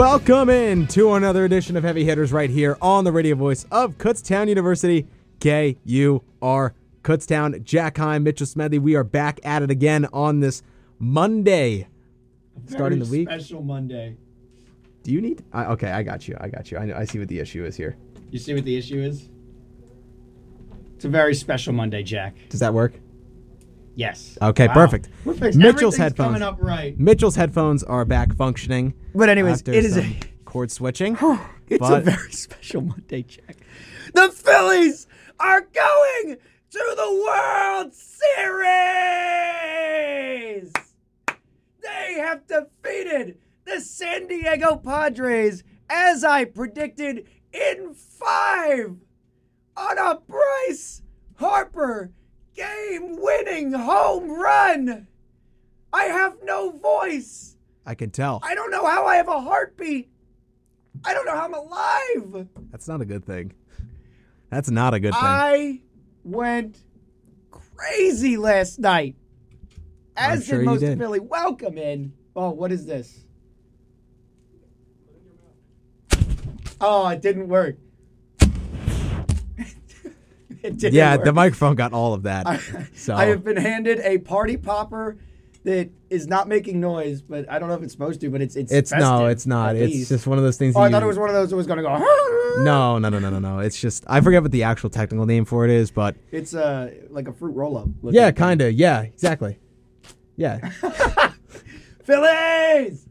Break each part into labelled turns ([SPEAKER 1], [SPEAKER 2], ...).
[SPEAKER 1] Welcome in to another edition of Heavy Hitters right here on the radio voice of Kutztown University, KUR Kutztown. Jack Heim, Mitchell Smedley. We are back at it again on this Monday. Starting the
[SPEAKER 2] Very
[SPEAKER 1] week.
[SPEAKER 2] Special Monday.
[SPEAKER 1] Do you need? I, okay, I got you. I got you. I, know, I see what the issue is here.
[SPEAKER 2] You see what the issue is? It's a very special Monday, Jack.
[SPEAKER 1] Does that work?
[SPEAKER 2] Yes.
[SPEAKER 1] Okay,
[SPEAKER 2] Wow.
[SPEAKER 1] perfect.
[SPEAKER 2] We're fixed.
[SPEAKER 1] Mitchell's
[SPEAKER 2] Everything's
[SPEAKER 1] headphones.
[SPEAKER 2] coming up right.
[SPEAKER 1] Mitchell's headphones are back functioning.
[SPEAKER 2] But anyways,
[SPEAKER 1] after
[SPEAKER 2] it is a-
[SPEAKER 1] some cord switching.
[SPEAKER 2] It's a
[SPEAKER 1] But-
[SPEAKER 2] very special Monday, Jack. The Phillies are going to the World Series. They have defeated the San Diego Padres, as I predicted, in five on a Bryce Harper game winning home run. I have no voice.
[SPEAKER 1] I can tell.
[SPEAKER 2] I don't know how I have a heartbeat. I don't know how I'm alive.
[SPEAKER 1] That's not a good thing. That's not a good thing.
[SPEAKER 2] I went crazy last night.
[SPEAKER 1] I'm
[SPEAKER 2] As
[SPEAKER 1] sure
[SPEAKER 2] did
[SPEAKER 1] you
[SPEAKER 2] most
[SPEAKER 1] did.
[SPEAKER 2] Philly. Welcome in. Oh, what is this? Oh, it didn't work. it didn't
[SPEAKER 1] yeah,
[SPEAKER 2] work.
[SPEAKER 1] the microphone got all of that. so
[SPEAKER 2] I have been handed a party popper that is not making noise, but I don't know if it's supposed to, but it's it's
[SPEAKER 1] it's no,
[SPEAKER 2] festive,
[SPEAKER 1] it's not.
[SPEAKER 2] at
[SPEAKER 1] It's
[SPEAKER 2] least.
[SPEAKER 1] just one of those things.
[SPEAKER 2] Oh,
[SPEAKER 1] that
[SPEAKER 2] I thought
[SPEAKER 1] you-
[SPEAKER 2] it was one of those that was gonna go.
[SPEAKER 1] No, no, no, no, no, no. It's just I forget what the actual technical name for it is, but
[SPEAKER 2] It's uh like a fruit roll up.
[SPEAKER 1] yeah, kind of. Yeah, exactly. Yeah.
[SPEAKER 2] Phillies.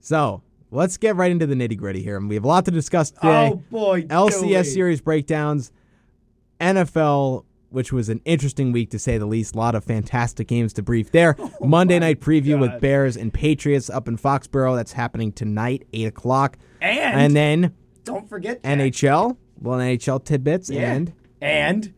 [SPEAKER 1] so let's get right into the nitty gritty here, and we have a lot to discuss today.
[SPEAKER 2] Oh boy. do we.
[SPEAKER 1] LCS series breakdowns, NFL, which was an interesting week to say the least. A lot of fantastic games to brief there. Monday night preview with
[SPEAKER 2] Oh God.
[SPEAKER 1] Bears and Patriots up in Foxborough. That's happening tonight, eight o'clock.
[SPEAKER 2] And,
[SPEAKER 1] And then
[SPEAKER 2] don't forget that.
[SPEAKER 1] NHL, well, NHL tidbits,
[SPEAKER 2] Yeah.
[SPEAKER 1] and
[SPEAKER 2] and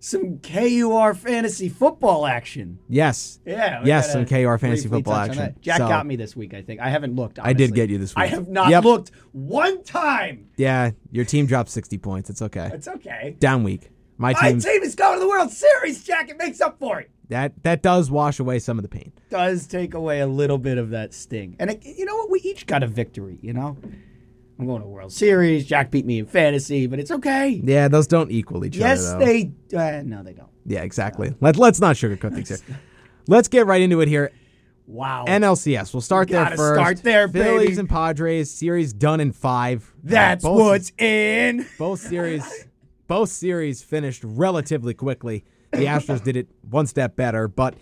[SPEAKER 2] some KUR fantasy football action.
[SPEAKER 1] yes,
[SPEAKER 2] Yeah. we
[SPEAKER 1] Yes, some
[SPEAKER 2] gotta
[SPEAKER 1] KUR fantasy
[SPEAKER 2] briefly
[SPEAKER 1] football
[SPEAKER 2] touch on
[SPEAKER 1] action.
[SPEAKER 2] that. Jack
[SPEAKER 1] So-
[SPEAKER 2] got me this week. I think I haven't looked.
[SPEAKER 1] did
[SPEAKER 2] honestly.
[SPEAKER 1] get you this
[SPEAKER 2] I
[SPEAKER 1] week.
[SPEAKER 2] have not
[SPEAKER 1] Yep.
[SPEAKER 2] looked one time.
[SPEAKER 1] yeah, your team dropped sixty points. It's okay.
[SPEAKER 2] It's okay.
[SPEAKER 1] Down week. My
[SPEAKER 2] My
[SPEAKER 1] team
[SPEAKER 2] team is going to the World Series, Jack. It makes up for it.
[SPEAKER 1] that that does wash away some of the pain.
[SPEAKER 2] does take away a little bit of that sting. And it, you know what? We each got a victory, you know? I'm going to World Series. Jack beat me in fantasy, but it's okay.
[SPEAKER 1] Yeah, those don't equal each
[SPEAKER 2] Yes,
[SPEAKER 1] other. though.
[SPEAKER 2] they. Uh, no, they don't.
[SPEAKER 1] Yeah, exactly. Let, let's not sugarcoat things here. Let's get right into it here.
[SPEAKER 2] Wow.
[SPEAKER 1] NLCS. We'll start there
[SPEAKER 2] Gotta
[SPEAKER 1] first.
[SPEAKER 2] start there,
[SPEAKER 1] Phillies
[SPEAKER 2] baby.
[SPEAKER 1] and Padres series done in five.
[SPEAKER 2] that's
[SPEAKER 1] Uh, both,
[SPEAKER 2] what's in.
[SPEAKER 1] both series. both series finished relatively quickly. The Astros did it one step better, but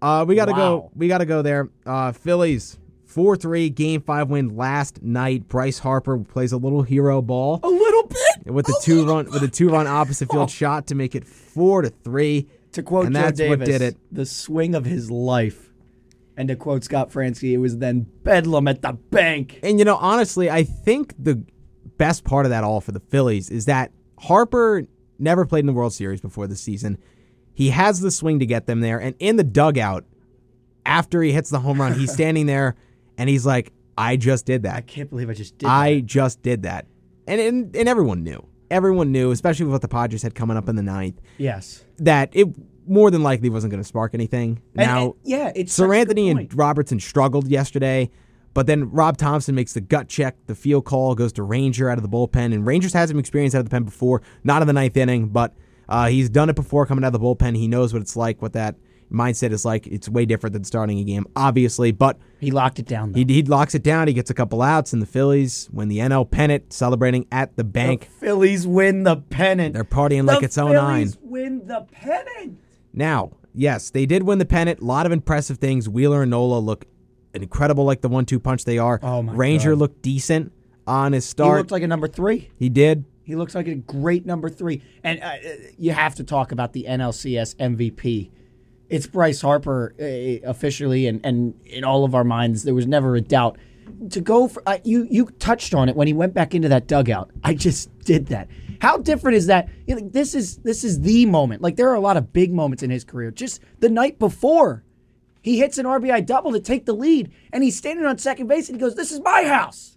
[SPEAKER 1] uh, we gotta
[SPEAKER 2] Wow.
[SPEAKER 1] go. We gotta go there. Uh, Phillies four three game five win last night. Bryce Harper plays a little hero ball
[SPEAKER 2] A little bit.
[SPEAKER 1] with the
[SPEAKER 2] a
[SPEAKER 1] two
[SPEAKER 2] little
[SPEAKER 1] run with a two run opposite field shot to make it four to three.
[SPEAKER 2] To quote
[SPEAKER 1] and
[SPEAKER 2] Joe
[SPEAKER 1] that's
[SPEAKER 2] Davis,
[SPEAKER 1] what did it.
[SPEAKER 2] the swing of his life. And to quote Scott Fransky, it was then bedlam at the bank.
[SPEAKER 1] And you know, honestly, I think the best part of that all for the Phillies is that Harper never played in the World Series before this season. He has the swing to get them there, and in the dugout, after he hits the home run, he's standing there and he's like, "I just did
[SPEAKER 2] I
[SPEAKER 1] that.
[SPEAKER 2] can't believe I just did
[SPEAKER 1] I just did that," and and, and everyone knew. Everyone knew, especially with what the Padres had coming up in the ninth,
[SPEAKER 2] that. Yes.
[SPEAKER 1] that it more than likely wasn't going to spark anything.
[SPEAKER 2] And-
[SPEAKER 1] now,
[SPEAKER 2] and- yeah, it's such a
[SPEAKER 1] Sir
[SPEAKER 2] good
[SPEAKER 1] Anthony
[SPEAKER 2] point.
[SPEAKER 1] and Robertson struggled yesterday, but then Rob Thompson makes the gut check, the field call goes to Ranger out of the bullpen, and Rangers has some experience out of the pen before, not in the ninth inning, but uh, he's done it before coming out of the bullpen. He knows what it's like, what that mindset is like. It's way different than starting a game, obviously, but
[SPEAKER 2] He locked it down, though.
[SPEAKER 1] he, he locks it down. He gets a couple outs, and the Phillies win the NL pennant, celebrating at the bank.
[SPEAKER 2] The Phillies win the pennant.
[SPEAKER 1] They're partying like
[SPEAKER 2] the
[SPEAKER 1] it's 09.
[SPEAKER 2] Phillies win the pennant.
[SPEAKER 1] Now, yes, they did win the pennant. A lot of impressive things. Wheeler and Nola look incredible, like the one-two punch they are.
[SPEAKER 2] Oh, my
[SPEAKER 1] Ranger
[SPEAKER 2] God.
[SPEAKER 1] looked decent on his
[SPEAKER 2] He
[SPEAKER 1] start.
[SPEAKER 2] looked like a number three.
[SPEAKER 1] He did.
[SPEAKER 2] He looks like a great number three. And uh, uh, you have to talk about the NLCS MVP. It's Bryce Harper uh, officially, and, and in all of our minds, there was never a doubt. To go for uh, you, you touched on it when he went back into that dugout. I just did that. How different is that? You know, this is this is the moment. Like there are a lot of big moments in his career. Just the night before, he hits an RBI double to take the lead, and he's standing on second base, and he goes, "This is my house,"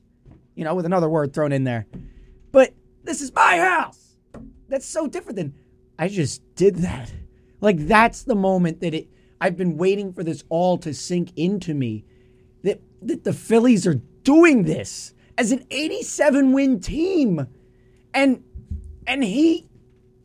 [SPEAKER 2] you know, with another word thrown in there but this is my house. That's so different than I just did that. Like that's the moment that it I've been waiting for this all to sink into me that that the Phillies are doing this as an 87 win team. And and he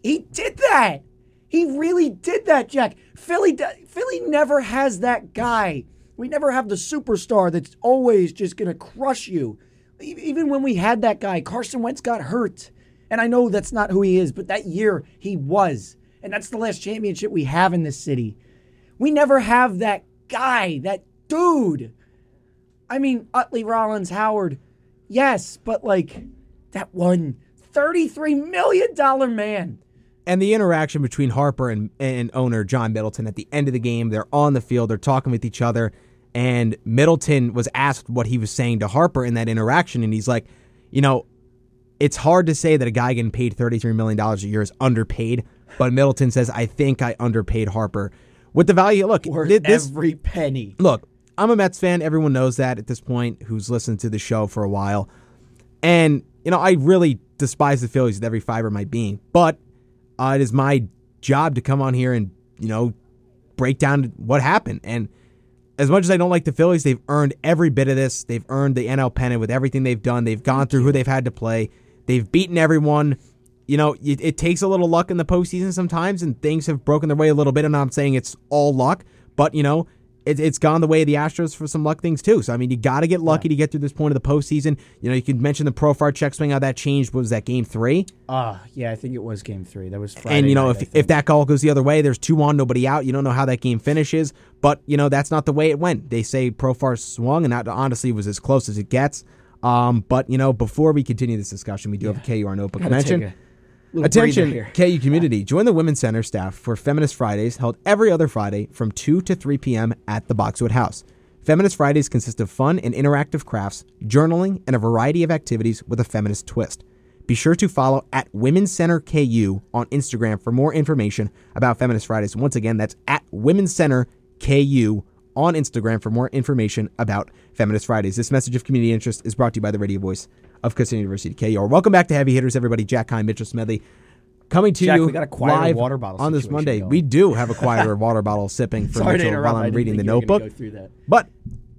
[SPEAKER 2] he did that. He really did that, Jack. Philly do- Philly never has that guy. We never have the superstar that's always just going to crush you. E- Even when we had that guy, Carson Wentz got hurt. And I know that's not who he is, but that year he was. And that's the last championship we have in this city. We never have that guy, that dude. I mean, Utley Rollins Howard, yes, but like that one $33 million man.
[SPEAKER 1] And the interaction between Harper and, and owner John Middleton at the end of the game, they're on the field, they're talking with each other, and Middleton was asked what he was saying to Harper in that interaction, and he's like, you know, it's hard to say that a guy getting paid $33 million a year is underpaid, but Middleton says, I think I underpaid Harper. With the value, look,
[SPEAKER 2] Worth
[SPEAKER 1] thi- this,
[SPEAKER 2] every penny.
[SPEAKER 1] look, I'm a Mets fan. Everyone knows that at this point who's listened to the show for a while. And, you know, I really despise the Phillies with every fiber of my being. But uh, it is my job to come on here and, you know, break down what happened. And as much as I don't like the Phillies, they've earned every bit of this. They've earned the NL pennant with everything they've done. They've gone through who they've had to play. They've beaten everyone. You know, it, it takes a little luck in the postseason sometimes, and things have broken their way a little bit. And I'm saying it's all luck, but you know, it, it's gone the way of the Astros for some luck things too. So I mean, you got to get lucky to get through this point of the postseason. You know, you could mention the profile check swing how that changed. What was that game three?
[SPEAKER 2] Ah, yeah, I think it was game three. That was Friday.
[SPEAKER 1] and you know
[SPEAKER 2] night, I
[SPEAKER 1] if,
[SPEAKER 2] think.
[SPEAKER 1] if that call goes the other way there's two on nobody out you don't know how that game finishes but you know that's not the way it went they say profar swung and that honestly was as close as it gets um, but you know before we continue this discussion we do have a kur notebook
[SPEAKER 2] Gotta take
[SPEAKER 1] mention
[SPEAKER 2] a little breather
[SPEAKER 1] Attention,
[SPEAKER 2] here.
[SPEAKER 1] KU community. Join the Women's Center staff for Feminist Fridays held every other Friday from 2 to 3 p.m. at the Boxwood House. Feminist Fridays consist of fun and interactive crafts, journaling, and a variety of activities with a feminist twist. Be sure to follow at Women's Center KU on Instagram for more information about Feminist Fridays. Once again, that's at Women's Center KU on Instagram for more information about Feminist Fridays. This message of community interest is brought to you by the radio voice of Custom University KU. Welcome back to Heavy Hitters, everybody. Jack Hine, Mitchell Smedley coming to
[SPEAKER 2] Jack,
[SPEAKER 1] you
[SPEAKER 2] we got a quieter
[SPEAKER 1] live
[SPEAKER 2] water bottle
[SPEAKER 1] on this
[SPEAKER 2] situation
[SPEAKER 1] Monday.
[SPEAKER 2] going.
[SPEAKER 1] We do have a quieter water bottle sipping for
[SPEAKER 2] Sorry to
[SPEAKER 1] Mitchell
[SPEAKER 2] interrupt,
[SPEAKER 1] while
[SPEAKER 2] I
[SPEAKER 1] I'm
[SPEAKER 2] didn't
[SPEAKER 1] reading the
[SPEAKER 2] think you were gonna
[SPEAKER 1] notebook,
[SPEAKER 2] Go through that.
[SPEAKER 1] but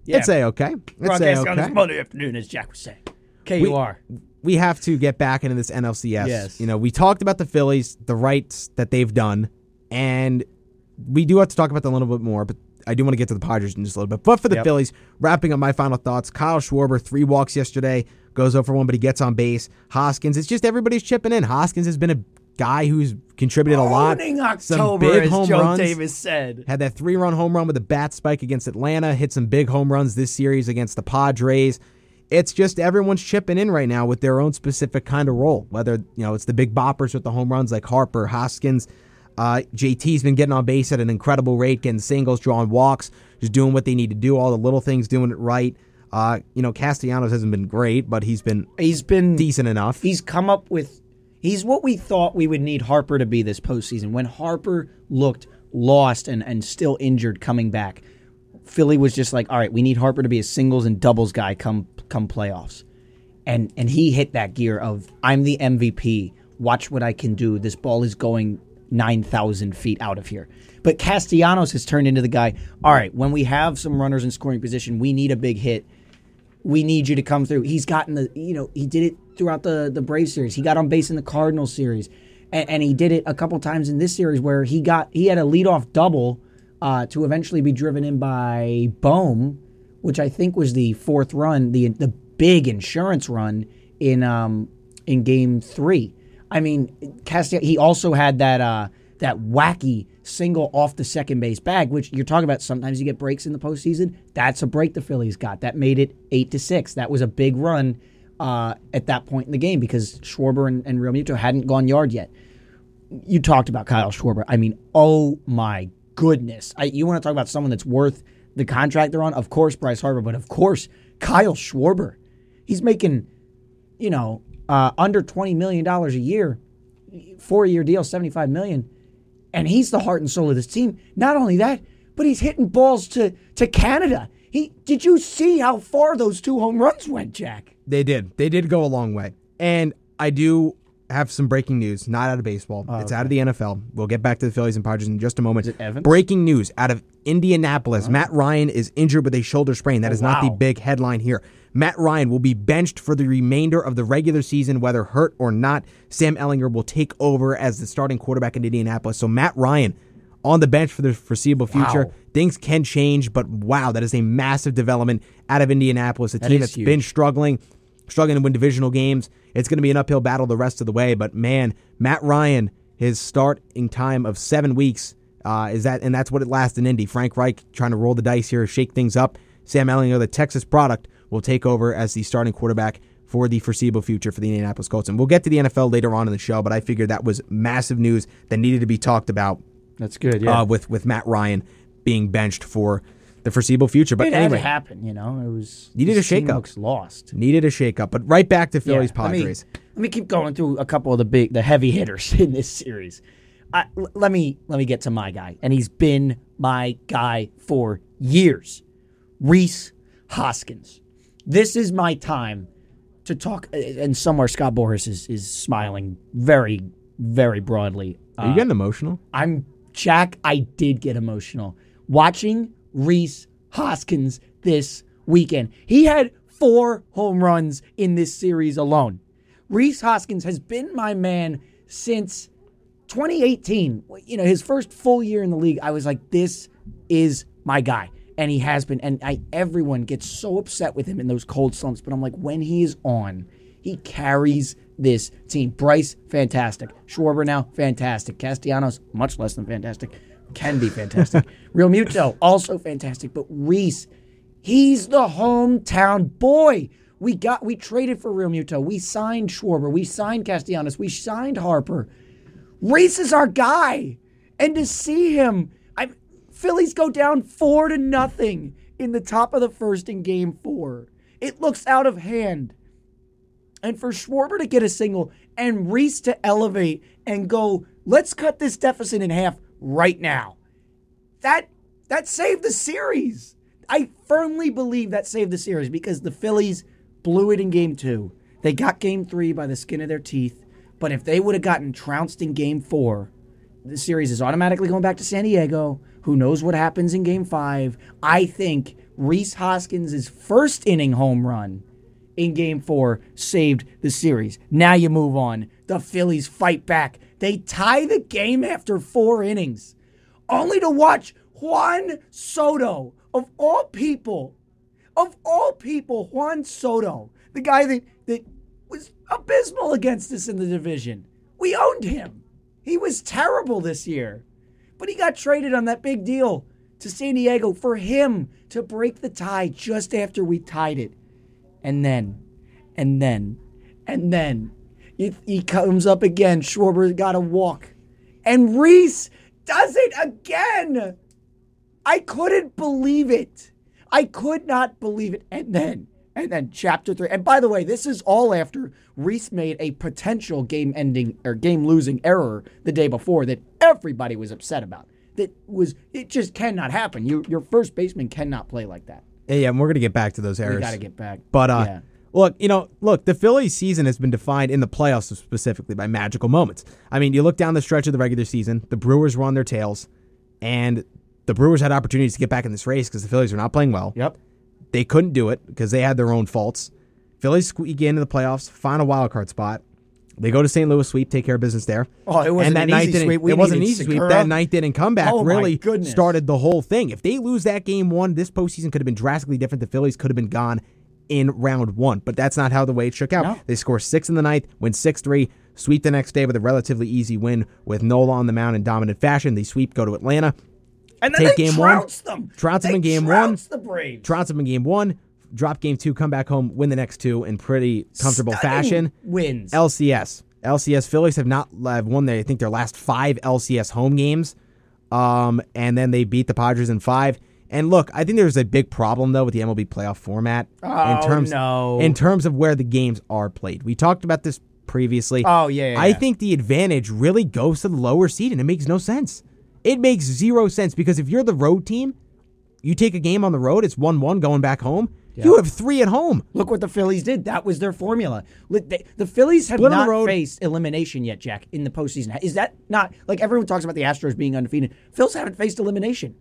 [SPEAKER 2] Yeah.
[SPEAKER 1] it's a okay. It's a
[SPEAKER 2] Broadcast on this
[SPEAKER 1] okay.
[SPEAKER 2] Monday afternoon, as Jack was saying. KUR.
[SPEAKER 1] We have to get back into this NLCS.
[SPEAKER 2] Yes.
[SPEAKER 1] You know, we talked about the Phillies, the rights that they've done, and we do have to talk about that a little bit more, but I do want to get to the Padres in just a little bit. But for the
[SPEAKER 2] Yep.
[SPEAKER 1] Phillies, wrapping up my final thoughts, Kyle Schwarber, three walks yesterday, goes over one, but he gets on base. Hoskins, it's just everybody's chipping in. Hoskins has been a guy who's contributed a lot.
[SPEAKER 2] Owning
[SPEAKER 1] Some
[SPEAKER 2] October,
[SPEAKER 1] big
[SPEAKER 2] as
[SPEAKER 1] home
[SPEAKER 2] Joe
[SPEAKER 1] runs.
[SPEAKER 2] Davis said.
[SPEAKER 1] Had that three run home run with a bat spike against Atlanta, hit some big home runs this series against the Padres. It's just everyone's chipping in right now with their own specific kind of role, whether, you know, it's the big boppers with the home runs like Harper, Hoskins. Uh, JT's been getting on base at an incredible rate, getting singles, drawing walks, just doing what they need to do, all the little things, doing it right. Uh, you know, Castellanos hasn't been great, but he's been
[SPEAKER 2] He's been
[SPEAKER 1] decent enough.
[SPEAKER 2] he's come up with he's what we thought we would need Harper to be this postseason. When Harper looked lost and, and still injured coming back, Philly was just like, all right, we need Harper to be a singles and doubles guy come come playoffs. And and he hit that gear of I'm the MVP. Watch what I can do. This ball is going nine thousand feet out of here. But Castellanos has turned into the guy. All right, when we have some runners in scoring position, we need a big hit we need you to come through. He's gotten the, you know, he did it throughout the the Brave series. He got on base in the Cardinal series, and, and he did it a couple times in this series where he got he had a leadoff double uh, to eventually be driven in by Bohm, which I think was the fourth run, the the big insurance run in um in Game Three. I mean, Castell. He also had that uh, that wacky single off the second base bag, which you're talking about. Sometimes you get breaks in the postseason. That's a break the Phillies got. That made it eight to six. That was a big run uh, at that point in the game because Schwarber and, and Real Muto hadn't gone yard yet. You talked about Kyle Schwarber. I mean, oh my goodness! I, you want to talk about someone that's worth the contract they're on? Of course, Bryce Harper, but of course, Kyle Schwarber. He's making you know, uh, under twenty million dollars a year, four year deal, seventy five million, and he's the heart and soul of this team. Not only that, but he's hitting balls to to Canada. He did you see how far those two home runs went, Jack?
[SPEAKER 1] They did. They did go a long way. And I do have some breaking news, not out of baseball.
[SPEAKER 2] Oh,
[SPEAKER 1] it's out of the NFL. We'll get back to the Phillies and Padres in just a moment.
[SPEAKER 2] Evans? Oh.
[SPEAKER 1] Breaking news out of Indianapolis. Matt Ryan is injured with a shoulder sprain. That is not the
[SPEAKER 2] wow.
[SPEAKER 1] big headline here. Matt Ryan will be benched for the remainder of the regular season, whether hurt or not. Sam Ellinger will take over as the starting quarterback in Indianapolis. So Matt Ryan on the bench for the foreseeable future.
[SPEAKER 2] Wow.
[SPEAKER 1] Things can change, but wow, that is a massive development out of Indianapolis, a team
[SPEAKER 2] is
[SPEAKER 1] that's
[SPEAKER 2] huge.
[SPEAKER 1] been struggling, struggling to win divisional games. It's going to be an uphill battle the rest of the way. But man, Matt Ryan, his starting time of seven weeks uh, is that, and that's what it lasts in Indy. Frank Reich trying to roll the dice here, shake things up. Sam Ellinger, the Texas product, will take over as the starting quarterback for the foreseeable future for the Indianapolis Colts. And we'll get to the NFL later on in the show, but I figured that was massive news that needed to be talked about
[SPEAKER 2] That's good. Yeah.
[SPEAKER 1] uh, with with Matt Ryan being benched for the foreseeable future. But
[SPEAKER 2] it had to
[SPEAKER 1] anyway,
[SPEAKER 2] happen, you know. It was
[SPEAKER 1] You need
[SPEAKER 2] this
[SPEAKER 1] a
[SPEAKER 2] team
[SPEAKER 1] shakeup.
[SPEAKER 2] Looks lost.
[SPEAKER 1] needed a shakeup. But right back to Phillies
[SPEAKER 2] Yeah, let me-
[SPEAKER 1] Padres.
[SPEAKER 2] Let me, keep going through a couple of the big, the heavy hitters in this series. I, l- let me let me get to my guy, and he's been my guy for years. Reese Hoskins. This is my time to talk. And somewhere Scott Boris is is smiling very very broadly.
[SPEAKER 1] Are you
[SPEAKER 2] uh,
[SPEAKER 1] getting emotional?
[SPEAKER 2] I'm Jack. I did get emotional watching Reese Hoskins this weekend. He had four home runs in this series alone. Reese Hoskins has been my man since 2018. You know, his first full year in the league. I was like, this is my guy. And he has been. And I everyone gets so upset with him in those cold slumps. But I'm like, when he is on, he carries this team. Bryce, fantastic. Schwarber now, fantastic. Castellanos, much less than fantastic. Can be fantastic. Real Muto, also fantastic. But Reese, he's the hometown boy. We got we traded for Real Muto. We signed Schwarber. We signed Castellanos. We signed Harper. Reese is our guy. And to see him, I Phillies go down four to nothing in the top of the first in game four. It looks out of hand. And for Schwarber to get a single and Reese to elevate and go, let's cut this deficit in half right now. That that saved the series. I firmly believe that saved the series because the Phillies blew it in game two. They got game three by the skin of their teeth. But if they would have gotten trounced in game four, the series is automatically going back to San Diego. Who knows what happens in game five? I think Reese Hoskins' first inning home run in game four saved the series. Now you move on. The Phillies fight back. They tie the game after four innings, only to watch Juan Soto, of all people, of all people, Juan Soto, the guy that, that was abysmal against us in the division. We owned him. He was terrible this year. But he got traded on that big deal to San Diego for him to break the tie just after we tied it and then, and then, and then. He, he comes up again. Schwarber's got to walk. And Reese does it again. I couldn't believe it. I could not believe it. And then, and then chapter three. And by the way, this is all after Reese made a potential game ending or game losing error the day before that everybody was upset about. That was, it just cannot happen. Your, your first baseman cannot play like that.
[SPEAKER 1] Yeah, yeah, and we're gonna get back to those errors.
[SPEAKER 2] You got to get back.
[SPEAKER 1] But uh,
[SPEAKER 2] Yeah.
[SPEAKER 1] look, you know, look, the Phillies season has been defined in the playoffs specifically by magical moments. I mean, you look down the stretch of the regular season, the Brewers were on their tails, and the Brewers had opportunities to get back in this race because the Phillies were not playing well.
[SPEAKER 2] Yep.
[SPEAKER 1] They couldn't do it because they had their own faults. Phillies squeak into the playoffs, find a wild card spot. They go to St. Louis sweep, take care of business there.
[SPEAKER 2] Oh, it wasn't
[SPEAKER 1] and that
[SPEAKER 2] an
[SPEAKER 1] ninth
[SPEAKER 2] easy
[SPEAKER 1] inning-
[SPEAKER 2] sweep. We
[SPEAKER 1] it wasn't an
[SPEAKER 2] needed
[SPEAKER 1] easy sweep.
[SPEAKER 2] Segura.
[SPEAKER 1] That ninth inning comeback
[SPEAKER 2] Oh, my
[SPEAKER 1] really
[SPEAKER 2] goodness.
[SPEAKER 1] started the whole thing. If they lose that game one, this postseason could have been drastically different. The Phillies could have been gone in round one, but that's not how the way it shook out.
[SPEAKER 2] No.
[SPEAKER 1] They score six in the ninth, win six three, sweep the next day with a relatively easy win with Nola on the mound in dominant fashion. They sweep, go to Atlanta,
[SPEAKER 2] And
[SPEAKER 1] then Take they game one. trounced
[SPEAKER 2] them.
[SPEAKER 1] Trounce them They in game one. trounced
[SPEAKER 2] the Braves.
[SPEAKER 1] trounce them in game one, drop game two, come back home, win the next two in pretty comfortable fashion.
[SPEAKER 2] Wins.
[SPEAKER 1] LCS. LCS Phillies have not have won their I think their last five LCS home games, um, and then they beat the Padres in five. And look, I think there's a big problem though with the MLB playoff format
[SPEAKER 2] Oh,
[SPEAKER 1] in terms
[SPEAKER 2] no.
[SPEAKER 1] in terms of where the games are played. We talked about this previously.
[SPEAKER 2] Oh, yeah, yeah,
[SPEAKER 1] I
[SPEAKER 2] yeah.
[SPEAKER 1] think the advantage really goes to the lower seed, and it makes no sense. It makes zero sense because if you're the road team, you take a game on the road. It's one-one going back home. You have three at home.
[SPEAKER 2] Look what the Phillies did. That was their formula. Look, they- The Phillies have
[SPEAKER 1] Split on the
[SPEAKER 2] not
[SPEAKER 1] road.
[SPEAKER 2] faced elimination yet, Jack, in the postseason. Is that not like everyone talks about the Astros being undefeated? Phil's haven't faced elimination.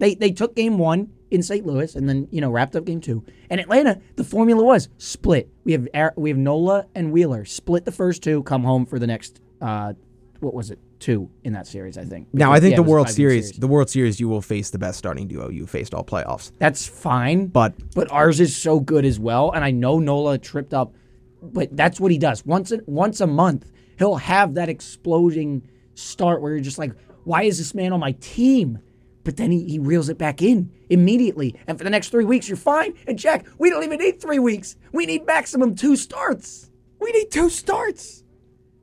[SPEAKER 2] They they took game one in St. Louis and then you know wrapped up game two. And Atlanta, the formula was split. We have Ar- we have Nola and Wheeler split the first two, come home for the next. Uh, what was it? Two in that series, I think.
[SPEAKER 1] Now I think
[SPEAKER 2] Yeah,
[SPEAKER 1] the
[SPEAKER 2] it was a
[SPEAKER 1] World
[SPEAKER 2] five-game
[SPEAKER 1] Series, the World Series, you will face the best starting duo you faced all playoffs.
[SPEAKER 2] That's fine.
[SPEAKER 1] But
[SPEAKER 2] but ours is so good as well. And I know Nola tripped up, but that's what he does. Once a, once a month, he'll have that exploding start where you're just like, why is this man on my team? But then he, he reels it back in immediately. And for the next three weeks, you're fine. And Jack, we don't even need three weeks. We need maximum two starts. We need two starts.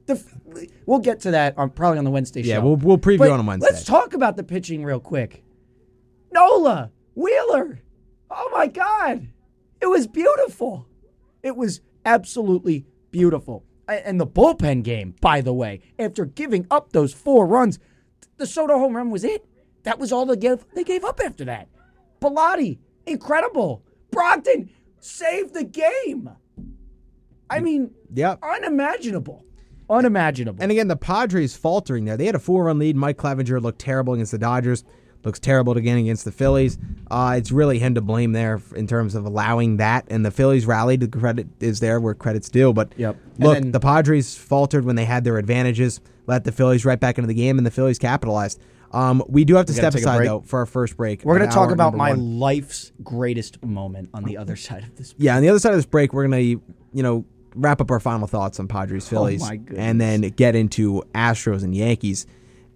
[SPEAKER 2] The, f- we'll get to that on probably on the Wednesday show.
[SPEAKER 1] yeah, we'll we'll preview
[SPEAKER 2] But
[SPEAKER 1] on Wednesday.
[SPEAKER 2] Let's talk about the pitching real quick. Nola, Wheeler. Oh my God. It was beautiful. It was absolutely beautiful. A- And the bullpen game, by the way, after giving up those four runs, the Soto home run was it. That was all they gave, they gave up after that. Bilotti, incredible. Brogdon saved the game. I mean,
[SPEAKER 1] yep.
[SPEAKER 2] unimaginable. Unimaginable.
[SPEAKER 1] And again, the Padres faltering there. They had a four-run lead. Mike Clevenger looked terrible against the Dodgers. Looks terrible again against the Phillies. Uh, it's really him to blame there f- in terms of allowing that. And the Phillies rallied. The credit is there where credit's due. But
[SPEAKER 2] Yep. And
[SPEAKER 1] look,
[SPEAKER 2] then-
[SPEAKER 1] the Padres faltered when they had their advantages. Let the Phillies right back into the game, and the Phillies capitalized. Um, we do have to step
[SPEAKER 2] take a
[SPEAKER 1] aside
[SPEAKER 2] break.
[SPEAKER 1] though for our first break.
[SPEAKER 2] We're going
[SPEAKER 1] An
[SPEAKER 2] to talk
[SPEAKER 1] hour
[SPEAKER 2] about
[SPEAKER 1] number
[SPEAKER 2] my
[SPEAKER 1] one.
[SPEAKER 2] life's greatest moment on the other side of this.
[SPEAKER 1] yeah, on the other side of this break, we're gonna you know wrap up our final thoughts on Padres Phillies,
[SPEAKER 2] Oh, my goodness.
[SPEAKER 1] and then get into Astros and Yankees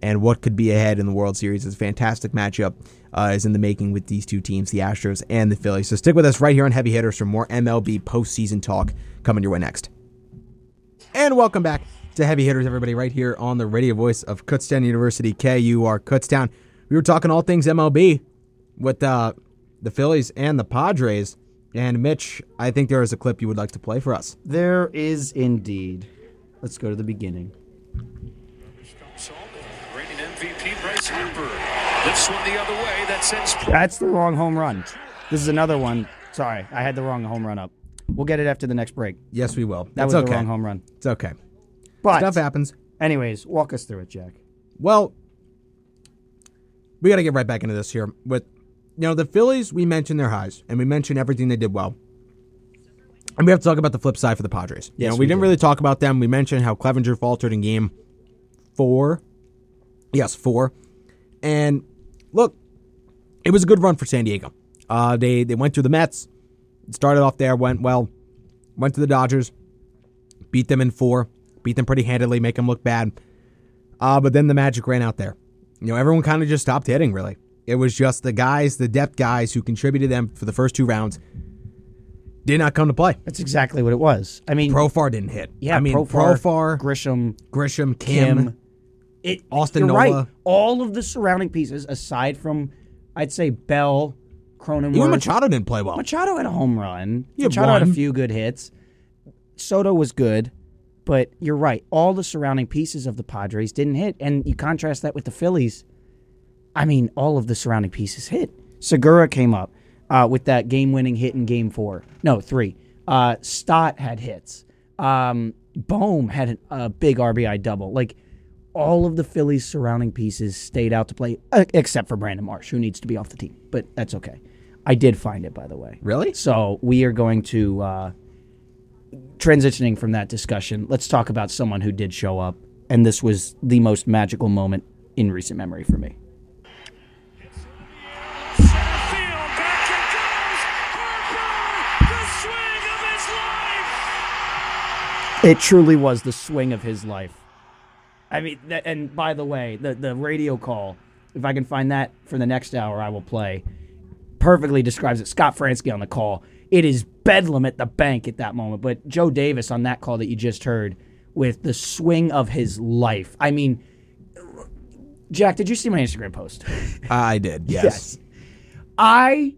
[SPEAKER 1] and what could be ahead in the World Series. It's a fantastic matchup uh, is in the making with these two teams, the Astros and the Phillies. So stick with us right here on Heavy Hitters for more MLB postseason talk coming your way next. And welcome back to Heavy Hitters, everybody, right here on the radio voice of Kutztown University, KUR Kutztown. We were talking all things MLB with uh, the Phillies and the Padres. And Mitch, I think there is a clip you would like to play for us.
[SPEAKER 2] There is indeed. Let's go to the beginning.
[SPEAKER 3] Reigning MVP Bryce Harper lifts one the other way. That sends
[SPEAKER 2] That's the wrong home run. This is another one. Sorry, I had the wrong home run up. We'll get it after the next break.
[SPEAKER 1] Yes, we will.
[SPEAKER 2] That
[SPEAKER 1] That's
[SPEAKER 2] was
[SPEAKER 1] okay.
[SPEAKER 2] the wrong home run.
[SPEAKER 1] It's okay.
[SPEAKER 2] But,
[SPEAKER 1] Stuff happens.
[SPEAKER 2] anyways, walk us through it, Jack.
[SPEAKER 1] Well, we got to get right back into this here. With you know the Phillies, we mentioned their highs and we mentioned everything they did well, and we have to talk about the flip side for the Padres. you
[SPEAKER 2] Yes,
[SPEAKER 1] know, we,
[SPEAKER 2] we
[SPEAKER 1] didn't
[SPEAKER 2] do.
[SPEAKER 1] really talk about them. We mentioned how Clevenger faltered in game four. Yes, four. And look, it was a good run for San Diego. Uh, they they went through the Mets, started off there, went well, went to the Dodgers, beat them in four, beat them pretty handedly, make them look bad. Uh, but then the magic ran out there. You know, everyone kind of just stopped hitting, really. It was just the guys, the depth guys who contributed them for the first two rounds did not come to play.
[SPEAKER 2] That's exactly what it was. I mean,
[SPEAKER 1] Profar didn't hit.
[SPEAKER 2] yeah,
[SPEAKER 1] I mean,
[SPEAKER 2] Profar,
[SPEAKER 1] Profar,
[SPEAKER 2] Grisham,
[SPEAKER 1] Grisham, Kim,
[SPEAKER 2] Kim. It,
[SPEAKER 1] Austin
[SPEAKER 2] you're
[SPEAKER 1] Nola.
[SPEAKER 2] right. All of the surrounding pieces, aside from, I'd say, Bell,
[SPEAKER 1] even
[SPEAKER 2] Cronenworth,
[SPEAKER 1] Machado didn't play well.
[SPEAKER 2] Machado had a home run.
[SPEAKER 1] had
[SPEAKER 2] Machado had a
[SPEAKER 1] one.
[SPEAKER 2] few good hits. Soto was good, but you're right. All the surrounding pieces of the Padres didn't hit, and you contrast that with the Phillies. I mean, all of the surrounding pieces hit. Segura came up uh, with that game-winning hit in Game Four. No, three. Uh, Stott had hits. Um, Bohm had an- a big RBI double. Like all of the Phillies' surrounding pieces stayed out to play, uh, except for Brandon Marsh, who needs to be off the team. But that's okay. I did find it, by the way.
[SPEAKER 1] Really?
[SPEAKER 2] So we are going to uh, transitioning from that discussion. Let's talk about someone who did show up, and this was the most magical moment in recent memory for me.
[SPEAKER 3] center field. Back it goes. Harper, the swing of his life.
[SPEAKER 2] It truly was the swing of his life. I mean, that, and by the way, the the radio call, if I can find that for the next hour, I will play. Perfectly describes it. Scott Fransky on the call. It is bedlam at the bank at that moment. But Joe Davis on that call that you just heard with the swing of his life. I mean, Jack, did you see my Instagram post?
[SPEAKER 1] I did, yes.
[SPEAKER 2] Yes. I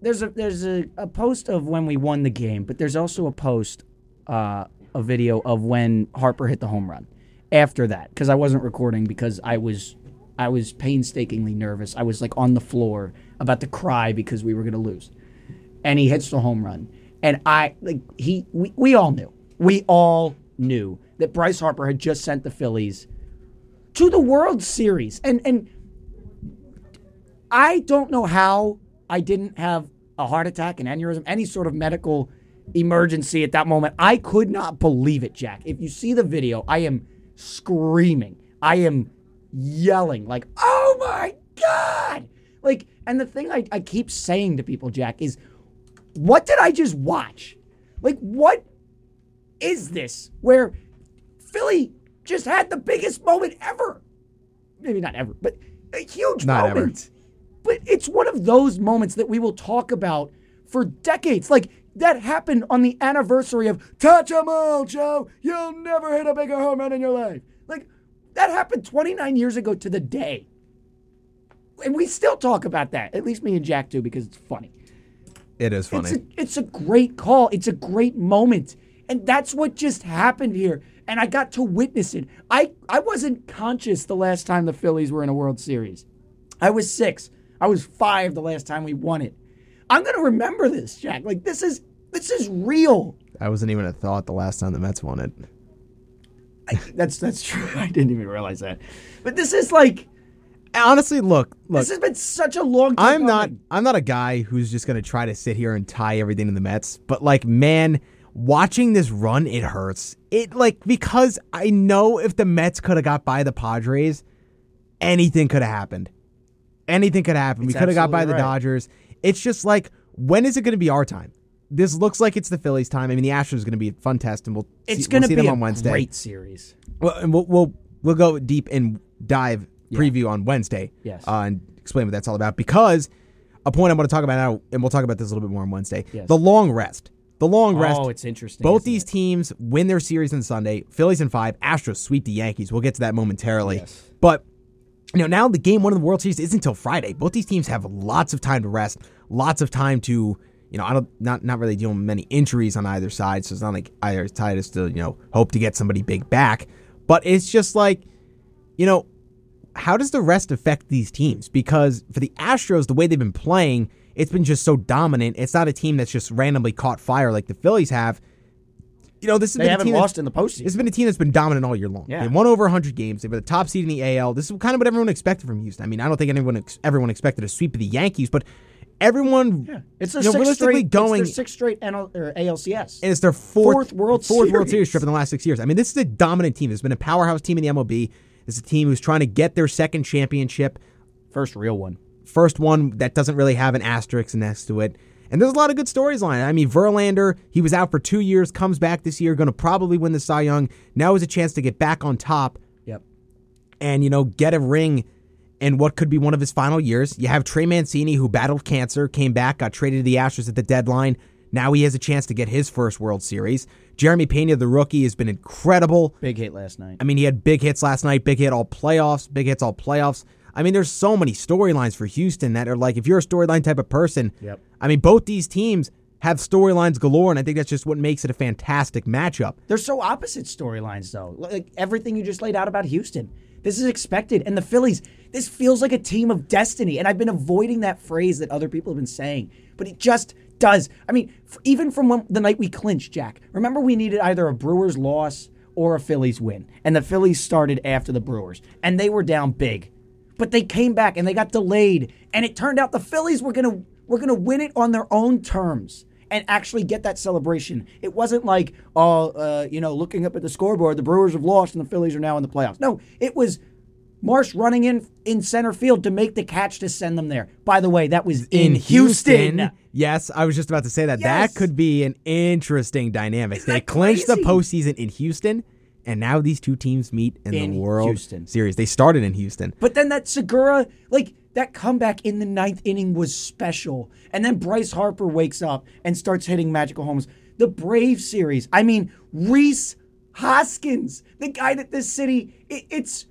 [SPEAKER 2] there's a there's a, a post of when we won the game, but there's also a post uh, a video of when Harper hit the home run. After that, because I wasn't recording because I was I was painstakingly nervous. I was like on the floor about to cry because we were gonna lose, and he hits the home run. And I like he we, we all knew we all knew that Bryce Harper had just sent the Phillies to the World Series, and and I don't know how I didn't have a heart attack, an aneurysm, any sort of medical emergency at that moment. I could not believe it, Jack. If you see the video, I am screaming. I am yelling, like, oh my God. Like, and the thing I, I keep saying to people, Jack, is what did I just watch? Like, what is this where Philly just had the biggest moment ever? Maybe not ever, but a huge
[SPEAKER 1] Not ever.
[SPEAKER 2] moment. But Oh, it's one of those moments that we will talk about for decades. Like, that happened on the anniversary of Touch 'em all, Joe. You'll never hit a bigger home run in your life. Like, that happened 29 years ago to the day. And we still talk about that. At least me and Jack do because it's funny.
[SPEAKER 1] It is funny.
[SPEAKER 2] It's a, it's a great call. It's a great moment. And that's what just happened here. And I got to witness it. I, I wasn't conscious the last time the Phillies were in a World Series. I was six. I was five the last time we won it. I'm gonna remember this, Jack. Like this is this is real.
[SPEAKER 1] I wasn't even a thought the last time the Mets won it.
[SPEAKER 2] I, that's that's true. I didn't even realize that. But this is like
[SPEAKER 1] Honestly, look, look.
[SPEAKER 2] this has been such a long time.
[SPEAKER 1] I'm not
[SPEAKER 2] coming.
[SPEAKER 1] I'm not a guy who's just gonna try to sit here and tie everything to the Mets, but like man, watching this run, it hurts. It like because I know if the Mets could have got by the Padres, anything could have happened. Anything could happen. we could have got by the
[SPEAKER 2] absolutely right.
[SPEAKER 1] Dodgers. It's just like when is it gonna be our time? This looks like it's the Phillies' time. I mean, the Astros are going to be a fun test, and we'll
[SPEAKER 2] It's
[SPEAKER 1] see,
[SPEAKER 2] gonna
[SPEAKER 1] we'll see
[SPEAKER 2] be
[SPEAKER 1] them
[SPEAKER 2] a
[SPEAKER 1] on Wednesday.
[SPEAKER 2] great series.
[SPEAKER 1] Well, and we'll we'll, we'll go deep and dive preview on Wednesday.
[SPEAKER 2] Yes.
[SPEAKER 1] uh, and explain what that's all about because a point I want to talk about now, and we'll talk about this a little bit more on Wednesday.
[SPEAKER 2] Yes.
[SPEAKER 1] The long rest. The long rest.
[SPEAKER 2] Oh, it's interesting,
[SPEAKER 1] Both
[SPEAKER 2] isn't
[SPEAKER 1] these
[SPEAKER 2] it?
[SPEAKER 1] teams win their series on Sunday. Phillies in five. Astros sweep the Yankees. We'll get to that momentarily.
[SPEAKER 2] Yes.
[SPEAKER 1] But you know, now the game one of the World Series isn't until Friday. Both these teams have lots of time to rest, lots of time to, you know, I don't not not really dealing with many injuries on either side, so it's not like either side is to, you know, hope to get somebody big back. But it's just like, you know, how does the rest affect these teams? Because for the Astros, the way they've been playing, it's been just so dominant. It's not a team that's just randomly caught fire like the Phillies have. You know, this has
[SPEAKER 2] They
[SPEAKER 1] been a
[SPEAKER 2] haven't
[SPEAKER 1] team that's-
[SPEAKER 2] lost in the postseason.
[SPEAKER 1] this has been a team that's been dominant all year long.
[SPEAKER 2] Yeah.
[SPEAKER 1] They won over 100 games. They were the top seed in the AL. This is kind of what everyone expected from Houston. I mean, I don't think anyone ex- everyone expected a sweep of the Yankees, but everyone
[SPEAKER 2] It's their
[SPEAKER 1] you know,
[SPEAKER 2] sixth
[SPEAKER 1] realistically
[SPEAKER 2] straight,
[SPEAKER 1] going
[SPEAKER 2] It's their sixth straight NL, or ALCS.
[SPEAKER 1] and it's their fourth,
[SPEAKER 2] Fourth World
[SPEAKER 1] fourth World Series
[SPEAKER 2] Series.
[SPEAKER 1] trip in the last six years. I mean, this is a dominant team. It's been a powerhouse team in the MLB. It's a team who's trying to get their second championship,
[SPEAKER 2] First real one.
[SPEAKER 1] first one that doesn't really have an asterisk next to it. And there's a lot of good stories line. I mean, Verlander, he was out for two years, comes back this year, going to probably win the Cy Young. Now is a chance to get back on top
[SPEAKER 2] Yep.
[SPEAKER 1] and you know get a ring in what could be one of his final years. You have Trey Mancini who battled cancer, came back, got traded to the Astros at the deadline. Now he has a chance to get his first World Series. Jeremy Pena, the rookie, has been incredible.
[SPEAKER 2] Big hit last night.
[SPEAKER 1] I mean, he had big hits last night, big hit all playoffs, big hits all playoffs. I mean, there's so many storylines for Houston that are like, if you're a storyline type of person,
[SPEAKER 2] Yep.
[SPEAKER 1] I mean, both these teams have storylines galore, and I think that's just what makes it a fantastic matchup.
[SPEAKER 2] They're so opposite storylines, though. Like everything you just laid out about Houston. This is expected. And the Phillies, this feels like a team of destiny. And I've been avoiding that phrase that other people have been saying, but it just does. I mean, f- even from when, the night we clinched, Jack, remember we needed either a Brewers loss or a Phillies win. And the Phillies started after the Brewers, and they were down big. But they came back and they got delayed. And it turned out the Phillies were going to were going to win it on their own terms and actually get that celebration. It wasn't like, oh, uh, you know, looking up at the scoreboard, the Brewers have lost and the Phillies are now in the playoffs. No, it was Marsh running in in center field to make the catch to send them there. By the way, that was in, Houston.
[SPEAKER 1] Yes, I was just about to say that.
[SPEAKER 2] Yes.
[SPEAKER 1] That could be an interesting dynamic.
[SPEAKER 2] Isn't
[SPEAKER 1] they
[SPEAKER 2] that
[SPEAKER 1] clinched the
[SPEAKER 2] crazy?
[SPEAKER 1] postseason in Houston, and now these two teams meet in,
[SPEAKER 2] In
[SPEAKER 1] the World
[SPEAKER 2] Houston.
[SPEAKER 1] Series. They started in Houston.
[SPEAKER 2] But then that Segura, like that comeback in the ninth inning was special. And then Bryce Harper wakes up and starts hitting magical homes. The Brave series. I mean, Reese Hoskins, the guy that this city, it, it's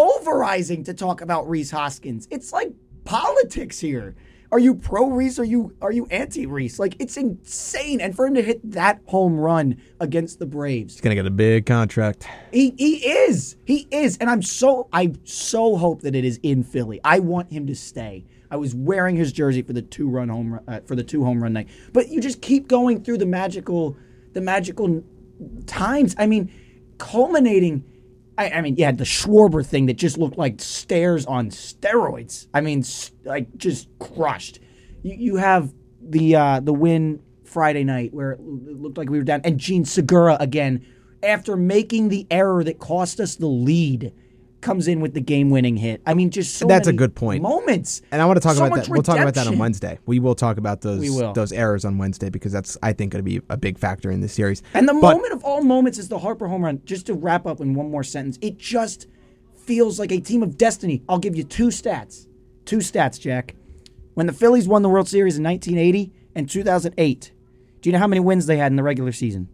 [SPEAKER 2] pulverizing to talk about Reese Hoskins. It's like politics here. Are you pro Reese? Are you are you anti Reese? Like it's insane. And for him to hit that home run against the Braves,
[SPEAKER 1] He's going to get a big contract.
[SPEAKER 2] he he is. He is. And I'm so I so hope that it is in Philly. I want him to stay. I was wearing his jersey for the two run home run, uh, for the two home run night. But you just keep going through the magical the magical times. I mean, culminating I, I mean, you had the Schwarber thing that just looked like stairs on steroids. I mean, s- like just crushed. You, you have the uh, the win Friday night where it l- looked like we were down, and Gene Segura again after making the error that cost us the lead comes in with the game winning hit. I mean, just so
[SPEAKER 1] That's a
[SPEAKER 2] many
[SPEAKER 1] good point.
[SPEAKER 2] Moments,
[SPEAKER 1] And I want to talk
[SPEAKER 2] So
[SPEAKER 1] about
[SPEAKER 2] much
[SPEAKER 1] that. We'll talk about that on
[SPEAKER 2] redemption.
[SPEAKER 1] Wednesday. We will talk about those
[SPEAKER 2] We will.
[SPEAKER 1] those errors on Wednesday because that's I think going to be a big factor in this series.
[SPEAKER 2] And the
[SPEAKER 1] But-
[SPEAKER 2] moment of all moments is the Harper home run. Just to wrap up in one more sentence, it just feels like a team of destiny. I'll give you two stats. Two stats, Jack. When the Phillies won the World Series in 1980 and 2008, do you know how many wins they had in the regular season?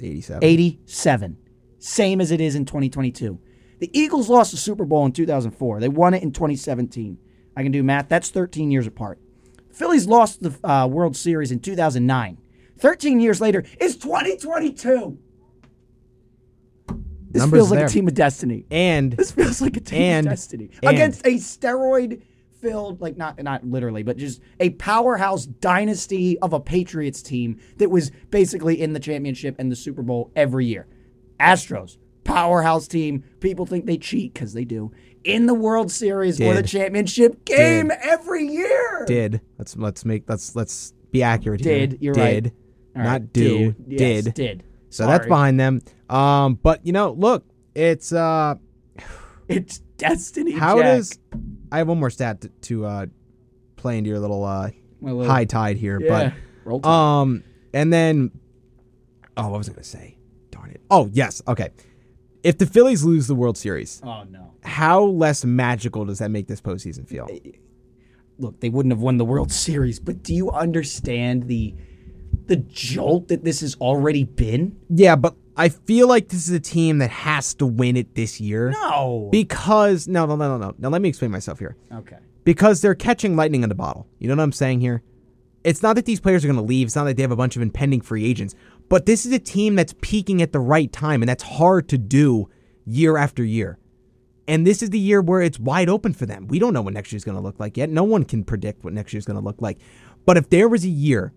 [SPEAKER 1] 87.
[SPEAKER 2] 87. Same as it is in 2022. The Eagles lost the Super Bowl in 2004. They won it in 2017. I can do math. That's 13 years apart. Phillies lost the uh, World Series in 2009. 13 years later is 2022. This
[SPEAKER 1] Numbers
[SPEAKER 2] feels like
[SPEAKER 1] there.
[SPEAKER 2] a team of destiny.
[SPEAKER 1] And
[SPEAKER 2] This feels like a team
[SPEAKER 1] And-
[SPEAKER 2] of destiny
[SPEAKER 1] and-
[SPEAKER 2] against a steroid filled, like not not literally, but just a powerhouse dynasty of a Patriots team that was basically in the championship and the Super Bowl every year. Astros powerhouse team. People think they cheat because they do in the World Series or the
[SPEAKER 1] Did.
[SPEAKER 2] championship game every year.
[SPEAKER 1] did. Let's let's make let's let's be accurate here.
[SPEAKER 2] Did, you're right.
[SPEAKER 1] did,
[SPEAKER 2] All
[SPEAKER 1] not
[SPEAKER 2] right,
[SPEAKER 1] do.
[SPEAKER 2] Yes,
[SPEAKER 1] Did.
[SPEAKER 2] did.
[SPEAKER 1] So that's
[SPEAKER 2] Sorry.
[SPEAKER 1] behind them. Um, but you know, look, it's uh,
[SPEAKER 2] It's destiny.
[SPEAKER 1] how
[SPEAKER 2] Jack.
[SPEAKER 1] does I have one more stat to, to uh, play into your little uh,
[SPEAKER 2] My little-
[SPEAKER 1] high tide here,
[SPEAKER 2] Yeah.
[SPEAKER 1] but
[SPEAKER 2] Roll Tide.
[SPEAKER 1] um, and then oh, what was I gonna say? Darn it! Oh yes, okay. If the Phillies lose the World Series,
[SPEAKER 2] Oh no.
[SPEAKER 1] how less magical does that make this postseason feel?
[SPEAKER 2] Eh, look, they wouldn't have won the World Series, but do you understand the the jolt that this has already been?
[SPEAKER 1] Yeah, but I feel like this is a team that has to win it this year.
[SPEAKER 2] No.
[SPEAKER 1] Because no, no, no, no, no. Now let me explain myself here.
[SPEAKER 2] okay.
[SPEAKER 1] Because they're catching lightning in a bottle. You know what I'm saying here? It's not that these players are going to leave. It's not that they have a bunch of impending free agents. But this is a team that's peaking at the right time, and that's hard to do year after year. And this is the year where it's wide open for them. We don't know what next year's going to look like yet. No one can predict what next year's going to look like. But if there was a year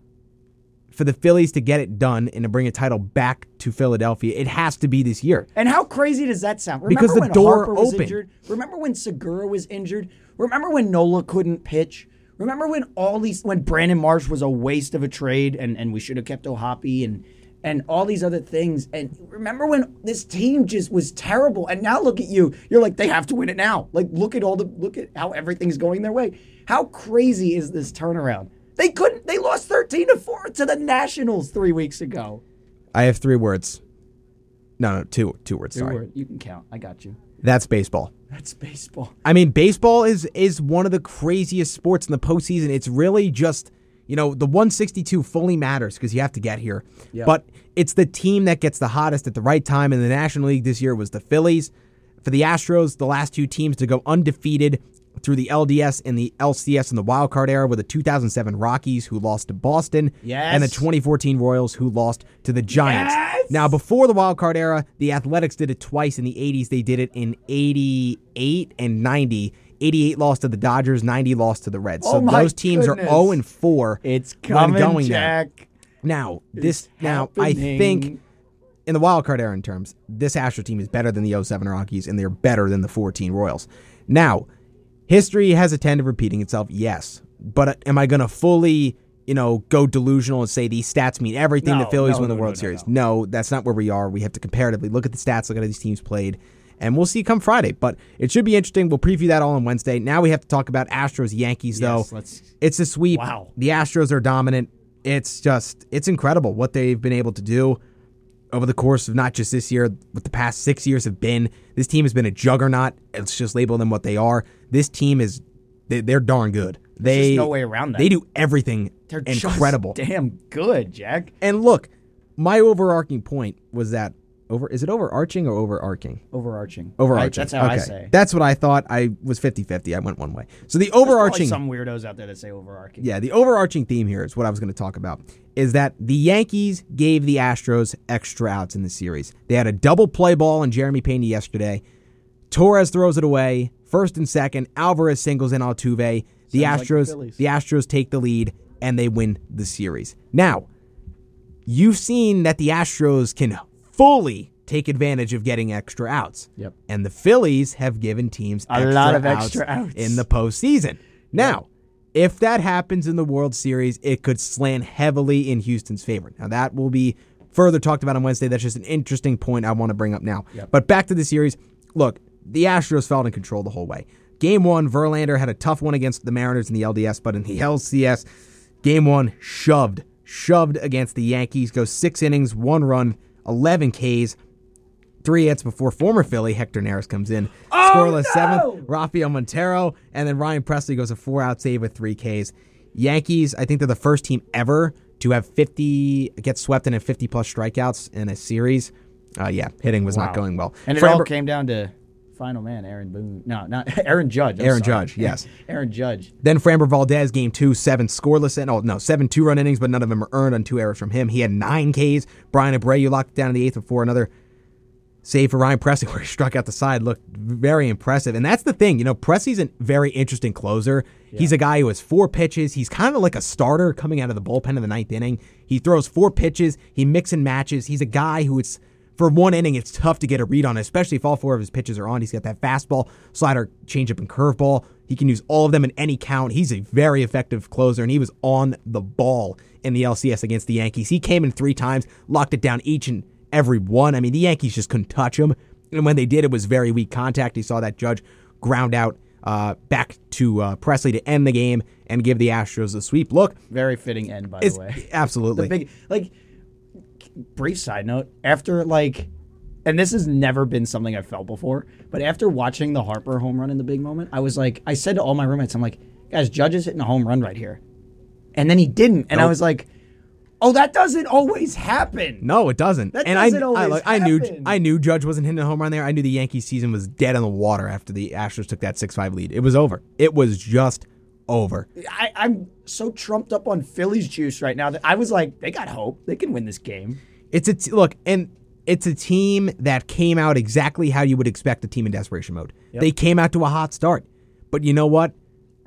[SPEAKER 1] for the Phillies to get it done and to bring a title back to Philadelphia, it has to be this year.
[SPEAKER 2] And how crazy does that sound? Remember
[SPEAKER 1] Because the
[SPEAKER 2] when
[SPEAKER 1] door
[SPEAKER 2] Harper was
[SPEAKER 1] opened.
[SPEAKER 2] injured? Remember when Segura was injured? Remember when Nola couldn't pitch? Remember when all these when Brandon Marsh was a waste of a trade and, and we should have kept Ohapi and and all these other things. And remember when this team just was terrible. And now look at you. You're like, they have to win it now. Like look at all the look at how everything's going their way. How crazy is this turnaround? They couldn't they lost thirteen to four to the Nationals three weeks ago.
[SPEAKER 1] I have three words. No, no, two, two words. sorry.
[SPEAKER 2] Or- You can count. I got you.
[SPEAKER 1] That's baseball.
[SPEAKER 2] That's baseball.
[SPEAKER 1] I mean, baseball is is one of the craziest sports in the postseason. It's really just you know the 162 fully matters because you have to get here. But it's the team that gets the hottest at the right time. In the National League this year was the Phillies. For the Astros, the last two teams to go undefeated through the LDS and the LCS in the wild card era were the 2007 Rockies, who lost to Boston,
[SPEAKER 2] Yes.
[SPEAKER 1] and the 2014 Royals, who lost to the Giants.
[SPEAKER 2] Yes.
[SPEAKER 1] Now, before the wild card era, the Athletics did it twice in the 80s. They did it in 88 and 90. 88 lost to the Dodgers, 90 lost to the Reds.
[SPEAKER 2] Oh
[SPEAKER 1] so
[SPEAKER 2] my
[SPEAKER 1] those teams
[SPEAKER 2] goodness.
[SPEAKER 1] are 0 and 4.
[SPEAKER 2] It's
[SPEAKER 1] when
[SPEAKER 2] coming,
[SPEAKER 1] going there.
[SPEAKER 2] Jack.
[SPEAKER 1] Now, this
[SPEAKER 2] It's
[SPEAKER 1] now I think
[SPEAKER 2] happening.
[SPEAKER 1] in the wild card era in terms, this Astro team is better than the 07 Rockies and they're better than the 14 Royals. Now, history has a trend of repeating itself, yes. But uh, am I going to fully, you know, go delusional and say these stats mean everything
[SPEAKER 2] No,
[SPEAKER 1] the Phillies
[SPEAKER 2] no,
[SPEAKER 1] win the
[SPEAKER 2] no,
[SPEAKER 1] World
[SPEAKER 2] no, no,
[SPEAKER 1] Series? No. that's not where we are. We have to comparatively look at the stats, look at how these teams played, and we'll see come Friday. But it should be interesting. We'll preview that all on Wednesday. Now we have to talk about Astros Yankees
[SPEAKER 2] Yes,
[SPEAKER 1] though.
[SPEAKER 2] let's-
[SPEAKER 1] It's a sweep.
[SPEAKER 2] Wow.
[SPEAKER 1] The Astros are dominant. It's just it's incredible what they've been able to do over the course of not just this year, but the past six years have been. This team has been a juggernaut. Let's just label them what they are. This team is they, they're darn good. They
[SPEAKER 2] no way around that.
[SPEAKER 1] They do everything
[SPEAKER 2] They're just
[SPEAKER 1] incredible.
[SPEAKER 2] damn good, Jack.
[SPEAKER 1] and look, my overarching point was that over is it overarching or overarching?
[SPEAKER 2] Overarching.
[SPEAKER 1] Overarching.
[SPEAKER 2] I- that's how I
[SPEAKER 1] Okay.
[SPEAKER 2] say.
[SPEAKER 1] That's what I thought. I was 50-50. I went one way. So the
[SPEAKER 2] Probably
[SPEAKER 1] overarching
[SPEAKER 2] Some weirdos out there that say overarching.
[SPEAKER 1] yeah, the overarching theme here is what I was going to talk about is that the Yankees gave the Astros extra outs in the series. They had a double play ball on Jeremy Pena yesterday. Torres throws it away, first and second. Alvarez singles in Altuve. The
[SPEAKER 2] Sounds like the
[SPEAKER 1] Astros,
[SPEAKER 2] Phillies.
[SPEAKER 1] the Astros take the lead and they win the series. Now, you've seen that the Astros can fully take advantage of getting extra outs.
[SPEAKER 2] Yep.
[SPEAKER 1] And the Phillies have given teams
[SPEAKER 2] A lot of extra outs.
[SPEAKER 1] in the postseason. Now, if that happens in the World Series, it could slant heavily in Houston's favor. Now, that will be further talked about on Wednesday. That's just an interesting point I want to bring up now. But back to the series. Look, the Astros felt in control the whole way. Game one, Verlander had a tough one against the Mariners in the LDS, but in the LCS, game one, shoved, shoved against the Yankees. Goes six innings, one run, 11 Ks three hits before former Philly Hector Neris comes in.
[SPEAKER 2] Oh,
[SPEAKER 1] Scoreless seventh, Rafael Montero, and then Ryan Presley goes a four out save with three Ks. Yankees, I think they're the first team ever to have 50, get swept in a 50 plus strikeouts in a series. Uh, yeah, hitting was not going well.
[SPEAKER 2] And it
[SPEAKER 1] Framber-
[SPEAKER 2] all came down to final man, Aaron Boone. No, not Aaron Judge. I'm
[SPEAKER 1] Aaron
[SPEAKER 2] sorry.
[SPEAKER 1] Judge, yes.
[SPEAKER 2] Aaron Judge.
[SPEAKER 1] Then Framber Valdez, game two, seven scoreless, and oh no, seven two run innings, but none of them were earned on two errors from him. He had nine Ks. Brian Abreu locked down in the eighth before another save for Ryan Pressey, where he struck out the side, looked very impressive. And that's the thing, you know, Pressey's a very interesting closer. He's a guy who has four pitches. He's kind of like a starter coming out of the bullpen in the ninth inning. He throws four pitches. He mix and matches. He's a guy who it's for one inning, it's tough to get a read on, especially if all four of his pitches are on. He's got that fastball, slider, changeup, and curveball. He can use all of them in any count. He's a very effective closer, and he was on the ball in the LCS against the Yankees. He came in three times, locked it down each and every one. I mean, the Yankees just couldn't touch him. And when they did, it was very weak contact. He saw that judge ground out uh, back to uh, Presley to end the game and give the Astros a sweep. Look,
[SPEAKER 2] Very fitting end, by
[SPEAKER 1] it's
[SPEAKER 2] the way.
[SPEAKER 1] absolutely.
[SPEAKER 2] Big like brief side note. After like and this has never been something I've felt before, but after watching the Harper home run in the big moment, I was like I said to all my roommates, I'm like, guys, Judge is hitting a home run right here. And then he didn't. And I was like, Oh, that doesn't always happen.
[SPEAKER 1] No, it doesn't.
[SPEAKER 2] That
[SPEAKER 1] and
[SPEAKER 2] doesn't
[SPEAKER 1] I, I,
[SPEAKER 2] always
[SPEAKER 1] look, I knew
[SPEAKER 2] happen.
[SPEAKER 1] I knew Judge wasn't hitting a home run there. I knew the Yankees season was dead on the water after the Astros took that six five lead. It was over. It was just over.
[SPEAKER 2] I, I'm so trumped up on Phillies juice right now that I was like, they got hope. They can win this game.
[SPEAKER 1] It's a t- look, and it's a team that came out exactly how you would expect a team in desperation mode. They came out to a hot start, but you know what?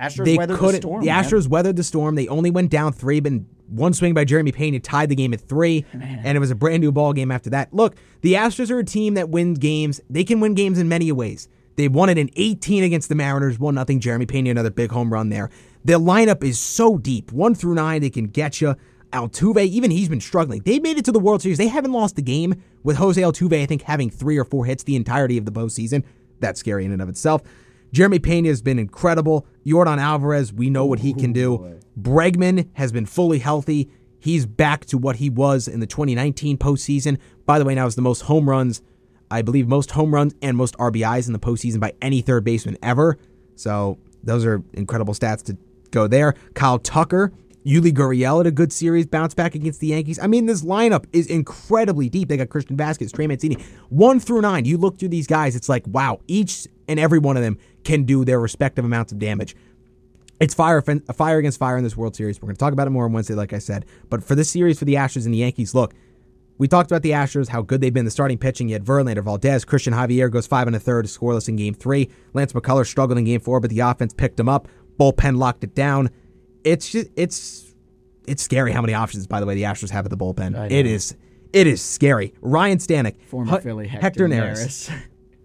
[SPEAKER 2] Astros
[SPEAKER 1] they
[SPEAKER 2] weathered the
[SPEAKER 1] couldn't.
[SPEAKER 2] storm.
[SPEAKER 1] the
[SPEAKER 2] man.
[SPEAKER 1] Astros weathered the storm. They only went down three, but in one swing by Jeremy Payne, it tied the game at three, and it was a brand new ball game after that. Look, the Astros are a team that wins games. They can win games in many ways. They won it in 18 against the Mariners, one nothing. Jeremy Payne another big home run there. Their lineup is so deep, one through nine, they can get you. Altuve, even he's been struggling. They made it to the World Series. They haven't lost the game with Jose Altuve, I think, having three or four hits the entirety of the postseason. That's scary in and of itself. Jeremy Pena has been incredible. Jordan Alvarez, we know what he can do. Bregman has been fully healthy. He's back to what he was in the 2019 postseason. By the way, now is the most home runs, I believe, most home runs and most RBIs in the postseason by any third baseman ever. So those are incredible stats to go there. Kyle Tucker, Yuli Gurriel had a good series bounce back against the Yankees. I mean, this lineup is incredibly deep. They got Christian Vasquez, Trey Mancini, one through nine. You look through these guys, it's like wow, each and every one of them can do their respective amounts of damage. It's fire, offen- fire against fire in this World Series. We're going to talk about it more on Wednesday, like I said. But for this series, for the Astros and the Yankees, look, we talked about the Astros, how good they've been. The starting pitching, you had Verlander, Valdez, Christian Javier goes five and a third, scoreless in game three. Lance McCullers struggled in game four, but the offense picked him up. Bullpen locked it down. It's just, it's it's scary how many options, by the way, the Astros have at the bullpen. It is it is scary. Ryan Stanek,
[SPEAKER 2] Former
[SPEAKER 1] Hu-
[SPEAKER 2] Philly Hector, Neris.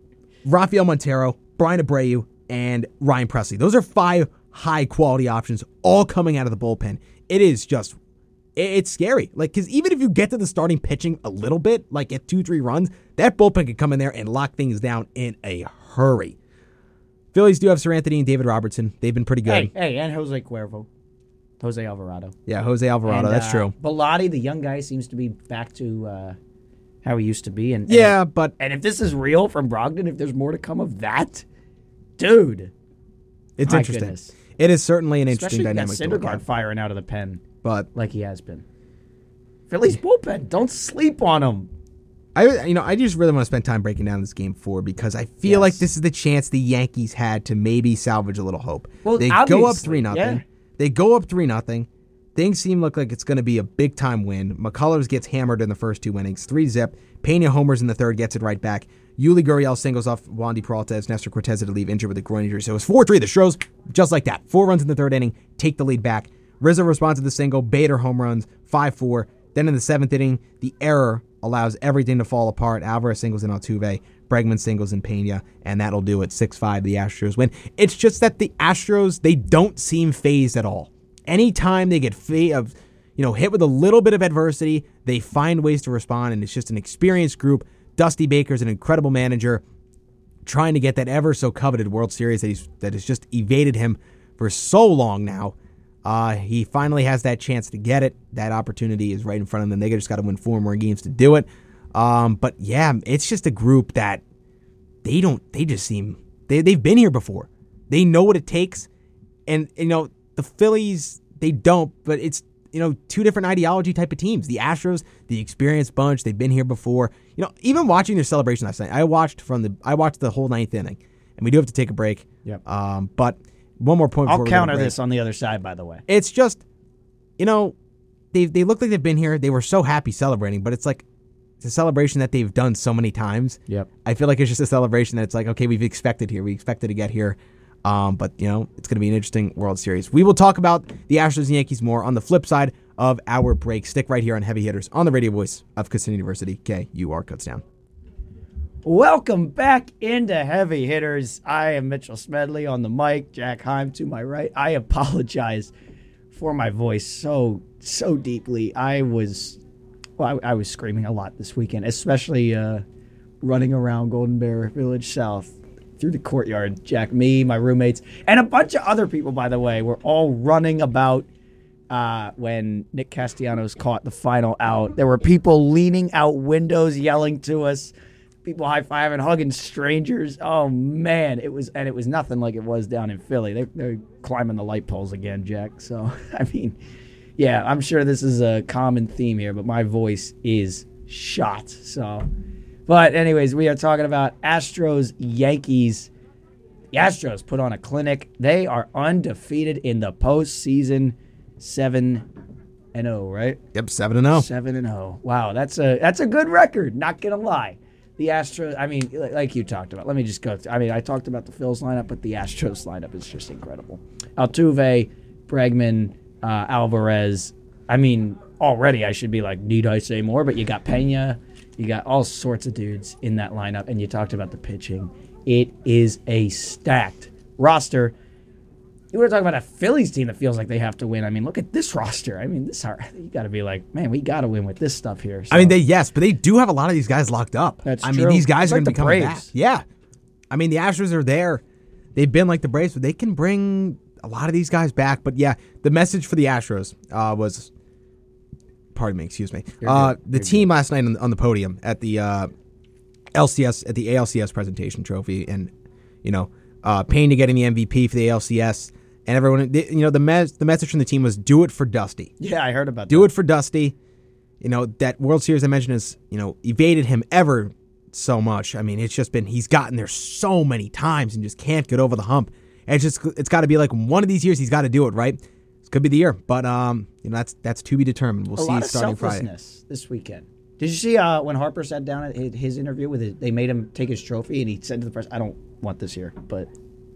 [SPEAKER 1] Rafael Montero, Brian Abreu, and Ryan Presley. Those are five high quality options, all coming out of the bullpen. It is just, i- it's scary. Like, because even if you get to the starting pitching a little bit, like at two, three runs, that bullpen could come in there and lock things down in a hurry. Phillies do have Sir Anthony and David Robertson. They've been pretty good.
[SPEAKER 2] Hey, hey, and Jose Cuervo. Jose Alvarado.
[SPEAKER 1] Yeah, Jose Alvarado.
[SPEAKER 2] And,
[SPEAKER 1] Oh, that's
[SPEAKER 2] uh,
[SPEAKER 1] true.
[SPEAKER 2] Bilotti, the young guy, seems to be back to uh, how he used to be. And
[SPEAKER 1] Yeah, but
[SPEAKER 2] And, and if this is real from Brogdon, if there's more to come of that, dude.
[SPEAKER 1] it's
[SPEAKER 2] My
[SPEAKER 1] interesting.
[SPEAKER 2] goodness.
[SPEAKER 1] It is certainly an
[SPEAKER 2] Especially
[SPEAKER 1] interesting
[SPEAKER 2] that
[SPEAKER 1] dynamic. to look at.
[SPEAKER 2] Syndergaard firing out of the pen
[SPEAKER 1] But
[SPEAKER 2] like he has been. Phillies bullpen, don't sleep on him.
[SPEAKER 1] I you know I just really want to spend time breaking down this game four because I feel like
[SPEAKER 2] Yes.
[SPEAKER 1] this is the chance the Yankees had to maybe salvage a little hope.
[SPEAKER 2] Well,
[SPEAKER 1] they go up
[SPEAKER 2] obviously,
[SPEAKER 1] three nothing.
[SPEAKER 2] yeah.
[SPEAKER 1] They go up three nothing. Things seem look like it's going to be a big time win. McCullers gets hammered in the first two innings, three zip. Pena homers in the third, gets it right back. Yuli Gurriel singles off Wandy Peralta's Nestor Cortez to leave injured with a groin injury. So it's four three. The Stros just like that. Four runs in the third inning, take the lead back. Rizzo responds to the single, Bader home runs five four. Then in the seventh inning, the error allows everything to fall apart. Alvarez singles in Altuve, Bregman singles in Pena, and that'll do it. 6 5, the Astros win. It's just that the Astros, they don't seem phased at all. Anytime they get fa- of, you know, hit with a little bit of adversity, they find ways to respond, and it's just an experienced group. Dusty Baker's an incredible manager trying to get that ever so coveted World Series that he's that has just evaded him for so long now. Uh, he finally has that chance to get it. That opportunity is right in front of them. They just got to win four more games to do it. Um, but yeah, it's just a group that they don't. They just seem they they've been here before. They know what it takes, and you know the Phillies they don't. But it's you know two different ideology type of teams. The Astros, the experienced bunch, they've been here before. You know even watching their celebration last night, I watched from the I watched the whole ninth inning, and we do have to take a break.
[SPEAKER 2] Yep.
[SPEAKER 1] Um, but one more point.
[SPEAKER 2] I'll
[SPEAKER 1] before we go to
[SPEAKER 2] counter
[SPEAKER 1] break.
[SPEAKER 2] this on the other side, by the way.
[SPEAKER 1] It's just, you know, they they look like they've been here. They were so happy celebrating, but it's like it's a celebration that they've done so many times.
[SPEAKER 2] Yep.
[SPEAKER 1] I feel like it's just a celebration that it's like, okay, we've expected here, we expected to get here. Um, but you know, it's going to be an interesting World Series. We will talk about the Astros and Yankees more on the flip side of our break. Stick right here on Heavy Hitters on the radio voice of Custon University. K U R cuts down.
[SPEAKER 2] Welcome back into Heavy Hitters. I am Mitchell Smedley on the mic, Jack Heim to my right. I apologize for my voice so so deeply. I was well, I, I was screaming a lot this weekend, especially uh, running around Golden Bear Village South through the courtyard. Jack, me, my roommates, and a bunch of other people, by the way, were all running about uh, when Nick Castellanos caught the final out. There were people leaning out windows, yelling to us, people high fiving, hugging strangers. Oh man, it was and it was nothing like it was down in Philly. They, they're climbing the light poles again, Jack. So I mean, yeah, I'm sure this is a common theme here, but my voice is shot. So, but anyways, we are talking about Astros Yankees. The Astros put on a clinic. They are undefeated in the postseason, seven and zero, right?
[SPEAKER 1] Yep, seven and zero.
[SPEAKER 2] Seven and zero. Wow, that's a that's a good record. Not gonna lie. The Astros. I mean, li- like you talked about. Let me just go. Through, I mean, I talked about the Phils lineup, but the Astros lineup is just incredible. Altuve, Bregman, uh, Alvarez. I mean, already I should be like, need I say more? But you got Pena, you got all sorts of dudes in that lineup, and you talked about the pitching. It is a stacked roster you were talking about a Phillies team that feels like they have to win. I mean, look at this roster. I mean, this are you got to be like, man, we got to win with this stuff here. So-
[SPEAKER 1] I mean, they yes, but they do have a lot of these guys locked up.
[SPEAKER 2] That's
[SPEAKER 1] I
[SPEAKER 2] true.
[SPEAKER 1] mean, these guys
[SPEAKER 2] It's
[SPEAKER 1] are going
[SPEAKER 2] like
[SPEAKER 1] to
[SPEAKER 2] the
[SPEAKER 1] be coming back.
[SPEAKER 2] Braves.
[SPEAKER 1] Yeah, I mean, the Astros are there. They've been like the Braves, but they can bring a lot of these guys back. But yeah, the message for the Astros uh, was, pardon me, excuse me, uh, the team last night on, on the podium at the uh, LCS at the ALCS presentation trophy, and you know, uh, Payne to getting the MVP for the ALCS, and everyone, the- you know, the mes- the message from the team was do it for Dusty.
[SPEAKER 2] yeah, I heard about
[SPEAKER 1] Do it for Dusty. You know, that World Series I mentioned has, you know, evaded him ever so much. I mean, it's just been, he's gotten there so many times and just can't get over the hump. And it's just, it's got to be like one of these years he's got to do it, right? This could be the year. But, um, you know, that's that's to be determined. We'll
[SPEAKER 2] a
[SPEAKER 1] see
[SPEAKER 2] lot of
[SPEAKER 1] starting Friday.
[SPEAKER 2] selflessness this weekend. Did you see uh, when Harper sat down at his, his interview with it? They made him take his trophy, and he said to the press, "I don't want this here, but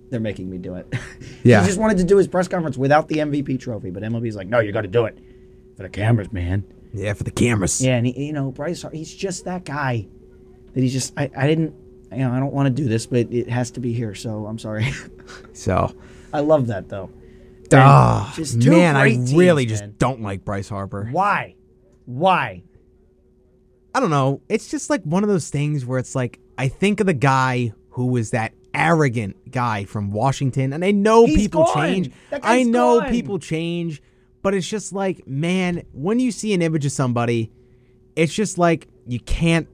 [SPEAKER 2] they're making me do it."
[SPEAKER 1] Yeah.
[SPEAKER 2] he just wanted to do his press conference without the MVP trophy, but MLB's like, "No, you got to do it for the cameras, man."
[SPEAKER 1] Yeah, for the cameras.
[SPEAKER 2] Yeah, and he, you know, Bryce, Har- he's just that guy that he's just. I, I didn't, you know, I don't want to do this, but it has to be here, so I'm sorry.
[SPEAKER 1] So,
[SPEAKER 2] I love that though. And
[SPEAKER 1] ah,
[SPEAKER 2] just two
[SPEAKER 1] man, I
[SPEAKER 2] great teams,
[SPEAKER 1] really just
[SPEAKER 2] man.
[SPEAKER 1] don't like Bryce Harper.
[SPEAKER 2] why, why?
[SPEAKER 1] I don't know. It's just like one of those things where it's like I think of the guy who was that arrogant guy from Washington, and I know
[SPEAKER 2] He's
[SPEAKER 1] people
[SPEAKER 2] gone.
[SPEAKER 1] change.
[SPEAKER 2] That
[SPEAKER 1] I
[SPEAKER 2] guy's
[SPEAKER 1] know
[SPEAKER 2] gone.
[SPEAKER 1] people change, but it's just like, man, when you see an image of somebody, it's just like you can't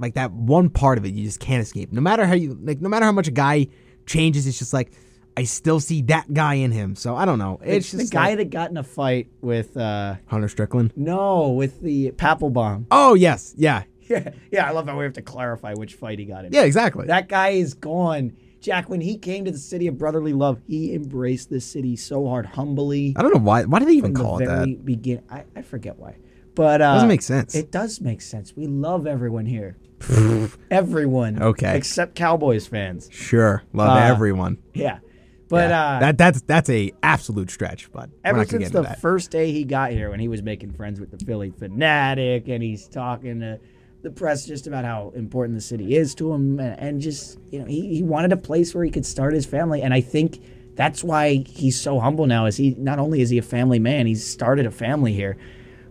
[SPEAKER 1] like that one part of it you just can't escape. No matter how you like no matter how much a guy changes, it's just like I still see that guy in him. So I don't know. It's
[SPEAKER 2] the
[SPEAKER 1] just
[SPEAKER 2] guy
[SPEAKER 1] like-
[SPEAKER 2] that got in a fight with uh
[SPEAKER 1] Hunter Strickland.
[SPEAKER 2] no with the Papelbon.
[SPEAKER 1] Oh yes, yeah.
[SPEAKER 2] Yeah, yeah. I love how we have to clarify which fight he got in.
[SPEAKER 1] Yeah, exactly.
[SPEAKER 2] That guy is gone. Jack, when he came to the city of brotherly love, he embraced this city so hard, humbly.
[SPEAKER 1] I don't know why why did they even
[SPEAKER 2] the
[SPEAKER 1] call it that?
[SPEAKER 2] very begin. I, I forget why, but uh,
[SPEAKER 1] Doesn't make sense.
[SPEAKER 2] It does make sense. We love everyone here. everyone.
[SPEAKER 1] Okay.
[SPEAKER 2] Except Cowboys fans.
[SPEAKER 1] Sure, love
[SPEAKER 2] Uh,
[SPEAKER 1] everyone.
[SPEAKER 2] Yeah, but
[SPEAKER 1] Yeah.
[SPEAKER 2] uh,
[SPEAKER 1] that that's that's a absolute stretch, but we're
[SPEAKER 2] ever
[SPEAKER 1] not gonna
[SPEAKER 2] since
[SPEAKER 1] get
[SPEAKER 2] the
[SPEAKER 1] into that.
[SPEAKER 2] first day he got here, when he was making friends with the Philly fanatic, and he's talking to. the press just about how important the city is to him, and, and just you know he, he wanted a place where he could start his family, and I think that's why he's so humble now. Is he not only is he a family man, he's started a family here,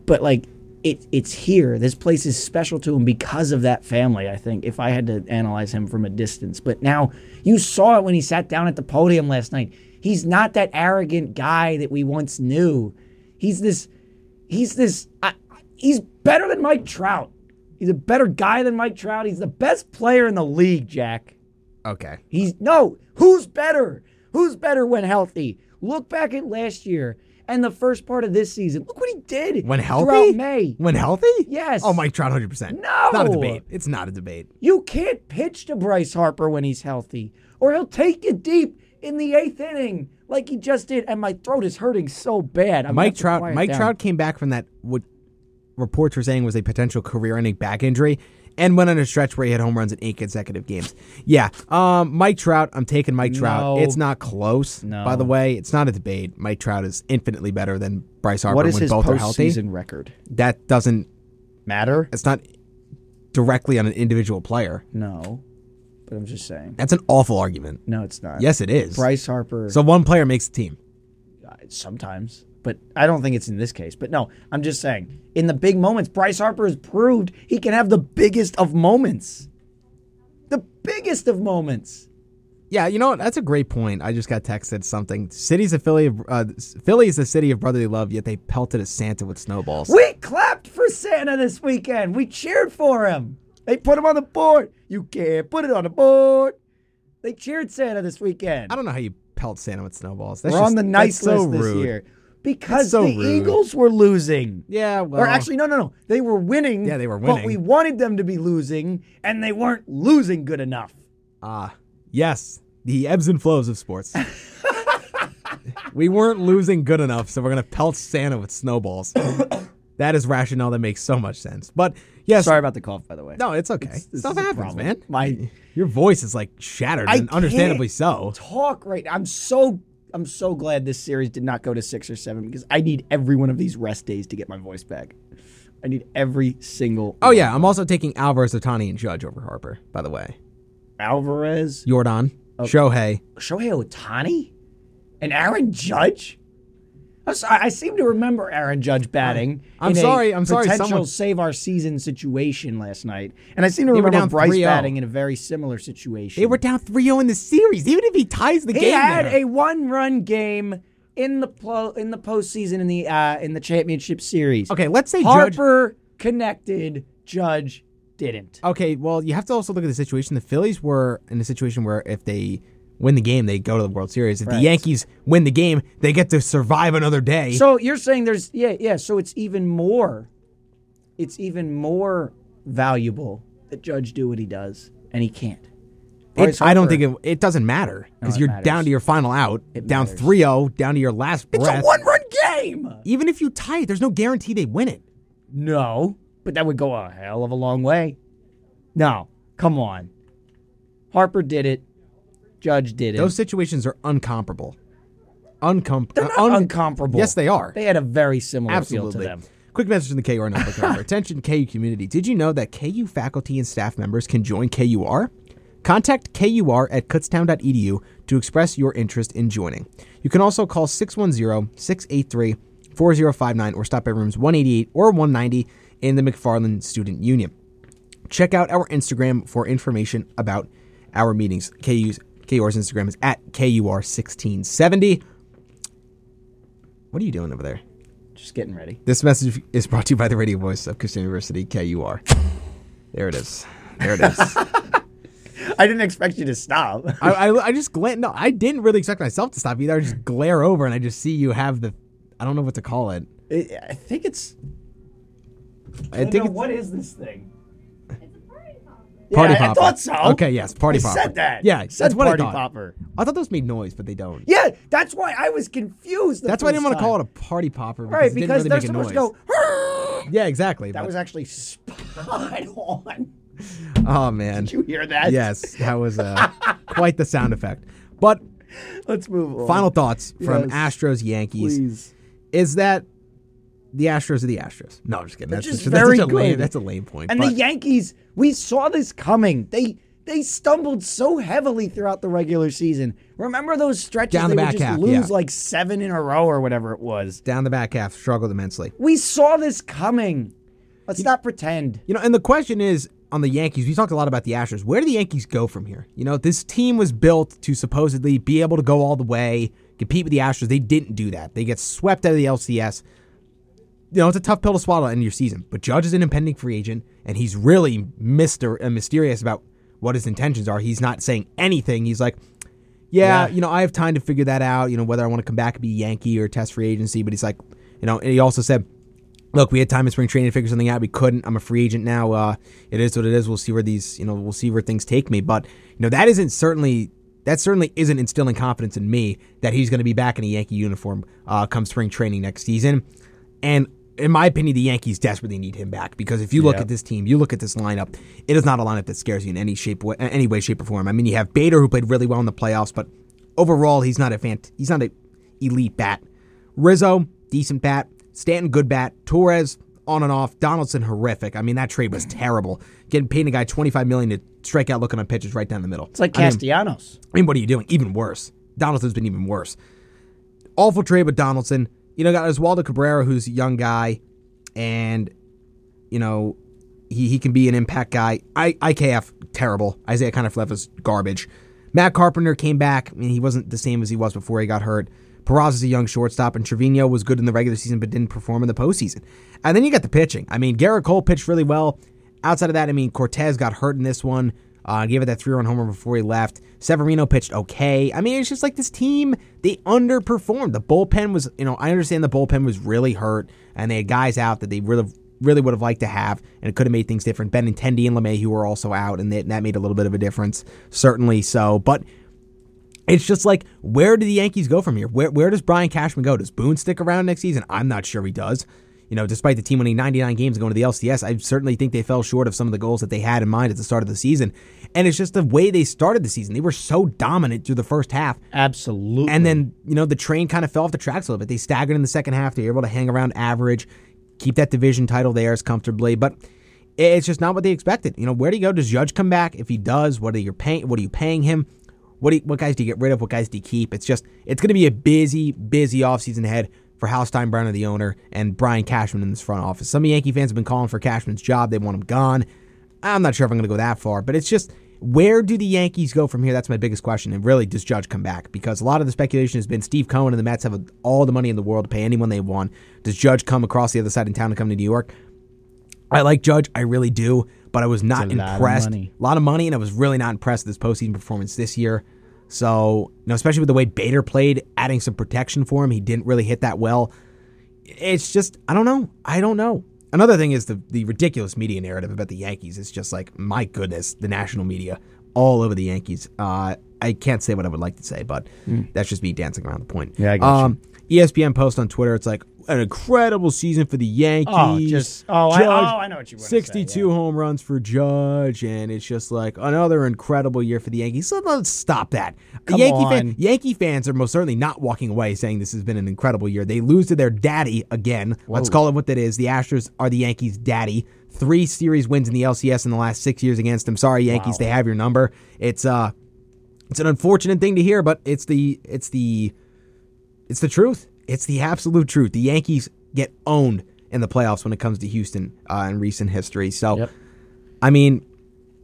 [SPEAKER 2] but like it it's here. This place is special to him because of that family. I think if I had to analyze him from a distance, but now you saw it when he sat down at the podium last night. He's not that arrogant guy that we once knew. He's this he's this. I, I- he's better than Mike Trout. He's a better guy than Mike Trout. He's the best player in the league, Jack.
[SPEAKER 1] Okay.
[SPEAKER 2] He's no. Who's better? Who's better when healthy? Look back at last year and the first part of this season. Look what he did
[SPEAKER 1] When healthy?
[SPEAKER 2] Throughout May,
[SPEAKER 1] When healthy?
[SPEAKER 2] Yes.
[SPEAKER 1] Oh, Mike Trout, 100%. No. Not a debate. It's not a debate.
[SPEAKER 2] you can't pitch to Bryce Harper when he's healthy, or he'll take you deep in the eighth inning like he just did. And my throat is hurting so bad. I'm gonna have
[SPEAKER 1] Mike
[SPEAKER 2] to
[SPEAKER 1] Trout.
[SPEAKER 2] quiet
[SPEAKER 1] Mike
[SPEAKER 2] down.
[SPEAKER 1] Trout came back from that what reports were saying was a potential career-ending back injury, and went on a stretch where he had home runs in eight consecutive games. Yeah, um, Mike Trout. I'm taking Mike Trout.
[SPEAKER 2] No.
[SPEAKER 1] It's not close.
[SPEAKER 2] No.
[SPEAKER 1] By the way, it's not a debate. Mike Trout is infinitely better than Bryce Harper
[SPEAKER 2] What is
[SPEAKER 1] when
[SPEAKER 2] his
[SPEAKER 1] both are healthy.
[SPEAKER 2] postseason record?
[SPEAKER 1] That doesn't.
[SPEAKER 2] Matter?
[SPEAKER 1] It's not directly on an individual player.
[SPEAKER 2] No, but I'm just saying.
[SPEAKER 1] That's an awful argument.
[SPEAKER 2] No, it's not.
[SPEAKER 1] Yes, it is.
[SPEAKER 2] Bryce Harper.
[SPEAKER 1] So one player makes the team.
[SPEAKER 2] sometimes, but I don't think it's in this case. But no, I'm just saying. In the big moments, Bryce Harper has proved he can have the biggest of moments. The biggest of moments.
[SPEAKER 1] Yeah, you know what? That's a great point. I just got texted something. City's a Philly. Of, uh, Philly is the city of brotherly love, yet they pelted a Santa with snowballs.
[SPEAKER 2] We clapped for Santa this weekend. We cheered for him. They put him on the board. You can't put it on the board. They cheered Santa this weekend.
[SPEAKER 1] I don't know how you pelt Santa with snowballs. That's
[SPEAKER 2] We're
[SPEAKER 1] just,
[SPEAKER 2] on the
[SPEAKER 1] that's
[SPEAKER 2] nice
[SPEAKER 1] so
[SPEAKER 2] list
[SPEAKER 1] rude.
[SPEAKER 2] this year
[SPEAKER 1] That's
[SPEAKER 2] because
[SPEAKER 1] so
[SPEAKER 2] the
[SPEAKER 1] rude.
[SPEAKER 2] Eagles were losing.
[SPEAKER 1] Yeah, well,
[SPEAKER 2] Or actually, no, no, no. They were winning.
[SPEAKER 1] Yeah, they were
[SPEAKER 2] But
[SPEAKER 1] winning.
[SPEAKER 2] we wanted them to be losing, and they weren't losing good enough.
[SPEAKER 1] ah, yes, the ebbs and flows of sports. we weren't losing good enough, so we're gonna pelt Santa with snowballs. that is rationale that makes so much sense. But yes,
[SPEAKER 2] Sorry about the cough, by the way.
[SPEAKER 1] no, it's okay.
[SPEAKER 2] this
[SPEAKER 1] Stuff
[SPEAKER 2] is a
[SPEAKER 1] happens,
[SPEAKER 2] problem.
[SPEAKER 1] man.
[SPEAKER 2] My-
[SPEAKER 1] your voice is like shattered,
[SPEAKER 2] I
[SPEAKER 1] and understandably
[SPEAKER 2] can't
[SPEAKER 1] so.
[SPEAKER 2] Talk right. I'm so I'm so glad this series did not go to six or seven because I need every one of these rest days to get my voice back. I need every single.
[SPEAKER 1] Oh yeah, I'm also taking Alvarez, Otani, and Judge over Harper. By the way,
[SPEAKER 2] Alvarez,
[SPEAKER 1] Jordan,
[SPEAKER 2] Oh.
[SPEAKER 1] Shohei.
[SPEAKER 2] Shohei Otani, and Aaron Judge. I'm sorry, I seem to remember Aaron Judge batting.
[SPEAKER 1] I'm
[SPEAKER 2] in a
[SPEAKER 1] sorry, I'm sorry,
[SPEAKER 2] Potential
[SPEAKER 1] someone-
[SPEAKER 2] save our season situation last night, and I seem to
[SPEAKER 1] They were
[SPEAKER 2] remember
[SPEAKER 1] down
[SPEAKER 2] Bryce
[SPEAKER 1] 3-0.
[SPEAKER 2] batting in a very similar situation.
[SPEAKER 1] They were oh. down 3-0 in the series. Even if he ties the
[SPEAKER 2] He
[SPEAKER 1] game,
[SPEAKER 2] had
[SPEAKER 1] there.
[SPEAKER 2] a one-run game in the plo- in the postseason in the uh, in the championship series.
[SPEAKER 1] okay. Let's say Judge.
[SPEAKER 2] Harper connected, Judge didn't.
[SPEAKER 1] Okay, well, you have to also look at the situation. The Phillies were in a situation where if they win the game, they go to the World Series. If the
[SPEAKER 2] Right.
[SPEAKER 1] Yankees win the game, they get to survive another day.
[SPEAKER 2] So you're saying there's yeah yeah. So it's even more, it's even more valuable that Judge do what he does, and he can't.
[SPEAKER 1] it, I don't think it, it doesn't matter because
[SPEAKER 2] it
[SPEAKER 1] you're
[SPEAKER 2] matters.
[SPEAKER 1] down to your final out, down 3-0, down to your last
[SPEAKER 2] it's
[SPEAKER 1] breath.
[SPEAKER 2] a one-run game.
[SPEAKER 1] Even if you tie it, there's no guarantee they win it.
[SPEAKER 2] No, but that would go a hell of a long way. No, come on. Harper did it. Judge did it.
[SPEAKER 1] Those situations are uncomparable. Uncom-
[SPEAKER 2] They're
[SPEAKER 1] uh,
[SPEAKER 2] not
[SPEAKER 1] un-
[SPEAKER 2] uncomparable.
[SPEAKER 1] Yes, they are.
[SPEAKER 2] They had a very similar feel
[SPEAKER 1] Absolutely.
[SPEAKER 2] to them.
[SPEAKER 1] Quick message in the KUR number. for our Attention, KU community. Did you know that KU faculty and staff members can join KUR? Contact KUR at kutztown.edu to express your interest in joining. You can also call 610 683 4059 or stop by rooms 188 or 190 in the McFarland Student Union. Check out our Instagram for information about our meetings. KU's, KUR's Instagram is at KUR1670. What are you doing over there?
[SPEAKER 2] Just getting ready.
[SPEAKER 1] This message is brought to you by the radio voice of Christian University, KUR. There it is. There it is.
[SPEAKER 2] I didn't expect you to stop.
[SPEAKER 1] I, I, I just glance. No, I didn't really expect myself to stop either. I just glare over and I just see you have the. I don't know what to call it.
[SPEAKER 2] I I think it's.
[SPEAKER 1] I think it's
[SPEAKER 2] what is this thing?
[SPEAKER 1] party
[SPEAKER 2] yeah, I- I
[SPEAKER 1] popper.
[SPEAKER 2] thought so.
[SPEAKER 1] Okay, yes, party
[SPEAKER 2] I
[SPEAKER 1] popper.
[SPEAKER 2] said that.
[SPEAKER 1] Yeah,
[SPEAKER 2] I
[SPEAKER 1] that's
[SPEAKER 2] said
[SPEAKER 1] what
[SPEAKER 2] party
[SPEAKER 1] I thought.
[SPEAKER 2] popper.
[SPEAKER 1] I thought those made noise, but they don't.
[SPEAKER 2] Yeah, that's why I was confused. The
[SPEAKER 1] that's why I didn't
[SPEAKER 2] first
[SPEAKER 1] want to
[SPEAKER 2] time.
[SPEAKER 1] call it a party popper. Because
[SPEAKER 2] Right,
[SPEAKER 1] it
[SPEAKER 2] because
[SPEAKER 1] didn't
[SPEAKER 2] they're
[SPEAKER 1] really make a
[SPEAKER 2] supposed
[SPEAKER 1] noise.
[SPEAKER 2] to go. "Hurr!"
[SPEAKER 1] Yeah, exactly.
[SPEAKER 2] That
[SPEAKER 1] but-
[SPEAKER 2] was actually spot on.
[SPEAKER 1] oh man.
[SPEAKER 2] You hear that?
[SPEAKER 1] Yes, that was uh, quite the sound effect. But
[SPEAKER 2] Let's move on.
[SPEAKER 1] final thoughts from
[SPEAKER 2] Yes.
[SPEAKER 1] Astros Yankees.
[SPEAKER 2] please.
[SPEAKER 1] is that the Astros are the Astros. No, I'm just kidding. That's
[SPEAKER 2] just
[SPEAKER 1] such- that's
[SPEAKER 2] very
[SPEAKER 1] such a lame,
[SPEAKER 2] good.
[SPEAKER 1] that's a lame point.
[SPEAKER 2] And
[SPEAKER 1] but-
[SPEAKER 2] the Yankees, we saw this coming. They they stumbled so heavily throughout the regular season. Remember those stretches
[SPEAKER 1] Down the
[SPEAKER 2] they
[SPEAKER 1] back
[SPEAKER 2] would just
[SPEAKER 1] half,
[SPEAKER 2] lose
[SPEAKER 1] yeah.
[SPEAKER 2] like seven in a row or whatever it was.
[SPEAKER 1] down the back half struggled immensely.
[SPEAKER 2] We saw this coming. Let's not pretend.
[SPEAKER 1] You know, and the question is on the Yankees, we talked a lot about the Astros. Where do the Yankees go from here? You know, this team was built to supposedly be able to go all the way, compete with the Astros. They didn't do that. They get swept out of the LCS. You know, it's a tough pill to swallow in your season. But Judge is an impending free agent, and he's really mister uh, mysterious about what his intentions are. He's not saying anything. He's like, yeah,
[SPEAKER 2] Yeah.
[SPEAKER 1] you know, I have time to figure that out. You know, whether I want to come back and be Yankee or test free agency. But he's like, you know, and he also said, look, we had time in spring training to figure something out. We couldn't. I'm a free agent now. Uh, it is what it is. We'll see where these, you know, we'll see where things take me. But you know, that isn't certainly that certainly isn't instilling confidence in me that he's going to be back in a Yankee uniform uh, come spring training next season. And in my opinion, the Yankees desperately need him back because if you look
[SPEAKER 2] Yeah.
[SPEAKER 1] at this team, you look at this lineup, it is not a lineup that scares you in any shape, wa- any way, shape, or form. I mean, you have Bader who played really well in the playoffs, but overall, he's not a fan. He's not a elite bat. Rizzo, decent bat. Stanton, good bat. Torres, on and off. Donaldson, horrific. I mean, that trade was terrible. Getting paying a guy twenty five million to strike out looking on pitches right down the middle.
[SPEAKER 2] It's like
[SPEAKER 1] I mean,
[SPEAKER 2] Castellanos.
[SPEAKER 1] I mean, what are you doing? Even worse. Donaldson's been even worse. Awful trade with Donaldson. You know, got Oswaldo Cabrera, who's a young guy, and you know, he, he can be an impact guy. I IKF terrible. Isaiah kind of left is garbage. Matt Carpenter came back. I mean, he wasn't the same as he was before he got hurt. Peraz is a young shortstop, and Trevino was good in the regular season but didn't perform in the postseason. And then you got the pitching. I mean, Garrett Cole pitched really well. Outside of that, I mean, Cortez got hurt in this one. Uh, gave it that three-run homer before he left. Severino pitched okay. I mean, it's just like this team they underperformed. The bullpen was, you know, I understand the bullpen was really hurt, and they had guys out that they really really would have liked to have, and it could have made things different. Ben Benintendi and LeMahieu were also out, and that, that made a little bit of a difference, certainly so. But it's just like, where do the Yankees go from here? Where where does Brian Cashman go? Does Boone stick around next season? I'm not sure he does. You know, despite the team winning 99 games and going to the LCS, I certainly think they fell short of some of the goals that they had in mind at the start of the season. And it's just the way they started the season. They were so dominant through the first half.
[SPEAKER 2] Absolutely.
[SPEAKER 1] And then, you know, the train kind of fell off the tracks a little bit. They staggered in the second half. They were able to hang around average, keep that division title theirs comfortably. But it's just not what they expected. You know, where do you go? Does Judge come back? If he does, what are you paying? What are you paying him? What do you, what guys do you get rid of? What guys do you keep? It's just it's going to be a busy, busy offseason ahead for Hal Steinbrenner, the owner, and Brian Cashman in this front office. Some Yankee fans have been calling for Cashman's job. They want him gone. I'm not sure if I'm going to go that far, but it's just where do the Yankees go from here? That's my biggest question. And really, does Judge come back? Because a lot of the speculation has been Steve Cohen and the Mets have all the money in the world to pay anyone they want. Does Judge come across the other side in town and come to New York? I like Judge, I really do, but I was not
[SPEAKER 2] It's a lot of
[SPEAKER 1] impressed.
[SPEAKER 2] money.
[SPEAKER 1] A lot of money, and I was really not impressed with his postseason performance this year. So, you know, especially with the way Bader played, adding some protection for him, he didn't really hit that well. It's just, I don't know. I don't know. Another thing is the, the ridiculous media narrative about the Yankees. It's just like, my goodness, the national media all over the Yankees. Uh, I can't say what I would like to say, but that's just me dancing around the point.
[SPEAKER 2] Hmm. Yeah, I got you.
[SPEAKER 1] um, ESPN post on Twitter, it's like, an incredible season for the Yankees.
[SPEAKER 2] Oh, just- oh, I- oh, I know what you wanna say,
[SPEAKER 1] 62 home runs for Judge, and it's just like another incredible year for the Yankees. So let's stop that.
[SPEAKER 2] Come
[SPEAKER 1] Yankee fan-
[SPEAKER 2] on.
[SPEAKER 1] Yankee fans are most certainly not walking away saying this has been an incredible year. They lose to their daddy again. Let's call it what that is. The Astros are the Yankees' daddy. Three series wins in the LCS in the last six years against them. Sorry, Yankees, they have your number. It's uh, it's an unfortunate thing to hear, but it's the it's the it's the truth. It's the absolute truth. The Yankees get owned in the playoffs when it comes to Houston uh, in recent history. So,
[SPEAKER 2] Yep.
[SPEAKER 1] I mean,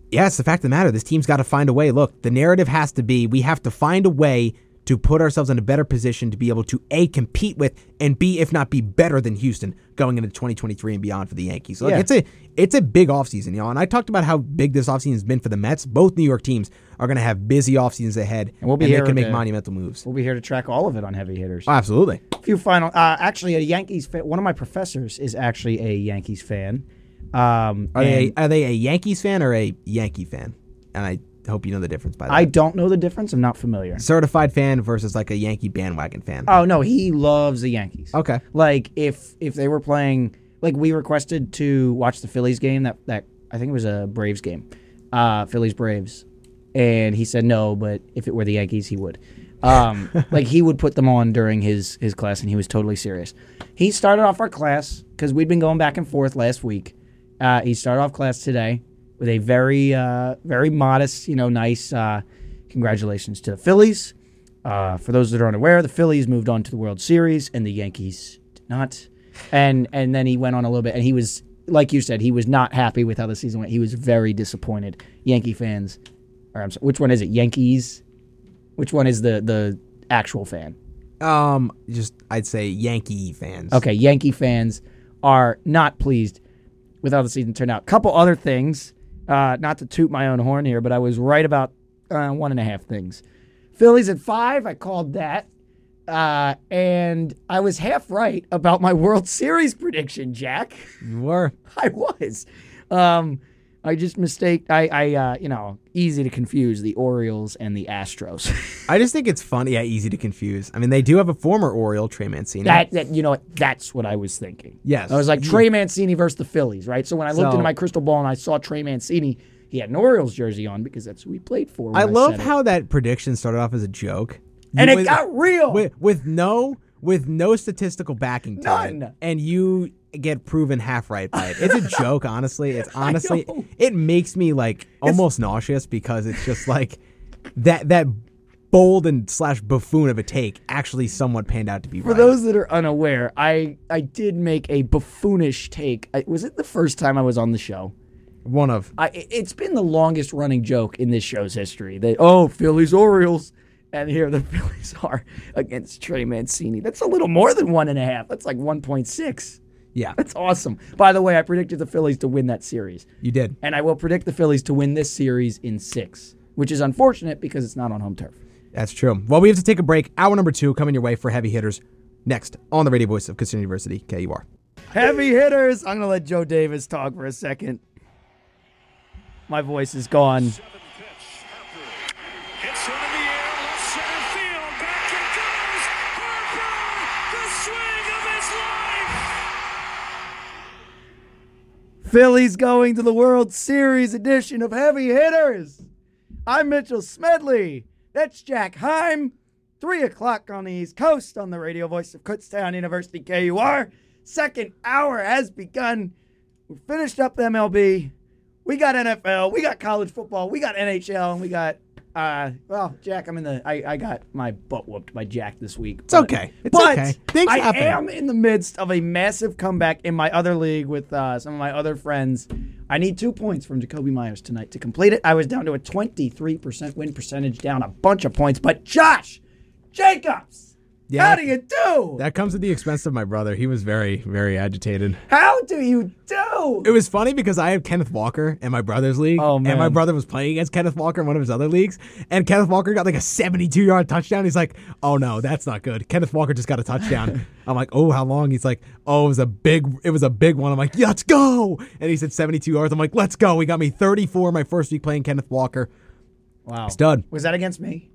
[SPEAKER 1] yeah, it's the fact of the matter. This team's got to find a way. Look, the narrative has to be we have to find a way to put ourselves in a better position to be able to a compete with and b if not be better than Houston going into 2023 and beyond for the Yankees. Look,
[SPEAKER 2] Yeah.
[SPEAKER 1] it's a it's a big offseason, you know. And I talked about how big this offseason has been for the Mets. Both New York teams are going to have busy offseasons ahead
[SPEAKER 2] And we'll be
[SPEAKER 1] they
[SPEAKER 2] here
[SPEAKER 1] can make
[SPEAKER 2] to-
[SPEAKER 1] monumental moves.
[SPEAKER 2] we'll be here to track all of it on heavy hitters.
[SPEAKER 1] Oh, absolutely.
[SPEAKER 2] few final. Uh, actually, a Yankees fan. One of my professors is actually a Yankees fan. Um,
[SPEAKER 1] Are they,
[SPEAKER 2] and
[SPEAKER 1] are they a Yankees fan or a Yankee fan? And I hope you know the difference by that.
[SPEAKER 2] I don't know the difference. I'm not familiar.
[SPEAKER 1] Certified fan versus like a Yankee bandwagon fan.
[SPEAKER 2] Oh no, he loves the Yankees.
[SPEAKER 1] Okay.
[SPEAKER 2] Like if if they were playing, like we requested to watch the Phillies game that that I think it was a Braves game, uh, Phillies Braves, and he said no, but if it were the Yankees, he would. Um, like he would put them on during his his class, and he was totally serious. He started off our class because we'd been going back and forth last week. Uh, he started off class today with a very uh, very modest, you know, nice uh, congratulations to the Phillies. Uh, for those that are unaware, the Phillies moved on to the World Series, and the Yankees did not. And and then he went on a little bit, and he was like you said, he was not happy with how the season went. He was very disappointed. Yankee fans, or I'm sorry, which one is it? Yankees. Which one is the the actual fan?
[SPEAKER 1] Um, just I'd say Yankee fans.
[SPEAKER 2] Okay, Yankee fans are not pleased with how the season turned out. Couple other things, uh, not to toot my own horn here, but I was right about uh, one and a half things. Phillies at five, I called that, uh, and I was half right about my World Series prediction, Jack.
[SPEAKER 1] You were.
[SPEAKER 2] I was. Um, I just mistake. I, I, uh, you know, easy to confuse the Orioles and the Astros.
[SPEAKER 1] I just think it's funny. Yeah, easy to confuse. I mean, they do have a former Oriole, Trey Mancini.
[SPEAKER 2] that, that, you know, what? that's what I was thinking.
[SPEAKER 1] Yes.
[SPEAKER 2] I was like Trey Mancini versus the Phillies, right? So when I looked
[SPEAKER 1] So-
[SPEAKER 2] into my crystal ball and I saw Trey Mancini, he had an Orioles jersey on because that's who he played for. when
[SPEAKER 1] I love
[SPEAKER 2] said it.
[SPEAKER 1] how that prediction started off as a joke,
[SPEAKER 2] and
[SPEAKER 1] You-
[SPEAKER 2] it got real.
[SPEAKER 1] with, with no with no statistical backing to it,
[SPEAKER 2] None.
[SPEAKER 1] and you get proven half right by it. It's a joke, honestly. It's honestly
[SPEAKER 2] know.
[SPEAKER 1] it makes me like almost nauseous because it's just like that that bold and slash buffoon of a take actually somewhat panned out to be
[SPEAKER 2] For
[SPEAKER 1] right.
[SPEAKER 2] those that are unaware, I I did make a buffoonish take. I, was it the first time I was on the show?
[SPEAKER 1] One of
[SPEAKER 2] I, it- it's been the longest running joke in this show's history that oh Phillies Orioles, and here the Phillies are against Trey Mancini. That's a little more than one and a half. That's like one point six.
[SPEAKER 1] yeah,
[SPEAKER 2] That's awesome. By the way, I predicted the Phillies to win that series,
[SPEAKER 1] you did.
[SPEAKER 2] and I will predict the Phillies to win this series in six, which is unfortunate because it's not on home turf.
[SPEAKER 1] That's true. Well, we have to take a break. Hour number two coming your way for heavy hitters. Next on the radio voice of Christian University, KUR.
[SPEAKER 2] Heavy hitters. I'm gonna let Joe Davis talk for a second. My voice is gone.
[SPEAKER 3] Seven pitch. Harper hits one in the air, left center field. Back it goes. Harper, the swing of his life.
[SPEAKER 2] Phillies going to the World Series edition of Heavy Hitters. I'm Mitchell Smedley. That's Jack Heim. Three o'clock on the East Coast on the radio voice of Kutztown University KUR. Second hour has begun. We finished up the MLB. We got NFL. We got college football. We got NHL. And we got, uh, well, Jack, I'm in the, I, I got my butt whooped by Jack this week. It's
[SPEAKER 1] okay. It's
[SPEAKER 2] but
[SPEAKER 1] okay. Things
[SPEAKER 2] I
[SPEAKER 1] happen.
[SPEAKER 2] am in the midst of a massive comeback in my other league with uh, some of my other friends. I need two points from Jacoby Myers tonight to complete it. I was down to a 23% win percentage, down a bunch of points. But Josh Jacobs,
[SPEAKER 1] Yeah.
[SPEAKER 2] how do you do?
[SPEAKER 1] That comes at the expense of my brother. He was very, very agitated.
[SPEAKER 2] how do you do?
[SPEAKER 1] It was funny because I had Kenneth Walker in my brother's league.
[SPEAKER 2] Oh,
[SPEAKER 1] And my
[SPEAKER 2] man.
[SPEAKER 1] brother was playing against Kenneth Walker in one of his other leagues. And Kenneth Walker got like a 72 yard touchdown. He's like, oh no, that's not good. Kenneth Walker just got a touchdown. I'm like, oh, how long? He's like, oh, it was a big, it was a big one. I'm like, yeah, let's go. And he said 72 yards. I'm like, let's go. He got me 34 my first week playing Kenneth Walker.
[SPEAKER 2] Wow.
[SPEAKER 1] Stud.
[SPEAKER 2] Was that against me?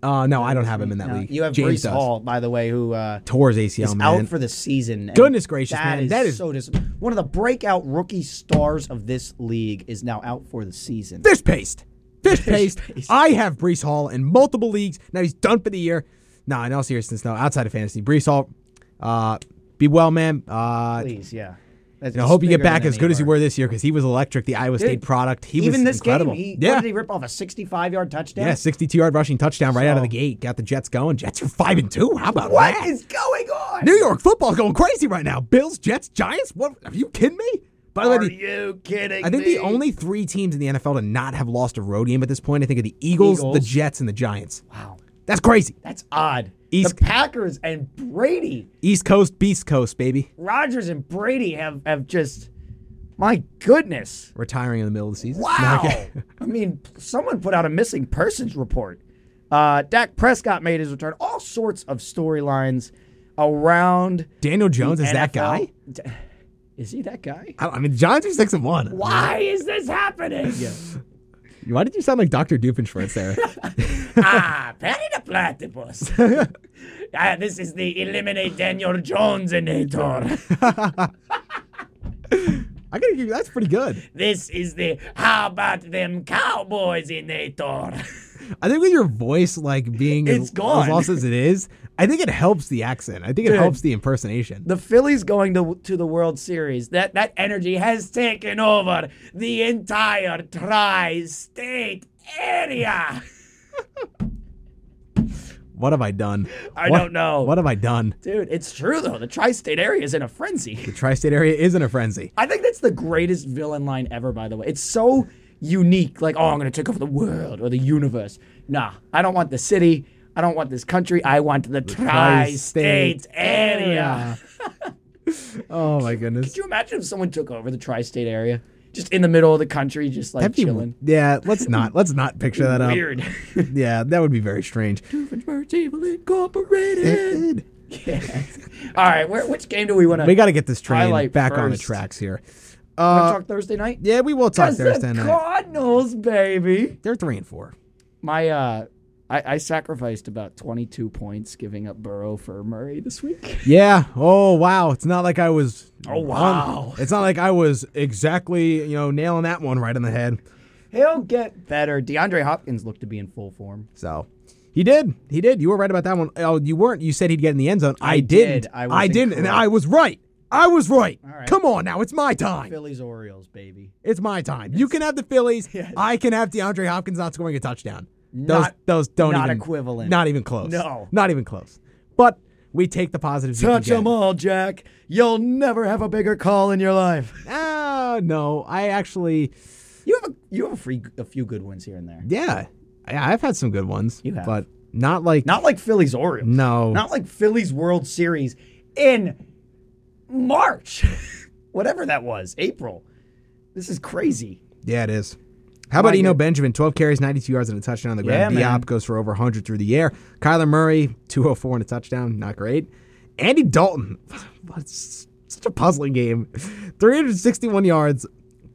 [SPEAKER 1] Uh, no, I don't have him in that
[SPEAKER 2] No,
[SPEAKER 1] league.
[SPEAKER 2] You have
[SPEAKER 1] James
[SPEAKER 2] Brees
[SPEAKER 1] does.
[SPEAKER 2] Hall, by the way, who uh,
[SPEAKER 1] Tore his ACL,
[SPEAKER 2] is
[SPEAKER 1] man.
[SPEAKER 2] out for the season. and
[SPEAKER 1] Goodness gracious, man. That is-
[SPEAKER 2] so dis- one of the breakout rookie stars of this league is now out for the season.
[SPEAKER 1] Fish paste. Fish paste.
[SPEAKER 2] paste.
[SPEAKER 1] I have Brees Hall in multiple leagues. Now he's done for the year. Nah, in all seriousness, no, outside of fantasy. Brees Hall, uh, be well, man. Uh,
[SPEAKER 2] Please, yeah. That's
[SPEAKER 1] I hope you get back as good as you were this year because he was electric, the Iowa State product. He
[SPEAKER 2] Even
[SPEAKER 1] was
[SPEAKER 2] this
[SPEAKER 1] incredible.
[SPEAKER 2] game, he, what
[SPEAKER 1] yeah.
[SPEAKER 2] did he rip off a 65 yard touchdown?
[SPEAKER 1] yeah, 62 yard rushing touchdown right out of the
[SPEAKER 2] So-
[SPEAKER 1] gate. Got the Jets going. Jets are 5 and 2. How about
[SPEAKER 2] What
[SPEAKER 1] that?
[SPEAKER 2] is going on?
[SPEAKER 1] New York football's going crazy right now. Bills, Jets, Giants. What? Are you kidding me? By the way,
[SPEAKER 2] Are
[SPEAKER 1] the,
[SPEAKER 2] you kidding
[SPEAKER 1] I think
[SPEAKER 2] me?
[SPEAKER 1] the only three teams in the NFL to not have lost a road game at this point, I think, are the Eagles, the
[SPEAKER 2] Eagles.
[SPEAKER 1] Jets, and the Giants.
[SPEAKER 2] Wow.
[SPEAKER 1] That's crazy.
[SPEAKER 2] That's odd.
[SPEAKER 1] East-
[SPEAKER 2] the Packers and Brady,
[SPEAKER 1] East Coast, Beast Coast, baby.
[SPEAKER 2] Rodgers and Brady have, have just, my goodness.
[SPEAKER 1] Retiring in the middle of the season.
[SPEAKER 2] Wow.
[SPEAKER 1] No, okay.
[SPEAKER 2] I mean, someone put out a missing persons report. Uh, Dak Prescott made his return. All sorts of storylines around.
[SPEAKER 1] Daniel Jones is that
[SPEAKER 2] NFL.
[SPEAKER 1] guy?
[SPEAKER 2] D- Is he that guy?
[SPEAKER 1] I, don't- I mean, Giants are six and one.
[SPEAKER 2] Why is this happening?
[SPEAKER 1] Why did you sound like Doctor Doofenshmirtz there?
[SPEAKER 2] ah, Perry the Platypus. ah, this is the Eliminate Daniel Jones Jonesenator.
[SPEAKER 1] I gotta give you that's pretty good.
[SPEAKER 2] This is the How About Them Cowboys Inator.
[SPEAKER 1] I think with your voice like being
[SPEAKER 2] It's
[SPEAKER 1] as,
[SPEAKER 2] gone.
[SPEAKER 1] as lost as it is, I think it helps the accent. I think it
[SPEAKER 2] Dude.
[SPEAKER 1] helps the impersonation.
[SPEAKER 2] The Phillies going to to the World Series. That that energy has taken over the entire tri-state area.
[SPEAKER 1] what have I done?
[SPEAKER 2] I
[SPEAKER 1] What-
[SPEAKER 2] don't know.
[SPEAKER 1] What have I done?
[SPEAKER 2] Dude, it's true though. The tri-state area is in a frenzy.
[SPEAKER 1] The tri-state area is in a frenzy.
[SPEAKER 2] I think that's the greatest villain line ever. By the way, it's so unique. Like, oh, I'm gonna take over the world or the universe. Nah, I don't want the city. I don't want this country. I want the, tri-state,
[SPEAKER 1] tri-state
[SPEAKER 2] area.
[SPEAKER 1] Oh my goodness.
[SPEAKER 2] Could you imagine if someone took over the tri-state area, just in the middle of the country, just like
[SPEAKER 1] That'd be-
[SPEAKER 2] chilling?
[SPEAKER 1] yeah, let's not let's not picture that up.
[SPEAKER 2] Weird.
[SPEAKER 1] Yeah, that would be very strange.
[SPEAKER 2] Doofenshmirtz Evil Incorporated. yeah. All right, where, which game do we want to?
[SPEAKER 1] We got to get this train
[SPEAKER 2] Highlight
[SPEAKER 1] back on the
[SPEAKER 2] first.
[SPEAKER 1] tracks here.
[SPEAKER 2] talk Thursday night.
[SPEAKER 1] Yeah, we will talk
[SPEAKER 2] 'Cause
[SPEAKER 1] Thursday
[SPEAKER 2] the
[SPEAKER 1] night.
[SPEAKER 2] Cardinals, baby.
[SPEAKER 1] They're three and four.
[SPEAKER 2] My uh, I, I sacrificed about twenty-two points giving up Burrow for Murray this week.
[SPEAKER 1] Yeah. Oh wow. It's not like I was.
[SPEAKER 2] Oh, wow.
[SPEAKER 1] it's not like I was exactly you know nailing that one right in the head.
[SPEAKER 2] He'll get better. DeAndre Hopkins looked to be in full form.
[SPEAKER 1] So he did. He did. You were right about that one. Oh, you weren't. You said he'd get in the end zone. I, didn't.
[SPEAKER 2] did. I was
[SPEAKER 1] didn't, and
[SPEAKER 2] incorrect.
[SPEAKER 1] I was right. I was right.
[SPEAKER 2] right.
[SPEAKER 1] Come on now. It's my time.
[SPEAKER 2] Phillies Orioles, baby.
[SPEAKER 1] It's my time. You can have the Phillies.
[SPEAKER 2] Yes.
[SPEAKER 1] I can have DeAndre Hopkins not scoring a touchdown. Those
[SPEAKER 2] Not-
[SPEAKER 1] those don't
[SPEAKER 2] not
[SPEAKER 1] even,
[SPEAKER 2] equivalent.
[SPEAKER 1] Not even close.
[SPEAKER 2] No.
[SPEAKER 1] Not even close. But we take the positives. you can
[SPEAKER 2] Touch 'em
[SPEAKER 1] get.
[SPEAKER 2] all, Jack. You'll never have a bigger call in your life.
[SPEAKER 1] Ah, no. I actually,
[SPEAKER 2] You have a you have a, free, a few good ones here and there.
[SPEAKER 1] yeah, I, I've had some good ones.
[SPEAKER 2] You have.
[SPEAKER 1] but not like
[SPEAKER 2] Not like Phillies Orioles.
[SPEAKER 1] no.
[SPEAKER 2] Not like Phillies World Series in March. Whatever that was, April. This is crazy.
[SPEAKER 1] Yeah, it is. How about
[SPEAKER 2] Like
[SPEAKER 1] Eno
[SPEAKER 2] it-
[SPEAKER 1] Benjamin? 12 carries, 92 yards, and a touchdown on the ground.
[SPEAKER 2] Yeah, man.
[SPEAKER 1] Diop goes for over 100 through the air. Kyler Murray, 204 and a touchdown. Not great. Andy Dalton, what s- such a puzzling game. 361 yards,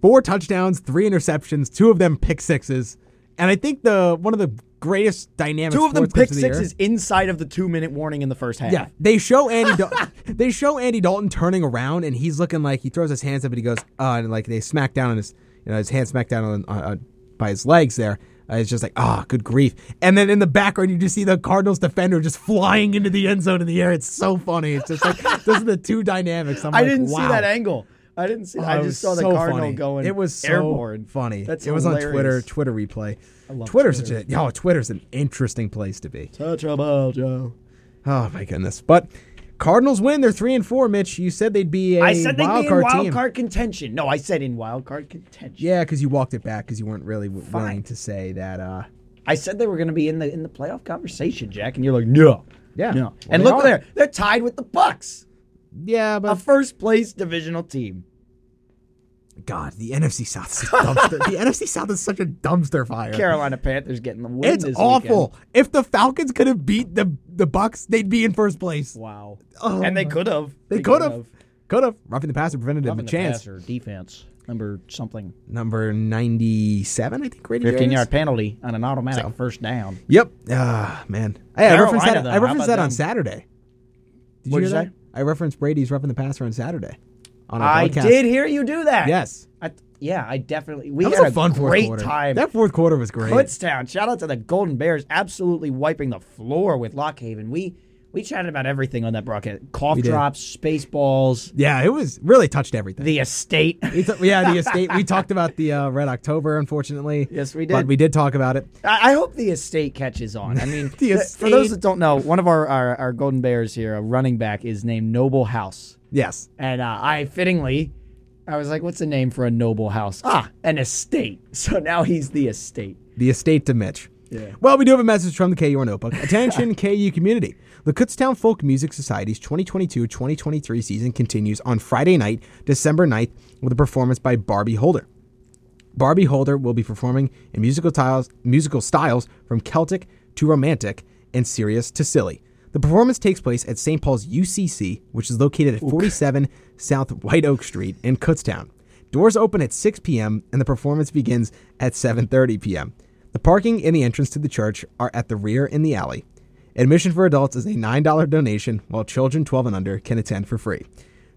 [SPEAKER 1] four touchdowns, three interceptions, two of them pick sixes. And I think the one of the greatest dynamics.
[SPEAKER 2] Two of them
[SPEAKER 1] sports clips
[SPEAKER 2] pick
[SPEAKER 1] the year-
[SPEAKER 2] sixes inside of the two minute warning in the first half.
[SPEAKER 1] yeah, they show Andy. Dal- they show Andy Dalton turning around, and he's looking like he throws his hands up, and he goes, uh, and like they smack down on his, you know, his hand smack down on, on, on by his legs. There, uh, it's just like, ah, good grief. And then in the background, you just see the Cardinals defender just flying into the end zone in the air. It's so funny. It's just like those are the two dynamics. I'm
[SPEAKER 2] I
[SPEAKER 1] like,
[SPEAKER 2] didn't
[SPEAKER 1] wow.
[SPEAKER 2] see that angle. I didn't see.
[SPEAKER 1] Oh,
[SPEAKER 2] I
[SPEAKER 1] it
[SPEAKER 2] just
[SPEAKER 1] was
[SPEAKER 2] saw the
[SPEAKER 1] so
[SPEAKER 2] Cardinal
[SPEAKER 1] funny.
[SPEAKER 2] going.
[SPEAKER 1] It was so
[SPEAKER 2] airborne.
[SPEAKER 1] funny.
[SPEAKER 2] That's
[SPEAKER 1] it was on Twitter,
[SPEAKER 2] hilarious.
[SPEAKER 1] Twitter replay.
[SPEAKER 2] love
[SPEAKER 1] Twitter's
[SPEAKER 2] Twitter.
[SPEAKER 1] such a oh, Twitter's an interesting place to be.
[SPEAKER 2] Touch 'em all, Joe.
[SPEAKER 1] Oh my goodness! But Cardinals win. They're three and four. Mitch, you said they'd be a
[SPEAKER 2] I said they'd
[SPEAKER 1] wild
[SPEAKER 2] be in
[SPEAKER 1] card
[SPEAKER 2] wild
[SPEAKER 1] team.
[SPEAKER 2] card contention. No, I said in wild card contention.
[SPEAKER 1] Yeah, because you walked it back because you weren't really w- willing to say that. Uh,
[SPEAKER 2] I said they were going to be in the in the playoff conversation, Jack, and you're like, no,
[SPEAKER 1] Yeah.
[SPEAKER 2] no.
[SPEAKER 1] Well,
[SPEAKER 2] and
[SPEAKER 1] they
[SPEAKER 2] look
[SPEAKER 1] are.
[SPEAKER 2] there, they're tied with the Bucks,
[SPEAKER 1] yeah,
[SPEAKER 2] a
[SPEAKER 1] but
[SPEAKER 2] first place divisional team.
[SPEAKER 1] God, the NFC South is a dumpster. the NFC South is such a dumpster fire.
[SPEAKER 2] Carolina Panthers getting the win.
[SPEAKER 1] it's
[SPEAKER 2] this
[SPEAKER 1] awful.
[SPEAKER 2] weekend.
[SPEAKER 1] If the Falcons could have beat the the Bucks, they'd be in first place.
[SPEAKER 2] Wow.
[SPEAKER 1] Oh
[SPEAKER 2] and they
[SPEAKER 1] my-
[SPEAKER 2] could have.
[SPEAKER 1] They could have, could have roughing the passer prevented them a chance.
[SPEAKER 2] defense number something.
[SPEAKER 1] Number ninety-seven, I think. rated
[SPEAKER 2] Fifteen
[SPEAKER 1] yards.
[SPEAKER 2] yard penalty on an automatic first down.
[SPEAKER 1] Yep. Ah, man. Hey, I referenced
[SPEAKER 2] Carolina,
[SPEAKER 1] that.
[SPEAKER 2] though,
[SPEAKER 1] I
[SPEAKER 2] how
[SPEAKER 1] referenced
[SPEAKER 2] about
[SPEAKER 1] that on
[SPEAKER 2] them?
[SPEAKER 1] Saturday. Did
[SPEAKER 2] What'd
[SPEAKER 1] you hear
[SPEAKER 2] you
[SPEAKER 1] that? I referenced Brady's roughing the passer on Saturday. On our
[SPEAKER 2] I
[SPEAKER 1] broadcast.
[SPEAKER 2] did hear you do that.
[SPEAKER 1] Yes.
[SPEAKER 2] I, yeah, I definitely. We
[SPEAKER 1] That was
[SPEAKER 2] had
[SPEAKER 1] a fun fourth
[SPEAKER 2] great
[SPEAKER 1] quarter.
[SPEAKER 2] time.
[SPEAKER 1] That fourth quarter was great.
[SPEAKER 2] Kutztown. Shout out to the Golden Bears, absolutely wiping the floor with Lockhaven. We we chatted about everything on that broadcast: cough
[SPEAKER 1] did.
[SPEAKER 2] drops, space balls,
[SPEAKER 1] yeah, it was really touched everything.
[SPEAKER 2] the estate. I,
[SPEAKER 1] We t- yeah, the estate. We talked about the uh, Red October, unfortunately.
[SPEAKER 2] Yes, we
[SPEAKER 1] But
[SPEAKER 2] did.
[SPEAKER 1] we did talk about it.
[SPEAKER 2] I hope the estate catches on. I mean,
[SPEAKER 1] The
[SPEAKER 2] th- for those
[SPEAKER 1] estate.
[SPEAKER 2] that don't know, one of our, our our Golden Bears here, a running back, is named Noble House,
[SPEAKER 1] Yes.
[SPEAKER 2] and uh, I fittingly. I was like, what's the name for a noble house? Ah, an estate. So now he's the estate.
[SPEAKER 1] The estate to Mitch.
[SPEAKER 2] Yeah.
[SPEAKER 1] Well, we do have a message from the KUR Notebook. Attention, KU community. The Kutztown Folk Music Society's 2022 2023 season continues on Friday night, December 9th, with a performance by Barbie Holder. Barbie Holder will be performing in musical styles, musical styles from Celtic to Romantic and serious to silly. The performance takes place at St. Paul's UCC, which is located at 47 South White Oak Street in Kutztown. Doors open at 6 p.m. and the performance begins at 7:30 p.m. The parking and the entrance to the church are at the rear in the alley. Admission for adults is a $9 donation, while children 12 and under can attend for free.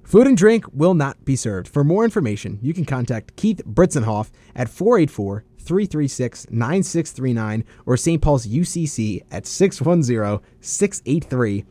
[SPEAKER 1] Food and drink will not be served. For more information, you can contact Keith Britzenhoff at 484 336 9639 or St. Paul's UCC at 610 683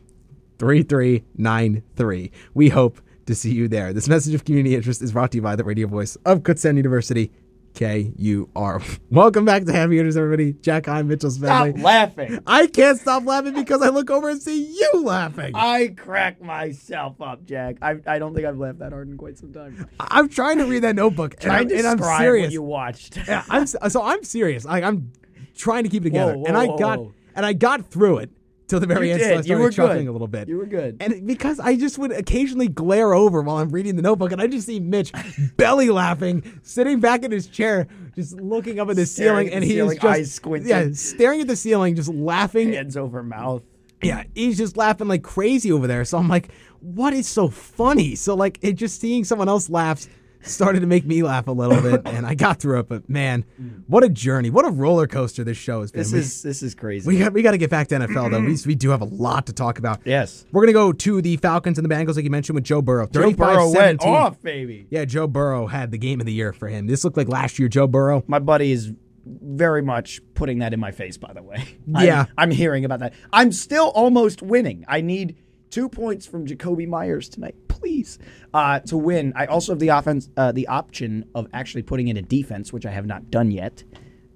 [SPEAKER 1] 3393. We hope to see you there. This message of community interest is brought to you by the radio voice of Kutztown University, KUR. Welcome back to Happy Eaters, everybody. Jack, I'm Mitchell Smedley.
[SPEAKER 2] Stop laughing.
[SPEAKER 1] I can't stop laughing because I look over and see you laughing.
[SPEAKER 2] I crack myself up, Jack. I, I don't think I've laughed that hard in quite some time.
[SPEAKER 1] I'm trying to read that notebook, and,
[SPEAKER 2] I
[SPEAKER 1] I'm, and I'm
[SPEAKER 2] describe
[SPEAKER 1] serious.
[SPEAKER 2] what you watched.
[SPEAKER 1] Yeah, I'm s- so I'm serious. Like I'm trying to keep it together,
[SPEAKER 2] Whoa,
[SPEAKER 1] and I
[SPEAKER 2] whoa,
[SPEAKER 1] got
[SPEAKER 2] whoa.
[SPEAKER 1] and I got through it till the very
[SPEAKER 2] You
[SPEAKER 1] end.
[SPEAKER 2] did.
[SPEAKER 1] So I
[SPEAKER 2] You
[SPEAKER 1] started
[SPEAKER 2] were good.
[SPEAKER 1] chuckling a little bit.
[SPEAKER 2] You were good.
[SPEAKER 1] And it- because I just would occasionally glare over while I'm reading the notebook, and I just see Mitch belly laughing, sitting back in his chair, just looking up at the
[SPEAKER 2] Staring
[SPEAKER 1] ceiling,
[SPEAKER 2] at
[SPEAKER 1] and
[SPEAKER 2] the
[SPEAKER 1] he's
[SPEAKER 2] ceiling,
[SPEAKER 1] just
[SPEAKER 2] eyes squinting.
[SPEAKER 1] yeah, staring at the ceiling, just laughing.
[SPEAKER 2] Hands over mouth.
[SPEAKER 1] Yeah, he's just laughing like crazy over there. So I'm like, what is so funny? So like, it just seeing someone else laughs started to make me laugh a little bit, and I got through it. But man, what a journey! What a roller coaster this show has been.
[SPEAKER 2] Mm. This
[SPEAKER 1] we,
[SPEAKER 2] is this is crazy.
[SPEAKER 1] we got we got to get back to NFL though. we, we do have a lot to talk about.
[SPEAKER 2] yes.
[SPEAKER 1] We're gonna go to the Falcons and the Bengals, like you mentioned, with Joe Burrow.
[SPEAKER 2] Joe
[SPEAKER 1] 35
[SPEAKER 2] Burrow went
[SPEAKER 1] 17.
[SPEAKER 2] off, baby.
[SPEAKER 1] Yeah, Joe Burrow had the game of the year for him. This looked like last year, Joe Burrow.
[SPEAKER 2] My buddy is very much putting that in my face, by the way. I'm-
[SPEAKER 1] Yeah.
[SPEAKER 2] I'm, hearing about that. I'm still almost winning. I need two points from Jacoby Myers tonight, please, uh, to win. I also have the offense, uh, the option of actually putting in a defense, which I have not done yet.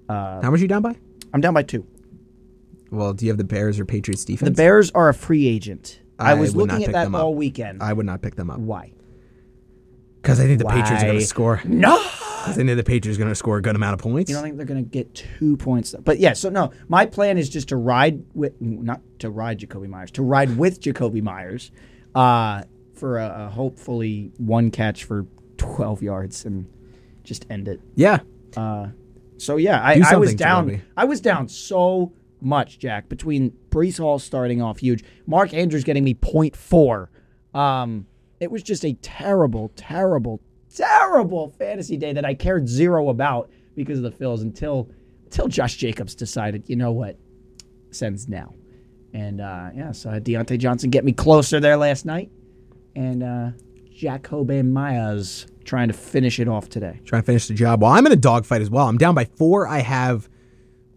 [SPEAKER 2] Uh,
[SPEAKER 1] How much are you down by?
[SPEAKER 2] I'm down by two.
[SPEAKER 1] Well, do you have the Bears or Patriots defense?
[SPEAKER 2] The Bears are a free agent. I,
[SPEAKER 1] I
[SPEAKER 2] was
[SPEAKER 1] would not
[SPEAKER 2] looking at
[SPEAKER 1] pick
[SPEAKER 2] that
[SPEAKER 1] them up. Uh,
[SPEAKER 2] all weekend.
[SPEAKER 1] I would not pick them up
[SPEAKER 2] Why?
[SPEAKER 1] because I think the Patriots are going
[SPEAKER 2] Why?
[SPEAKER 1] to score.
[SPEAKER 2] No.
[SPEAKER 1] I think the Patriots are going to score a good amount of points.
[SPEAKER 2] I don't think they're going to get two points. But yeah, so no, my plan is just to ride with, not to ride Jacoby Myers, to ride with Jacoby Myers uh, for a, a hopefully one catch for 12 yards and just end it.
[SPEAKER 1] yeah.
[SPEAKER 2] So yeah, I,
[SPEAKER 1] Do
[SPEAKER 2] I was
[SPEAKER 1] something,
[SPEAKER 2] down.
[SPEAKER 1] Jacoby.
[SPEAKER 2] I was down so much, Jack. Between Brees Hall starting off huge, Mark Andrews getting me 0.4. Um, it was just a terrible, terrible, terrible fantasy day that I cared zero about because of the fills until until Josh Jacobs decided, you know what, sends now, and uh, yeah, so I had Deontay Johnson get me closer there last night, and uh, Jacoby Myers trying to finish it off today.
[SPEAKER 1] Trying to finish the job. Well, I'm in a dogfight as well. I'm down by four. I have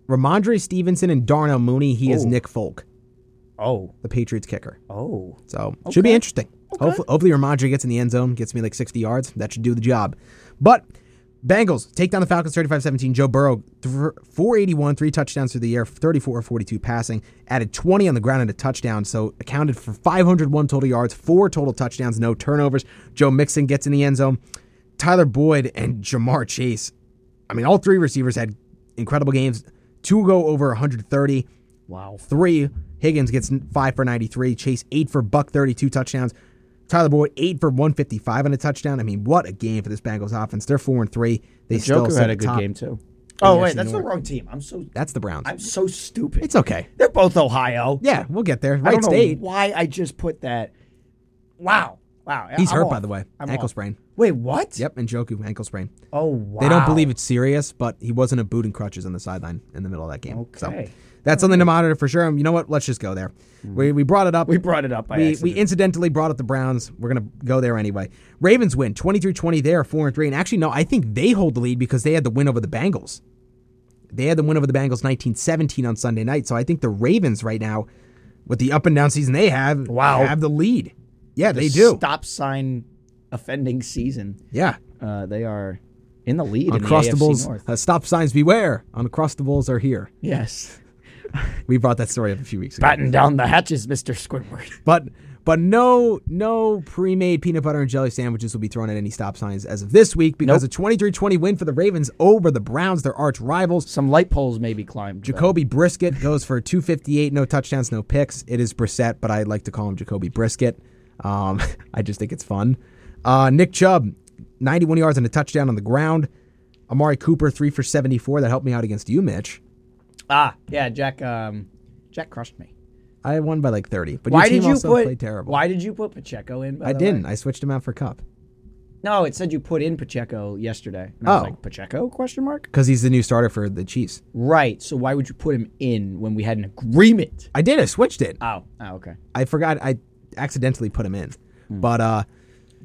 [SPEAKER 1] Ramondre Stevenson and Darnell Mooney. He is Nick Folk,
[SPEAKER 2] Oh,
[SPEAKER 1] the Patriots kicker.
[SPEAKER 2] oh.
[SPEAKER 1] So should be interesting. Hopefully, hopefully Ramondre gets in the end zone, gets me like 60 yards. That should do the job. But Bengals take down the Falcons 35-17. Joe Burrow th- 481, three touchdowns through the air, 34 of 42 passing, added 20 on the ground and a touchdown, so accounted for 501 total yards, four total touchdowns, no turnovers. Joe Mixon gets in the end zone. Tyler Boyd and Jamar Chase. I mean, all three receivers had incredible games. Two go over 130
[SPEAKER 2] Wow.
[SPEAKER 1] three. Higgins gets five for 93. Chase eight for buck 32 touchdowns. Tyler Boyd eight for 155 on a touchdown. I mean, what a game for this Bengals offense. They're four and three. They still
[SPEAKER 2] Joker
[SPEAKER 1] sit
[SPEAKER 2] had a
[SPEAKER 1] at
[SPEAKER 2] good
[SPEAKER 1] top.
[SPEAKER 2] game too. Oh
[SPEAKER 1] Yeah,
[SPEAKER 2] wait,
[SPEAKER 1] she
[SPEAKER 2] that's the
[SPEAKER 1] knew it.
[SPEAKER 2] wrong team. I'm so
[SPEAKER 1] That's the Browns.
[SPEAKER 2] I'm so stupid.
[SPEAKER 1] it's okay.
[SPEAKER 2] They're both Ohio.
[SPEAKER 1] Yeah, we'll get there.
[SPEAKER 2] I
[SPEAKER 1] Right
[SPEAKER 2] don't know
[SPEAKER 1] state.
[SPEAKER 2] why I just put that. Wow, wow.
[SPEAKER 1] He's
[SPEAKER 2] I'm
[SPEAKER 1] hurt
[SPEAKER 2] off.
[SPEAKER 1] by the way.
[SPEAKER 2] I'm
[SPEAKER 1] ankle
[SPEAKER 2] off.
[SPEAKER 1] sprain.
[SPEAKER 2] Wait, what?
[SPEAKER 1] Yep, and Joku ankle sprain.
[SPEAKER 2] Oh wow.
[SPEAKER 1] They don't believe it's serious, but he wasn't a boot and crutches on the sideline in the middle of that game. So
[SPEAKER 2] Okay. Mm-hmm.
[SPEAKER 1] that's something to monitor for sure. And you know what? Let's just go there. We, we brought it up.
[SPEAKER 2] We brought it up by
[SPEAKER 1] we, we
[SPEAKER 2] accident.
[SPEAKER 1] incidentally brought up the Browns. We're going to go there anyway. Ravens win 23-20. They are 4 and 3 and actually no, I think they hold the lead because they had the win over the Bengals. They had the win over the Bengals 19-17 on Sunday night. So I think the Ravens right now with the up and down season they have
[SPEAKER 2] Wow.
[SPEAKER 1] have the lead. Yeah, they do.
[SPEAKER 2] Stop sign offending season.
[SPEAKER 1] Yeah.
[SPEAKER 2] Uh, they are in the lead in the AFC
[SPEAKER 1] Uncrustables,
[SPEAKER 2] North.
[SPEAKER 1] uh, stop signs beware. Uncrustables are here.
[SPEAKER 2] Yes.
[SPEAKER 1] We brought that story up a few weeks ago.
[SPEAKER 2] Batten down the hatches, Mister Squidward.
[SPEAKER 1] But but no no pre-made peanut butter and jelly sandwiches will be thrown at any stop signs as of this week because a 23-20 win for the Ravens over the Browns, their arch rivals.
[SPEAKER 2] Some light poles may be climbed. though.
[SPEAKER 1] Jacoby Brisket goes for 258, no touchdowns, no picks. It is Brissett, but I like to call him Jacoby Brisket. Um, I just think it's fun. Uh, Nick Chubb, 91 yards and a touchdown on the ground. Amari Cooper, 3 for 74. That helped me out against you, Mitch.
[SPEAKER 2] Ah, yeah. Jack. Um, Jack crushed me.
[SPEAKER 1] I won by like 30. But
[SPEAKER 2] Why
[SPEAKER 1] your team
[SPEAKER 2] did you
[SPEAKER 1] also
[SPEAKER 2] put?
[SPEAKER 1] played terrible.
[SPEAKER 2] Why did you put Pacheco in? By
[SPEAKER 1] I
[SPEAKER 2] the way?
[SPEAKER 1] didn't. I switched him out for Cup
[SPEAKER 2] No, it said you put in Pacheco yesterday. And I was
[SPEAKER 1] Oh.
[SPEAKER 2] like, Pacheco question mark?
[SPEAKER 1] because he's the new starter for the Chiefs.
[SPEAKER 2] Right. So why would you put him in when we had an agreement?
[SPEAKER 1] I did. I switched it.
[SPEAKER 2] Oh. Oh, okay. Hmm.
[SPEAKER 1] I forgot. I accidentally put him in. But uh,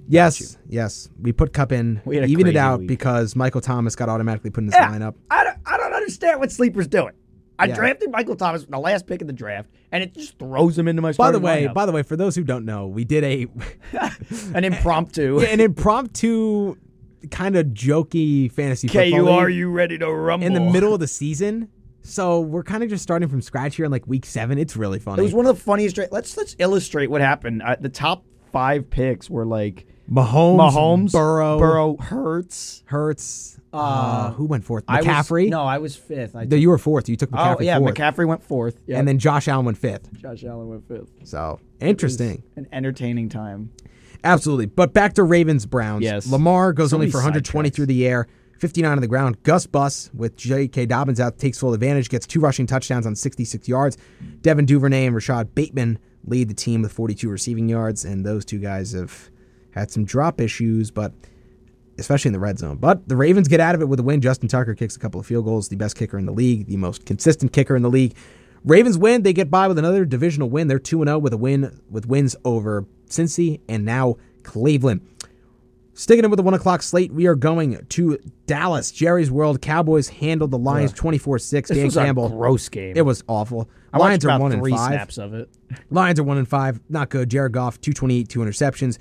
[SPEAKER 1] Yes, yes. We put Cup in,
[SPEAKER 2] We had a
[SPEAKER 1] even it
[SPEAKER 2] crazy
[SPEAKER 1] out
[SPEAKER 2] week.
[SPEAKER 1] because Michael Thomas got automatically put in this
[SPEAKER 2] Yeah,
[SPEAKER 1] lineup.
[SPEAKER 2] I don't, I don't understand what sleepers doing. I
[SPEAKER 1] Yeah.
[SPEAKER 2] drafted Michael Thomas with the last pick in the draft, and it just throws him into my.
[SPEAKER 1] By the
[SPEAKER 2] starting
[SPEAKER 1] way,
[SPEAKER 2] lineup.
[SPEAKER 1] by the way, for those who don't know, we did a
[SPEAKER 2] an impromptu.
[SPEAKER 1] an impromptu kind of jokey fantasy
[SPEAKER 2] K, you
[SPEAKER 1] football
[SPEAKER 2] are
[SPEAKER 1] league
[SPEAKER 2] you ready to rumble?
[SPEAKER 1] in the middle of the season. So we're kind of just starting from scratch here in like week seven. It's really
[SPEAKER 2] It
[SPEAKER 1] funny.
[SPEAKER 2] was one of the funniest. Dra- let's let's illustrate what happened. Uh, the top five picks were like
[SPEAKER 1] Mahomes,
[SPEAKER 2] Mahomes,
[SPEAKER 1] Burrow,
[SPEAKER 2] Burrow, Hurts,
[SPEAKER 1] Hurts. Uh, who went fourth?
[SPEAKER 2] I was-
[SPEAKER 1] McCaffrey.
[SPEAKER 2] no, I was fifth. I
[SPEAKER 1] No, you were fourth. You took McCaffrey
[SPEAKER 2] oh yeah,
[SPEAKER 1] fourth,
[SPEAKER 2] McCaffrey went fourth. Yeah,
[SPEAKER 1] and then Josh Allen went fifth.
[SPEAKER 2] Josh Allen went fifth.
[SPEAKER 1] So interesting,
[SPEAKER 2] An entertaining time.
[SPEAKER 1] absolutely. But back to Ravens Browns.
[SPEAKER 2] Yes.
[SPEAKER 1] Lamar goes
[SPEAKER 2] So
[SPEAKER 1] only
[SPEAKER 2] many
[SPEAKER 1] for 120
[SPEAKER 2] sidetracks.
[SPEAKER 1] through the air, 59 on the ground. Gus Bus with J.K. Dobbins out takes full advantage, gets two rushing touchdowns on 66 yards. Devin Duvernay and Rashad Bateman lead the team with 42 receiving yards, and those two guys have had some drop issues, but. especially in the red zone. But the Ravens get out of it with a win. Justin Tucker kicks a couple of field goals, the best kicker in the league, the most consistent kicker in the league. Ravens win, they get by with another divisional win. They're 2 0 with a win with wins over Cincy and now Cleveland. Sticking it with the one o'clock slate, we are going to Dallas. Jerry's World Cowboys handled the Lions 24 6. Dan
[SPEAKER 2] was a
[SPEAKER 1] Campbell.
[SPEAKER 2] gross game.
[SPEAKER 1] It was awful.
[SPEAKER 2] I watched
[SPEAKER 1] Lions are
[SPEAKER 2] about
[SPEAKER 1] one
[SPEAKER 2] three
[SPEAKER 1] and five.
[SPEAKER 2] snaps of it.
[SPEAKER 1] Lions are one and five, not good. Jared Goff, two twenty eight, two interceptions.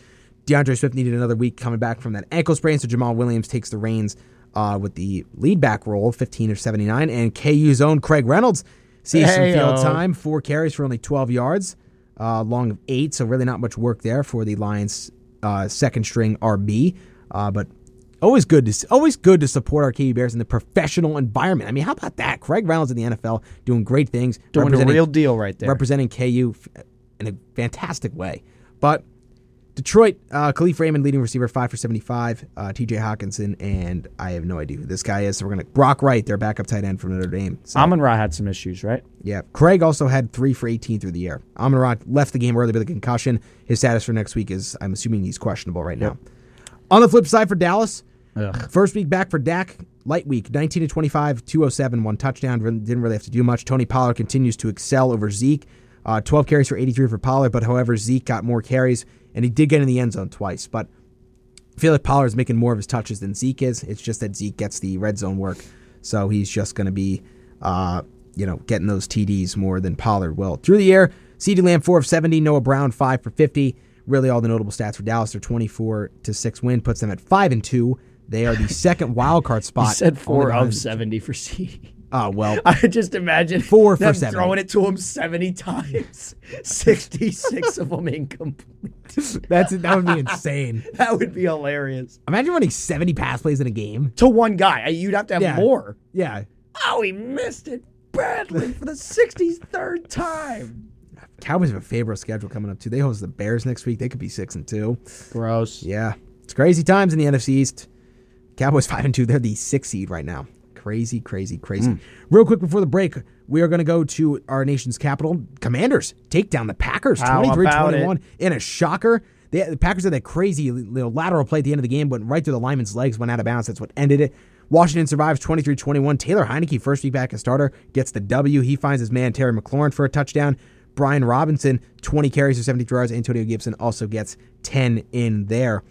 [SPEAKER 1] DeAndre Swift needed another week coming back from that ankle sprain, so Jamal Williams takes the reins uh, with the lead back role, fifteen or seventy nine, and KU's own Craig Reynolds sees some
[SPEAKER 2] Heyo.
[SPEAKER 1] field time, four carries for only twelve yards, uh, long of eight, so really not much work there for the Lions uh, second string RB, uh, but. Always good to always good to support our KU Bears in the professional environment. I mean, how about that? Craig Reynolds in the NFL doing great things,
[SPEAKER 2] Doing a
[SPEAKER 1] representing-
[SPEAKER 2] real deal right there.
[SPEAKER 1] representing KU f- in a fantastic way. But Detroit, uh, Khalif Raymond, leading receiver, five for seventy-five. Uh, T.J. Hawkinson, and I have no idea who this guy is. So we're gonna Brock Wright, their backup tight end from Notre Dame. So,
[SPEAKER 2] Amon Ra had some issues, right?
[SPEAKER 1] yeah, Craig also had three for eighteen through the air. Amon Rock left the game early with a concussion. His status for next week is, I'm assuming, he's questionable right now. On the flip side for Dallas, first week back for Dak, light week, 19 to 25, 207, one touchdown, really- didn't really have to do much. Tony Pollard continues to excel over Zeke. Uh, 12 carries for 83 for Pollard, but however, Zeke got more carries, and he did get in the end zone twice. But I feel like Pollard's making more of his touches than Zeke is. It's just that Zeke gets the red zone work, so he's just going to be, uh, you know, getting those TDs more than Pollard will. Through the air, CeeDee Lamb four of seventy, Noah Brown five for fifty. Really, all the notable stats for Dallas: their twenty-four to six win puts them at five and two. They are the second wild card spot.
[SPEAKER 2] He said four
[SPEAKER 1] Only
[SPEAKER 2] of
[SPEAKER 1] behind-
[SPEAKER 2] seventy for C.
[SPEAKER 1] Oh well,
[SPEAKER 2] I just imagine
[SPEAKER 1] Four for
[SPEAKER 2] them
[SPEAKER 1] seven.
[SPEAKER 2] throwing it to him seventy times, sixty-six of them incomplete.
[SPEAKER 1] that's that would be insane.
[SPEAKER 2] That would be hilarious
[SPEAKER 1] Imagine running seventy pass plays in a game.
[SPEAKER 2] to one guy. I- You'd have to have
[SPEAKER 1] Yeah.
[SPEAKER 2] more.
[SPEAKER 1] Yeah,
[SPEAKER 2] Oh, he missed it badly for the sixty-third time.
[SPEAKER 1] Cowboys have a favorable schedule coming up too. They host the Bears next week. They could be six and two.
[SPEAKER 2] Gross.
[SPEAKER 1] Yeah, it's crazy times in the NFC East. Cowboys five and two. They're the sixth seed right now. Crazy, crazy, crazy. Real quick before the break, we are going to go to our nation's capital. Commanders take down the Packers
[SPEAKER 2] How
[SPEAKER 1] 23-21 in a shocker. They, the Packers had that crazy little lateral play at the end of the game, went right through the lineman's legs, went out of bounds. That's what ended it. Washington survives 23-21. Taylor Heineke, first week back as starter, gets the W. He finds his man Terry McLaurin for a touchdown. Brian Robinson, 20 carries for 73 yards. Antonio Gibson also gets 10 in there.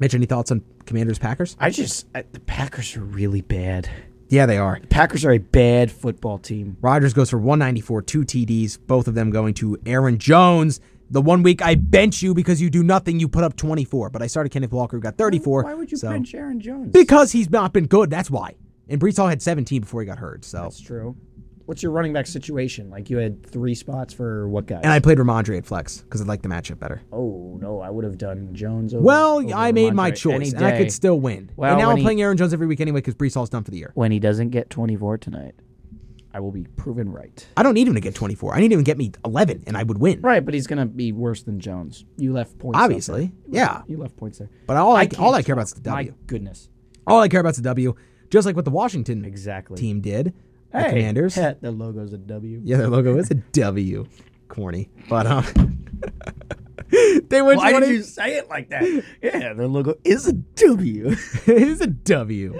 [SPEAKER 1] Mitch, any thoughts on Commanders Packers?
[SPEAKER 2] I just I, the Packers are really bad.
[SPEAKER 1] Yeah, they are.
[SPEAKER 2] Packers are a bad football team.
[SPEAKER 1] Rodgers goes for 194, two TDs, both of them going to Aaron Jones. The one week I bench you because you do nothing, you put up 24. But I started Kenneth Walker, who got 34.
[SPEAKER 2] Why would you
[SPEAKER 1] so-
[SPEAKER 2] bench Aaron Jones?
[SPEAKER 1] Because he's not been good. That's why. And Brees Hall had 17 before he got hurt. So,
[SPEAKER 2] That's true. What's your running back situation? Like you had three spots for what guy?
[SPEAKER 1] and I played Ramondre at flex because I like the matchup better.
[SPEAKER 2] oh no, I would have done Jones. Over,
[SPEAKER 1] Well,
[SPEAKER 2] over
[SPEAKER 1] I made my
[SPEAKER 2] Ramondre any
[SPEAKER 1] choice, and I
[SPEAKER 2] day.
[SPEAKER 1] could still win.
[SPEAKER 2] Well,
[SPEAKER 1] and now
[SPEAKER 2] when
[SPEAKER 1] I'm
[SPEAKER 2] he-
[SPEAKER 1] playing Aaron Jones every week anyway because Brees Hall's done for the year.
[SPEAKER 2] When he doesn't get 24 tonight, I will be proven right.
[SPEAKER 1] I don't need him to get 24. I need him to get me 11, and I would win.
[SPEAKER 2] Right, but he's gonna be worse than Jones. You left points. out
[SPEAKER 1] Obviously,
[SPEAKER 2] there.
[SPEAKER 1] yeah.
[SPEAKER 2] You left points there.
[SPEAKER 1] But all I,
[SPEAKER 2] can't
[SPEAKER 1] all I care about is the
[SPEAKER 2] My
[SPEAKER 1] W.
[SPEAKER 2] goodness.
[SPEAKER 1] All I care about is the W, just like what the Washington
[SPEAKER 2] Exactly.
[SPEAKER 1] team did. The
[SPEAKER 2] Hey,
[SPEAKER 1] Commanders.
[SPEAKER 2] heh, the logo's a W.
[SPEAKER 1] Yeah, their logo is a W. Corny, but um, they went
[SPEAKER 2] Why did
[SPEAKER 1] 20.
[SPEAKER 2] you say it like that? Yeah, their logo is a W.
[SPEAKER 1] it is a W.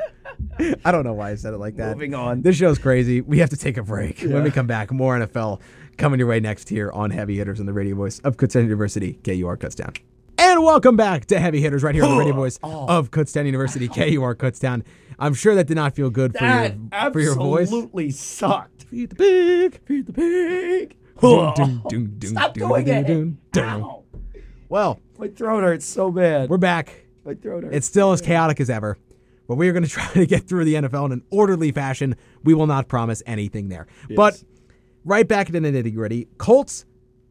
[SPEAKER 1] I don't know why I said it like that.
[SPEAKER 2] Moving on.
[SPEAKER 1] This show's crazy. We have to take a break. When we come back, more NFL coming your way next here on Heavy Hitters on the Radio Voice of Kutztown University. KUR Cuts Down. And welcome back to Heavy Hitters right here on the radio voice
[SPEAKER 2] Oh.
[SPEAKER 1] of Kutztown University, KUR Kutztown. I'm sure that did not feel good for
[SPEAKER 2] That
[SPEAKER 1] your for your voice.
[SPEAKER 2] absolutely sucked.
[SPEAKER 1] Feed the pig, feed the pig. Doom, doom, doom, doom,
[SPEAKER 2] Stop
[SPEAKER 1] doom,
[SPEAKER 2] doing
[SPEAKER 1] doom,
[SPEAKER 2] it.
[SPEAKER 1] doom, doom.
[SPEAKER 2] Ow.
[SPEAKER 1] Well,
[SPEAKER 2] My throat hurts so bad.
[SPEAKER 1] we're back.
[SPEAKER 2] My throat hurts.
[SPEAKER 1] It's still as chaotic as ever, but we are going to try to get through the NFL in an orderly fashion. We will not promise anything there. But right back into the nitty gritty Colts,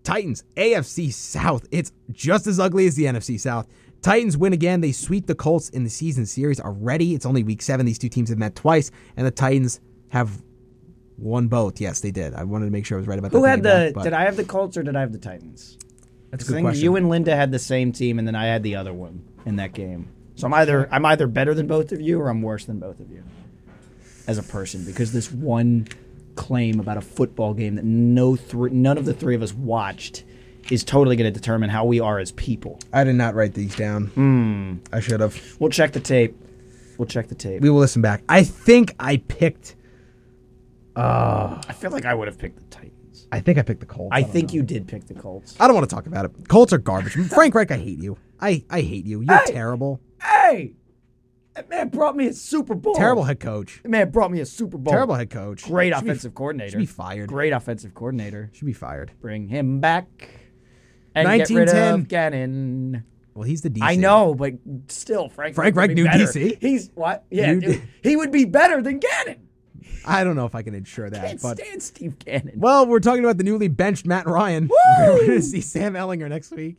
[SPEAKER 1] Titans, AFC South. It's just as ugly as the NFC South. Titans win again. They sweep the Colts in the season series already. It's only week seven. These two teams have met twice, and the Titans have won both. Yes, they did. I wanted to make sure I was right about that.
[SPEAKER 2] Who
[SPEAKER 1] thing
[SPEAKER 2] had
[SPEAKER 1] again,
[SPEAKER 2] the?
[SPEAKER 1] but-
[SPEAKER 2] Did I have the Colts or did I have the Titans? That's a
[SPEAKER 1] good question.
[SPEAKER 2] You and Linda had the same team, and then I had the other one in that game. So I'm either I'm either better than both of you, or I'm worse than both of you as a person because this one claim about a football game that no three, none of the three of us watched is totally going to determine how we are as people.
[SPEAKER 1] I did not write these down.
[SPEAKER 2] Hmm.
[SPEAKER 1] I should have.
[SPEAKER 2] We'll check the tape. We'll check the tape.
[SPEAKER 1] We will listen back. I think I picked.
[SPEAKER 2] I feel like I would have picked the Titans.
[SPEAKER 1] I think I picked the Colts.
[SPEAKER 2] I,
[SPEAKER 1] don't
[SPEAKER 2] think
[SPEAKER 1] know.
[SPEAKER 2] you did pick the Colts.
[SPEAKER 1] I don't want to talk about it. Colts are garbage. Frank Reich, I hate you. I, I hate you. You're
[SPEAKER 2] Hey!
[SPEAKER 1] terrible.
[SPEAKER 2] Hey, that man brought me a Super Bowl.
[SPEAKER 1] Terrible head coach.
[SPEAKER 2] That man brought me a Super Bowl.
[SPEAKER 1] Terrible head coach.
[SPEAKER 2] Great
[SPEAKER 1] Should be-
[SPEAKER 2] offensive coordinator.
[SPEAKER 1] should be fired.
[SPEAKER 2] Great offensive coordinator.
[SPEAKER 1] Should be fired.
[SPEAKER 2] Bring him back. And get rid
[SPEAKER 1] 1910.
[SPEAKER 2] of Gannon.
[SPEAKER 1] Well, he's the DC.
[SPEAKER 2] I know, but still, Frank.
[SPEAKER 1] Frank Reich
[SPEAKER 2] Reich would be
[SPEAKER 1] knew
[SPEAKER 2] better.
[SPEAKER 1] DC.
[SPEAKER 2] He's what? Yeah,
[SPEAKER 1] Knew
[SPEAKER 2] dude,
[SPEAKER 1] D-
[SPEAKER 2] he would be better than Gannon.
[SPEAKER 1] I don't know if I can ensure that.
[SPEAKER 2] Can't
[SPEAKER 1] but
[SPEAKER 2] stand Steve Gannon.
[SPEAKER 1] well, we're talking about the newly benched Matt Ryan. We're going to see Sam Ellinger next week.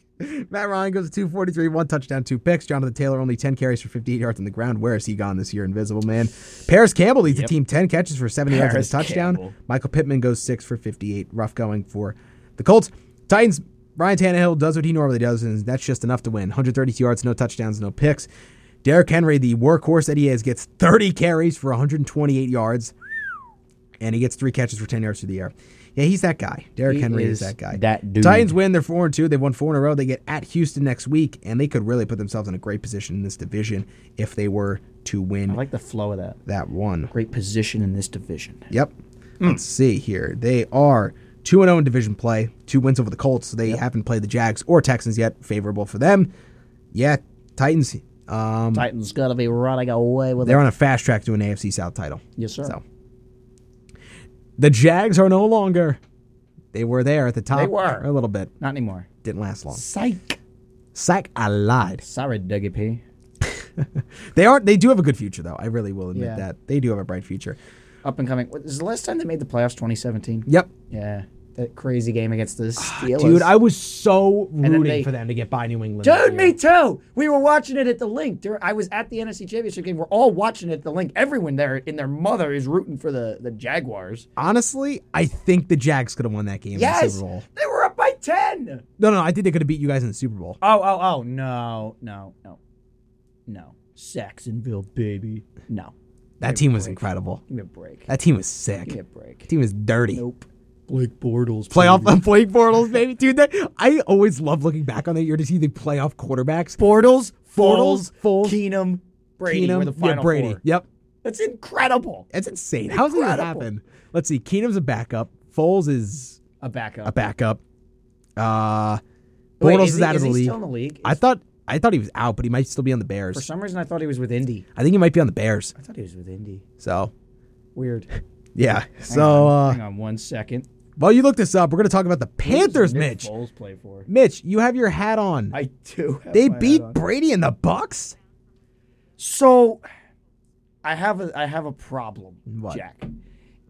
[SPEAKER 1] Matt Ryan goes to 243, one touchdown, two picks. Jonathan Taylor only 10 carries for 58 yards on the ground. Where has he gone this year? Invisible man. Paris Campbell leads the team 10 catches for 70 yards and a
[SPEAKER 2] Paris
[SPEAKER 1] touchdown.
[SPEAKER 2] Campbell.
[SPEAKER 1] Michael Pittman goes six for 58. Rough going for the Colts. Titans. Ryan Tannehill does what he normally does, and that's just enough to win. 132 yards, no touchdowns, no picks. Derrick Henry, the workhorse that he is, gets 30 carries for 128 yards, and he gets three catches for 10 yards through the air. Yeah, he's that guy. Derrick
[SPEAKER 2] He
[SPEAKER 1] Henry is
[SPEAKER 2] is
[SPEAKER 1] that guy.
[SPEAKER 2] that dude.
[SPEAKER 1] Titans win. They're four and two. They've won four in a row. They get at Houston next week, and they could really put themselves in a great position in this division if they were to win
[SPEAKER 2] I like the flow of that.
[SPEAKER 1] that one.
[SPEAKER 2] Great Hmm. position in this division.
[SPEAKER 1] Yep. Let's see here. They are 2 0 in division play, two wins over the Colts. So they haven't played the Jags or Texans yet. Favorable for them. Yeah, Titans, um,
[SPEAKER 2] Titans got to be running away with
[SPEAKER 1] they're
[SPEAKER 2] it.
[SPEAKER 1] on a fast track to an AFC South title.
[SPEAKER 2] Yes, sir.
[SPEAKER 1] So the Jags are no longer. They were there at the top.
[SPEAKER 2] They were.
[SPEAKER 1] A little bit.
[SPEAKER 2] Not anymore.
[SPEAKER 1] Didn't last long.
[SPEAKER 2] Psych.
[SPEAKER 1] Psych, I lied.
[SPEAKER 2] Sorry, Dougie P.
[SPEAKER 1] They are. They do have a good future, though. I really will admit
[SPEAKER 2] Yeah.
[SPEAKER 1] that they do have a bright future.
[SPEAKER 2] Up and coming. What- Is the last time they made the playoffs? 2017.
[SPEAKER 1] Yep,
[SPEAKER 2] Yeah, that crazy game against the Steelers.
[SPEAKER 1] dude. I was so
[SPEAKER 2] then
[SPEAKER 1] rooting
[SPEAKER 2] they-
[SPEAKER 1] for them to get by New England. this
[SPEAKER 2] Dude,
[SPEAKER 1] year.
[SPEAKER 2] me too. We were watching it at the link. There, I was at the NFC Championship game. We're all watching it at the link. Everyone there in their mother is rooting for the, the Jaguars.
[SPEAKER 1] Honestly, I think the Jags could have won that game in the
[SPEAKER 2] Yes,
[SPEAKER 1] Super Bowl.
[SPEAKER 2] they were up by ten.
[SPEAKER 1] No, no, I think they could have beat you guys in the Super Bowl.
[SPEAKER 2] Oh, oh, oh, no, no, no, no. Saxonville, baby. No,
[SPEAKER 1] That team was incredible.
[SPEAKER 2] give me a break.
[SPEAKER 1] That team was
[SPEAKER 2] Give me
[SPEAKER 1] sick.
[SPEAKER 2] a break.
[SPEAKER 1] That team was dirty.
[SPEAKER 2] Nope. Blake Bortles.
[SPEAKER 1] Playoff uh, Blake Bortles, baby, dude. That, I always love looking back on that year to see the playoff quarterbacks.
[SPEAKER 2] Bortles,
[SPEAKER 1] Bortles,
[SPEAKER 2] Bortles,
[SPEAKER 1] Foles,
[SPEAKER 2] Keenum, Brady. were the
[SPEAKER 1] yeah,
[SPEAKER 2] final
[SPEAKER 1] Brady.
[SPEAKER 2] four.
[SPEAKER 1] Yep,
[SPEAKER 2] That's incredible.
[SPEAKER 1] that's insane. How's that gonna
[SPEAKER 2] Incredible.
[SPEAKER 1] happen? Let's see. Keenum's a backup. Foles is
[SPEAKER 2] A backup.
[SPEAKER 1] a backup. Uh, Bortles
[SPEAKER 2] Wait,
[SPEAKER 1] is,
[SPEAKER 2] he-
[SPEAKER 1] out of the
[SPEAKER 2] he
[SPEAKER 1] league.
[SPEAKER 2] Still in the league.
[SPEAKER 1] I thought I thought he was out, but he might still be on the
[SPEAKER 2] For
[SPEAKER 1] Bears.
[SPEAKER 2] some reason, I thought he was with Indy.
[SPEAKER 1] I think he might be on the Bears.
[SPEAKER 2] I thought he was with Indy.
[SPEAKER 1] So
[SPEAKER 2] Weird. Hang
[SPEAKER 1] yeah. So
[SPEAKER 2] on,
[SPEAKER 1] uh,
[SPEAKER 2] hang on one second.
[SPEAKER 1] While you look this up, we're going to talk about the Panthers,
[SPEAKER 2] Who does
[SPEAKER 1] Mitch.
[SPEAKER 2] Nick Foles play for.
[SPEAKER 1] Mitch, you have your hat on.
[SPEAKER 2] I do. have
[SPEAKER 1] they
[SPEAKER 2] my
[SPEAKER 1] beat
[SPEAKER 2] hat on.
[SPEAKER 1] Brady and the Bucks.
[SPEAKER 2] So, I have a I have a problem,
[SPEAKER 1] What?
[SPEAKER 2] Jack.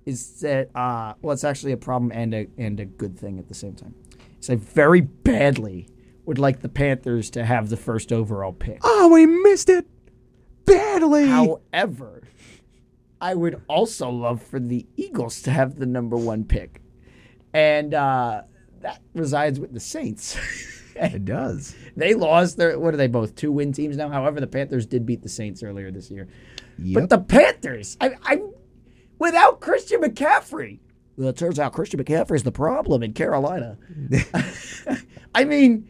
[SPEAKER 2] Is that uh well? It's actually a problem and a and a good thing at the same time. Is I very badly would like the Panthers to have the first overall pick.
[SPEAKER 1] Oh, we missed it badly.
[SPEAKER 2] However, I would also love for the Eagles to have the number one pick. And uh, that resides with the Saints.
[SPEAKER 1] It does.
[SPEAKER 2] they lost their, what are they both, two win teams now? However, the Panthers did beat the Saints earlier this year.
[SPEAKER 1] Yep.
[SPEAKER 2] But the Panthers, I, I, without Christian McCaffrey, well, it turns out Christian McCaffrey is the problem in Carolina. I mean,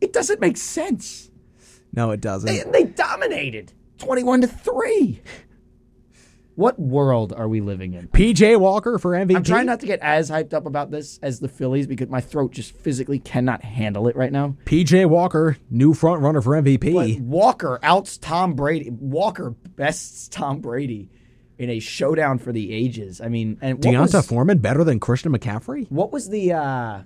[SPEAKER 2] it doesn't make sense.
[SPEAKER 1] no, it doesn't.
[SPEAKER 2] They, they dominated 21 to 3. What world are we living in?
[SPEAKER 1] PJ Walker for MVP.
[SPEAKER 2] I'm trying not to get as hyped up about this as the Phillies because my throat just physically cannot handle it right now.
[SPEAKER 1] PJ Walker, new front runner for MVP.
[SPEAKER 2] But Walker outs Tom Brady. Walker bests Tom Brady in a showdown for the ages. I mean, and what
[SPEAKER 1] Deonta
[SPEAKER 2] was,
[SPEAKER 1] Foreman better than Christian McCaffrey?
[SPEAKER 2] what was the uh,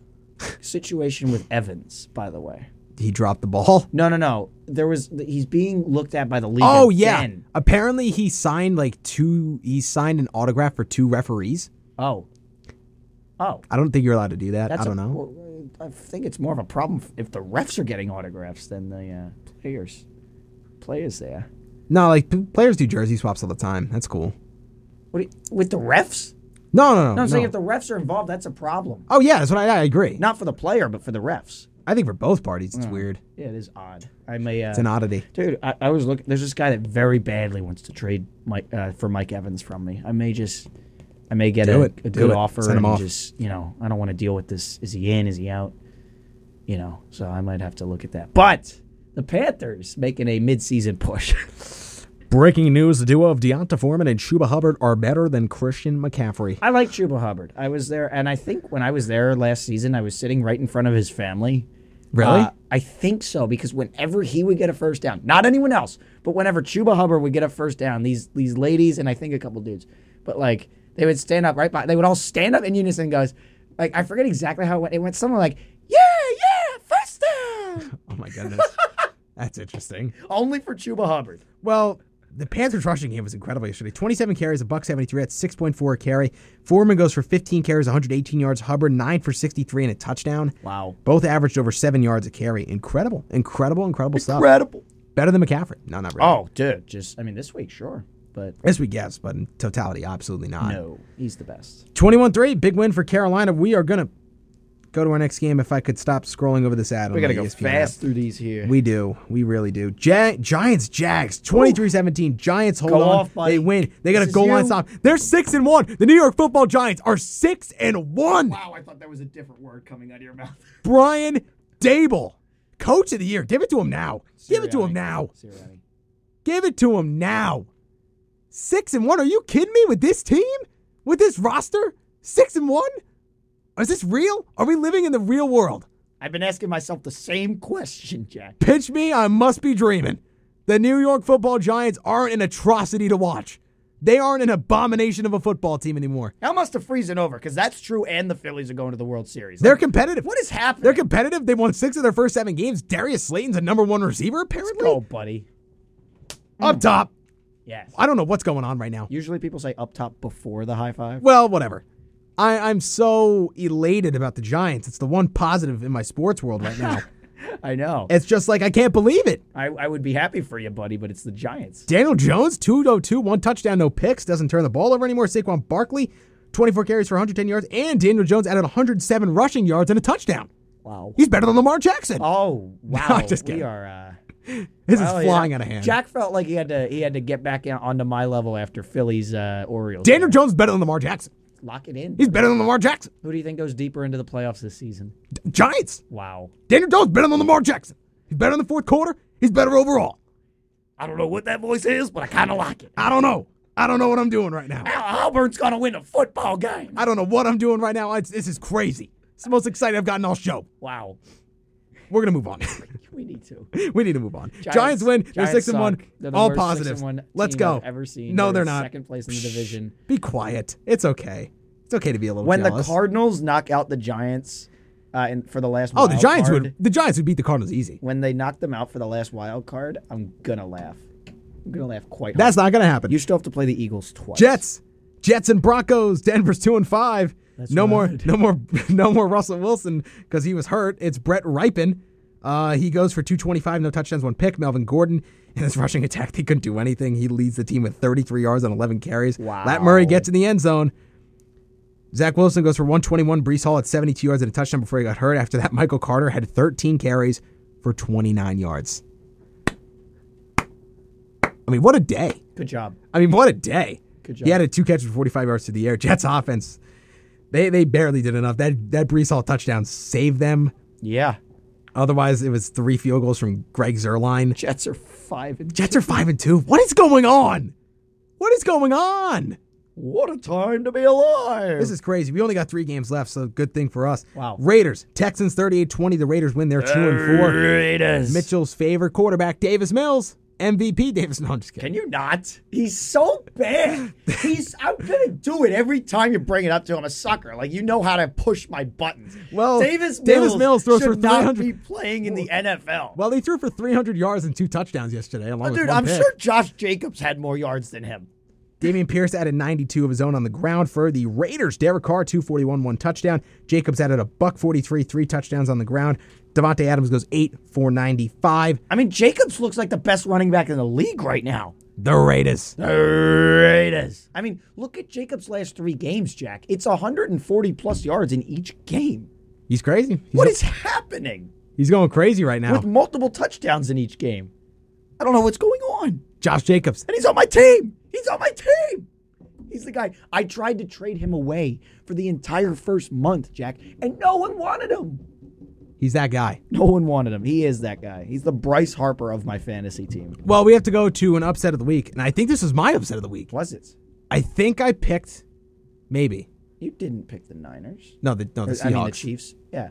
[SPEAKER 2] situation with Evans, by the way?
[SPEAKER 1] He dropped the ball.
[SPEAKER 2] No, no, no. There was he's being looked at by the league.
[SPEAKER 1] Oh yeah.
[SPEAKER 2] again.
[SPEAKER 1] Apparently he signed like two. He signed an autograph for two referees.
[SPEAKER 2] Oh. Oh.
[SPEAKER 1] I don't think you're allowed to do that.
[SPEAKER 2] That's
[SPEAKER 1] I don't
[SPEAKER 2] a-
[SPEAKER 1] know.
[SPEAKER 2] well, I think it's more of a problem f- if the refs are getting autographs than the uh, players. Players there.
[SPEAKER 1] No, like p- players do jersey swaps all the time. That's cool.
[SPEAKER 2] What do you, with the refs?
[SPEAKER 1] No, no, no.
[SPEAKER 2] No, I'm
[SPEAKER 1] no.
[SPEAKER 2] saying if the refs are involved, that's a problem.
[SPEAKER 1] oh yeah, that's what I, I agree.
[SPEAKER 2] Not for the player, but for the refs.
[SPEAKER 1] I think for both parties
[SPEAKER 2] Mm.
[SPEAKER 1] it's weird.
[SPEAKER 2] Yeah, it is odd. I may. Uh,
[SPEAKER 1] It's an oddity.
[SPEAKER 2] Dude, I, I was looking. There's this guy that very badly wants to trade Mike uh, for Mike Evans from me. I may just, I may get
[SPEAKER 1] Do
[SPEAKER 2] a,
[SPEAKER 1] it.
[SPEAKER 2] a
[SPEAKER 1] Do
[SPEAKER 2] good
[SPEAKER 1] it.
[SPEAKER 2] offer
[SPEAKER 1] Send him
[SPEAKER 2] and
[SPEAKER 1] off.
[SPEAKER 2] just, you know, I don't want to deal with this. Is he in? Is he out? You know, so I might have to look at that. But the Panthers making a midseason push.
[SPEAKER 1] Breaking news: The duo of Deonta Foreman and Shuba Hubbard are better than Christian McCaffrey.
[SPEAKER 2] I like Chuba Hubbard. I was there, and I think when I was there last season, I was sitting right in front of his family.
[SPEAKER 1] Really?
[SPEAKER 2] Uh, I think so because whenever he would get a first down, not anyone else, but whenever Chuba Hubbard would get a first down, these these ladies and I think a couple dudes, but like they would stand up right by, they would all stand up in unison, guys. Like I forget exactly how it went. It went something like, "Yeah, yeah, first down,"
[SPEAKER 1] Oh my goodness, that's interesting.
[SPEAKER 2] only for Chuba Hubbard.
[SPEAKER 1] Well, the Panthers rushing game was incredible yesterday. 27 carries, a buck 73 at 6.4 a carry. Foreman goes for 15 carries, 118 yards. Hubbard nine for 63 and a touchdown.
[SPEAKER 2] Wow.
[SPEAKER 1] Both averaged over seven yards a carry. Incredible, incredible, incredible stuff.
[SPEAKER 2] Incredible.
[SPEAKER 1] Better than McCaffrey. No, not really.
[SPEAKER 2] Oh, dude, just I mean this week, sure, but
[SPEAKER 1] Yes, we guess, but in totality, absolutely not.
[SPEAKER 2] no, he's the best.
[SPEAKER 1] 21 3, big win for Carolina. We are going to go to our next game if I could stop scrolling over this ad. E
[SPEAKER 2] We
[SPEAKER 1] got
[SPEAKER 2] gotta
[SPEAKER 1] to
[SPEAKER 2] go fast through these here.
[SPEAKER 1] We do. We really do. Ja- Giants, Jags, 23 17. Giants hold
[SPEAKER 2] Go
[SPEAKER 1] on.
[SPEAKER 2] off, buddy.
[SPEAKER 1] they win. They got a
[SPEAKER 2] This is
[SPEAKER 1] goal line
[SPEAKER 2] you.
[SPEAKER 1] stop. They're 6 and 1. The New York football Giants are 6 and 1.
[SPEAKER 2] Wow, I thought that was a different word coming out of your mouth.
[SPEAKER 1] Brian Dable, coach of the year. Give it to him now. Give it to him now.
[SPEAKER 2] Sirianni.
[SPEAKER 1] Give it to him now. 6 and 1. Are you kidding me with this team? With this roster? 6 and 1? Is this real? Are we living in the real world?
[SPEAKER 2] I've been asking myself the same question, Jack.
[SPEAKER 1] Pitch me, I must be dreaming. The New York football giants aren't an atrocity to watch. They aren't an abomination of a football team anymore.
[SPEAKER 2] How must have freezing over? Because that's true, and the Phillies are going to the World Series.
[SPEAKER 1] They're competitive.
[SPEAKER 2] what is happening?
[SPEAKER 1] They're competitive. They won six of their first seven games. Darius Slayton's a number one receiver, apparently.
[SPEAKER 2] Go, Oh, buddy.
[SPEAKER 1] Up top.
[SPEAKER 2] Yes.
[SPEAKER 1] I don't know what's going on right now.
[SPEAKER 2] Usually people say up top before the high five.
[SPEAKER 1] Well, whatever. I, I'm so elated about the Giants. It's the one positive in my sports world right now.
[SPEAKER 2] I know.
[SPEAKER 1] it's just like I can't believe it.
[SPEAKER 2] I, I would be happy for you, buddy, but it's the Giants.
[SPEAKER 1] Daniel Jones, 202, one touchdown, no picks, doesn't turn the ball over anymore. Saquon Barkley, 24 carries for 110 yards, and Daniel Jones added 107 rushing yards and a touchdown.
[SPEAKER 2] Wow.
[SPEAKER 1] He's better than Lamar Jackson.
[SPEAKER 2] Oh wow.
[SPEAKER 1] I'm just
[SPEAKER 2] We
[SPEAKER 1] kidding.
[SPEAKER 2] are. Uh,
[SPEAKER 1] this
[SPEAKER 2] oh,
[SPEAKER 1] is
[SPEAKER 2] yeah.
[SPEAKER 1] flying out of hand.
[SPEAKER 2] Jack felt like he had to he had to get back out onto my level after Phillies uh, Orioles.
[SPEAKER 1] Daniel Jones is better than Lamar Jackson.
[SPEAKER 2] lock it in.
[SPEAKER 1] He's better than Lamar Jackson.
[SPEAKER 2] Who do you think goes deeper into the playoffs this season?
[SPEAKER 1] D- Giants.
[SPEAKER 2] Wow.
[SPEAKER 1] Daniel Jones better than Lamar Jackson. He's better in the fourth quarter. He's better overall.
[SPEAKER 2] I don't know what that voice is, but I kind of like it.
[SPEAKER 1] I don't know. I don't know what I'm doing right now.
[SPEAKER 2] Auburn's gonna win a football game.
[SPEAKER 1] I don't know what I'm doing right now. It's, this is crazy. It's the most excited I've gotten all show.
[SPEAKER 2] Wow,
[SPEAKER 1] We're gonna move on.
[SPEAKER 2] we need to.
[SPEAKER 1] we need to move on. Giants, win. They're
[SPEAKER 2] Giants
[SPEAKER 1] six and one.
[SPEAKER 2] suck. They're the
[SPEAKER 1] all
[SPEAKER 2] worst six and
[SPEAKER 1] positive.
[SPEAKER 2] one
[SPEAKER 1] Let's
[SPEAKER 2] team
[SPEAKER 1] go.
[SPEAKER 2] I've ever seen.
[SPEAKER 1] No,
[SPEAKER 2] They're
[SPEAKER 1] they're
[SPEAKER 2] in
[SPEAKER 1] not.
[SPEAKER 2] Second place in the division.
[SPEAKER 1] Be quiet. It's okay. It's okay to be a little
[SPEAKER 2] When the
[SPEAKER 1] jealous.
[SPEAKER 2] Cardinals knock out the Giants, uh, in, for the last
[SPEAKER 1] oh,
[SPEAKER 2] wild
[SPEAKER 1] the Giants
[SPEAKER 2] card,
[SPEAKER 1] would. The Giants would beat the Cardinals easy.
[SPEAKER 2] when they knock them out for the last wild card, I'm gonna laugh. I'm gonna laugh quite.
[SPEAKER 1] That's
[SPEAKER 2] hard.
[SPEAKER 1] not gonna happen.
[SPEAKER 2] you still have to play the Eagles twice.
[SPEAKER 1] Jets, Jets and Broncos. Denver's two and five. no
[SPEAKER 2] right.
[SPEAKER 1] more, no more, no more Russell Wilson because he was hurt. It's Brett Ripon. Uh, he goes for 225, no touchdowns, one pick. Melvin Gordon in his rushing attack, they couldn't do anything. He leads the team with 33 yards on 11 carries.
[SPEAKER 2] Wow.
[SPEAKER 1] Lat Murray gets in the end zone. Zach Wilson goes for 121. Brees Hall at 72 yards and a touchdown before he got hurt. After that, Michael Carter had 13 carries for 29 yards. I mean, what a day!
[SPEAKER 2] Good job.
[SPEAKER 1] I mean, what a day.
[SPEAKER 2] Good
[SPEAKER 1] He
[SPEAKER 2] job.
[SPEAKER 1] had a two catches for 45 yards to the air. Jets offense, they they barely did enough. That that Brees Hall touchdown saved them.
[SPEAKER 2] Yeah,
[SPEAKER 1] Otherwise, it was three field goals from Greg Zerline.
[SPEAKER 2] Jets are five and
[SPEAKER 1] Jets are five and two. What is going on? What is going on?
[SPEAKER 2] What a time to be alive.
[SPEAKER 1] This is crazy. We only got three games left, so good thing for us.
[SPEAKER 2] Wow.
[SPEAKER 1] Raiders, Texans 38 20. The Raiders win their 2 and 4.
[SPEAKER 2] Raiders.
[SPEAKER 1] Mitchell's favorite quarterback, Davis Mills. MVP Davis. No, I'm just kidding.
[SPEAKER 2] Can you not? He's so bad. He's. I'm gonna do it every time you bring it up to him. I'm a sucker. Like you know how to push my buttons.
[SPEAKER 1] Well,
[SPEAKER 2] Davis
[SPEAKER 1] Davis
[SPEAKER 2] Mills,
[SPEAKER 1] Mills throws
[SPEAKER 2] should
[SPEAKER 1] for
[SPEAKER 2] not
[SPEAKER 1] 300
[SPEAKER 2] be playing in the NFL.
[SPEAKER 1] Well, he threw for 300 yards and two touchdowns yesterday, along with
[SPEAKER 2] Dude,
[SPEAKER 1] one
[SPEAKER 2] I'm
[SPEAKER 1] pick.
[SPEAKER 2] sure Josh Jacobs had more yards than him.
[SPEAKER 1] Damian Pierce added 92 of his own on the ground for the Raiders. Derek Carr, 241, one touchdown. Jacobs added a buck 43, three touchdowns on the ground. Devontae Adams goes 8 for 95.
[SPEAKER 2] I mean, Jacobs looks like the best running back in the league right now.
[SPEAKER 1] The Raiders.
[SPEAKER 2] Raiders. I mean, look at Jacobs' last three games, Jack. It's 140 plus yards in each game.
[SPEAKER 1] He's crazy. He's,
[SPEAKER 2] What is happening
[SPEAKER 1] he's going crazy right now.
[SPEAKER 2] with multiple touchdowns in each game? I don't know what's going on.
[SPEAKER 1] Josh Jacobs.
[SPEAKER 2] and he's on my team. He's on my team. He's the guy. I tried to trade him away for the entire first month, Jack, and no one wanted him.
[SPEAKER 1] He's that guy.
[SPEAKER 2] No one wanted him. He is that guy. He's the Bryce Harper of my fantasy team.
[SPEAKER 1] Well, we have to go to an upset of the week, and I think this is my upset of the week.
[SPEAKER 2] Was it?
[SPEAKER 1] I think I picked, maybe
[SPEAKER 2] You didn't pick the Niners.
[SPEAKER 1] no, the no the Seahawks.
[SPEAKER 2] I mean the Chiefs. Yeah.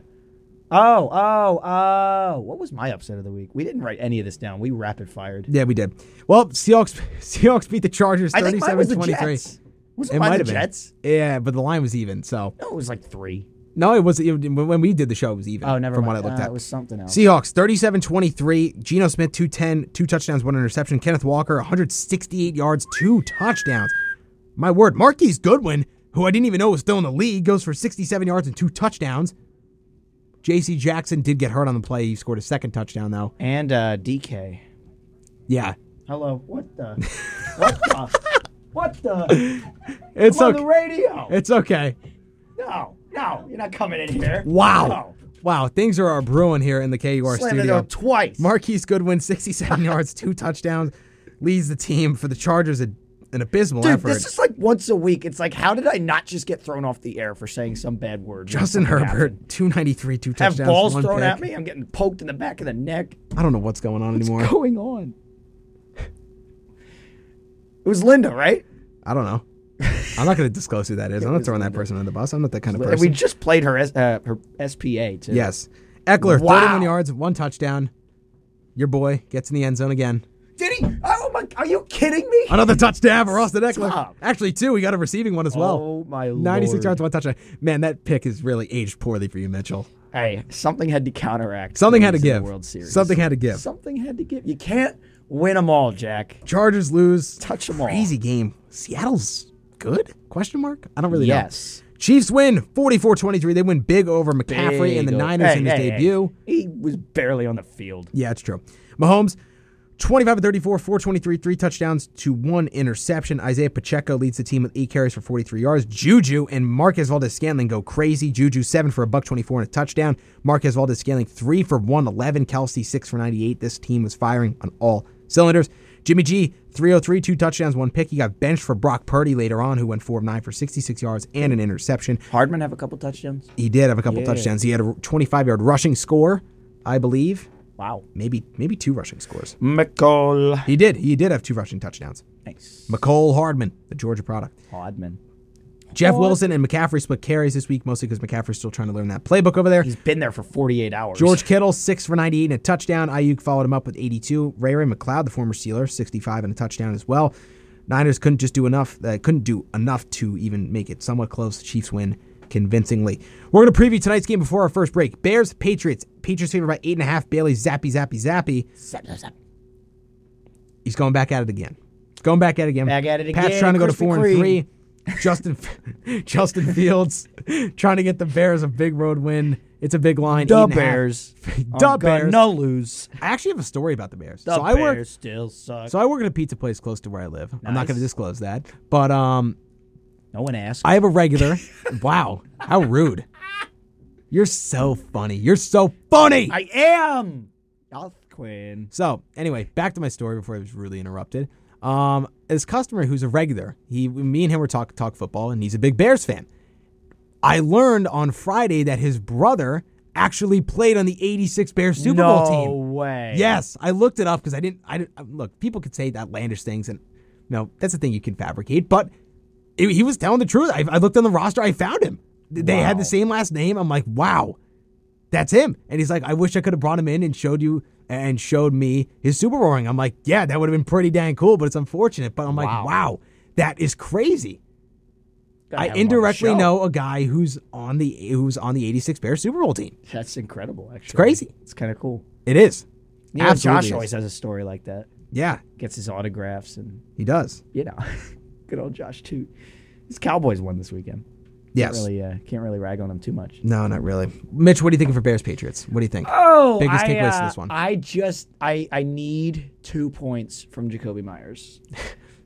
[SPEAKER 2] Oh, oh, oh. What was my upset of the week? We didn't write any of this down. We rapid fired.
[SPEAKER 1] yeah, we did. Well, Seahawks Seahawks beat the Chargers
[SPEAKER 2] I think mine was the
[SPEAKER 1] 37-23.
[SPEAKER 2] Jets. Was it,
[SPEAKER 1] It
[SPEAKER 2] mine
[SPEAKER 1] might
[SPEAKER 2] the
[SPEAKER 1] have been.
[SPEAKER 2] Jets?
[SPEAKER 1] Yeah, but the line was even. So
[SPEAKER 2] No, it was like three.
[SPEAKER 1] no, it was it, when we did the show. It was even.
[SPEAKER 2] Oh, never
[SPEAKER 1] from
[SPEAKER 2] mind.
[SPEAKER 1] what I looked
[SPEAKER 2] Ah,
[SPEAKER 1] at.
[SPEAKER 2] It was something else.
[SPEAKER 1] Seahawks 37-23. Geno Smith 210, two touchdowns, one interception. Kenneth Walker 168 yards, two touchdowns. My word, Marquise Goodwin, who I didn't even know was still in the league, goes for 67 yards and two touchdowns. J.C. Jackson did get hurt on the play. He scored a second touchdown though.
[SPEAKER 2] and uh, DK.
[SPEAKER 1] Yeah,
[SPEAKER 2] Hello. What the? What the? What the?
[SPEAKER 1] it's
[SPEAKER 2] I'm on
[SPEAKER 1] okay.
[SPEAKER 2] the radio.
[SPEAKER 1] It's okay.
[SPEAKER 2] No, no, you're not coming in here.
[SPEAKER 1] Wow, wow, things are, are brewing here in the KUR
[SPEAKER 2] No. Slammed the
[SPEAKER 1] studio.
[SPEAKER 2] door twice.
[SPEAKER 1] Marquise Goodwin, 67 yards, two touchdowns, leads the team for the Chargers. A, an abysmal
[SPEAKER 2] Dude,
[SPEAKER 1] effort.
[SPEAKER 2] this is like once a week. It's like, how did I not just get thrown off the air for saying some bad word? when
[SPEAKER 1] Justin
[SPEAKER 2] something
[SPEAKER 1] Herbert,
[SPEAKER 2] happened?
[SPEAKER 1] 293, two
[SPEAKER 2] Have
[SPEAKER 1] touchdowns.
[SPEAKER 2] balls
[SPEAKER 1] one
[SPEAKER 2] thrown
[SPEAKER 1] pick.
[SPEAKER 2] at me. I'm getting poked in the back of the neck.
[SPEAKER 1] I don't know what's going on anymore.
[SPEAKER 2] What's going on? It was Linda, right?
[SPEAKER 1] I don't know. I'm not going to disclose who that is. I'm not throwing that person on the bus. I'm not that kind of
[SPEAKER 2] And we
[SPEAKER 1] person.
[SPEAKER 2] just played her S- uh, her SPA too.
[SPEAKER 1] Yes. Eckler,
[SPEAKER 2] Wow.
[SPEAKER 1] 31 yards, one touchdown. Your boy gets in the end zone again.
[SPEAKER 2] Did he? Oh my! Are you kidding me?
[SPEAKER 1] Another touchdown for Austin Eckler.
[SPEAKER 2] Stop.
[SPEAKER 1] Actually, two. He got a receiving one as well.
[SPEAKER 2] Oh, my
[SPEAKER 1] 96
[SPEAKER 2] Lord.
[SPEAKER 1] yards, one touchdown. Man, that pick is really aged poorly for you, Mitchell.
[SPEAKER 2] Hey, something had to counteract.
[SPEAKER 1] Something
[SPEAKER 2] the
[SPEAKER 1] had to
[SPEAKER 2] losing
[SPEAKER 1] give.
[SPEAKER 2] World Series.
[SPEAKER 1] Something had to give.
[SPEAKER 2] Something had to give. You can't win them all, Jack.
[SPEAKER 1] Chargers lose.
[SPEAKER 2] Touch 'em all.
[SPEAKER 1] Crazy game. Seattle's good? Question mark? I don't really know.
[SPEAKER 2] Yes.
[SPEAKER 1] Chiefs win 44-23. They win big over McCaffrey and the
[SPEAKER 2] Big ol-
[SPEAKER 1] Niners
[SPEAKER 2] Hey,
[SPEAKER 1] in his
[SPEAKER 2] hey, hey.
[SPEAKER 1] debut.
[SPEAKER 2] He was barely on the field.
[SPEAKER 1] Yeah, it's true. Mahomes 25 34, 423, three touchdowns to one interception. Isaiah Pacheco leads the team with eight carries for 43 yards. Juju and Marquez Valdez Scantling go crazy. Juju seven for a buck 24 and a touchdown. Marquez Valdez Scantling three for 111. Kelsey six for 98. This team was firing on all cylinders. Jimmy G 303, two touchdowns, one pick. He got benched for Brock Purdy later on, who went four of nine for 66 yards and an interception.
[SPEAKER 2] Hardman have a couple touchdowns.
[SPEAKER 1] He did have a couple touchdowns. He had a 25 yard rushing score, I believe.
[SPEAKER 2] Wow.
[SPEAKER 1] Maybe maybe two rushing scores.
[SPEAKER 2] McCall.
[SPEAKER 1] He did. He did have two rushing touchdowns.
[SPEAKER 2] Nice.
[SPEAKER 1] McCole Hardman, the Georgia product.
[SPEAKER 2] Hardman.
[SPEAKER 1] Jeff Wilson and McCaffrey split carries this week, mostly because McCaffrey's still trying to learn that playbook over there.
[SPEAKER 2] He's been there for 48 hours.
[SPEAKER 1] George Kittle, six for 98 and a touchdown. Ayuk followed him up with 82. Ray Ray McLeod, the former Steeler, 65 and a touchdown as well. Niners couldn't just do enough. Uh, couldn't do enough to even make it somewhat close. Chiefs win convincingly. We're going to preview tonight's game before our first break. Bears, Patriots. Patriots favored by eight and a half. Bailey, zappy, zappy, zappy.
[SPEAKER 2] Zap, zap, zap.
[SPEAKER 1] He's going back at it again. He's going back at it again.
[SPEAKER 2] Back at it
[SPEAKER 1] Pat's
[SPEAKER 2] again,
[SPEAKER 1] trying to go to
[SPEAKER 2] Krispy
[SPEAKER 1] four and
[SPEAKER 2] Kreme.
[SPEAKER 1] three. Justin Justin Fields trying to get the Bears a big road win. It's a big line.
[SPEAKER 2] The
[SPEAKER 1] eight and a half.
[SPEAKER 2] Bears. I'm
[SPEAKER 1] The Bears.
[SPEAKER 2] gonna lose.
[SPEAKER 1] I actually have a story about the Bears.
[SPEAKER 2] The
[SPEAKER 1] so I
[SPEAKER 2] Bears
[SPEAKER 1] work.
[SPEAKER 2] still suck.
[SPEAKER 1] So I work at a pizza place close to where I live. I'm not
[SPEAKER 2] Nice.
[SPEAKER 1] going to disclose that, but um,
[SPEAKER 2] no one asked.
[SPEAKER 1] I have a regular. wow, how rude! You're so funny. You're so funny.
[SPEAKER 2] I am. Alf Quinn.
[SPEAKER 1] So anyway, back to my story before I was rudely interrupted. Um, this customer who's a regular, he, me and him were talk talk football, and he's a big Bears fan. I learned on Friday that his brother actually played on the '86 Bears Super
[SPEAKER 2] no
[SPEAKER 1] Bowl team.
[SPEAKER 2] way.
[SPEAKER 1] Yes, I looked it up because I didn't. I didn't, look. People could say outlandish things, and No, that's the thing you can fabricate. But it- he was telling the truth. I, I looked on the roster. I found him. Th- They had the same last name. I'm like, wow, that's him. And he's like, I wish I could have brought him in and showed you and showed me his Super Bowl ring. I'm like, yeah, that would have been pretty dang cool. But it's unfortunate. But I'm like,
[SPEAKER 2] Wow.
[SPEAKER 1] wow, that is crazy.
[SPEAKER 2] Gotta
[SPEAKER 1] I
[SPEAKER 2] have him on the
[SPEAKER 1] indirectly
[SPEAKER 2] show.
[SPEAKER 1] know a guy who's on the who's on the '86 Bears Super Bowl team.
[SPEAKER 2] That's incredible. Actually, it's
[SPEAKER 1] crazy.
[SPEAKER 2] It's kind of cool.
[SPEAKER 1] It is.
[SPEAKER 2] Neil
[SPEAKER 1] Absolutely
[SPEAKER 2] Josh
[SPEAKER 1] is.
[SPEAKER 2] always has a story like that.
[SPEAKER 1] Yeah,
[SPEAKER 2] Gets his autographs and
[SPEAKER 1] he does.
[SPEAKER 2] you know, good old Josh too. His Cowboys won this weekend.
[SPEAKER 1] Yes.
[SPEAKER 2] Can't really, uh, can't really rag on him too much.
[SPEAKER 1] No, not really. Mitch, what are you thinking for Bears Patriots? What do you think?
[SPEAKER 2] Oh,
[SPEAKER 1] Biggest
[SPEAKER 2] I,
[SPEAKER 1] takeaways
[SPEAKER 2] uh,
[SPEAKER 1] to this one.
[SPEAKER 2] I just I I need two points from Jacoby Myers.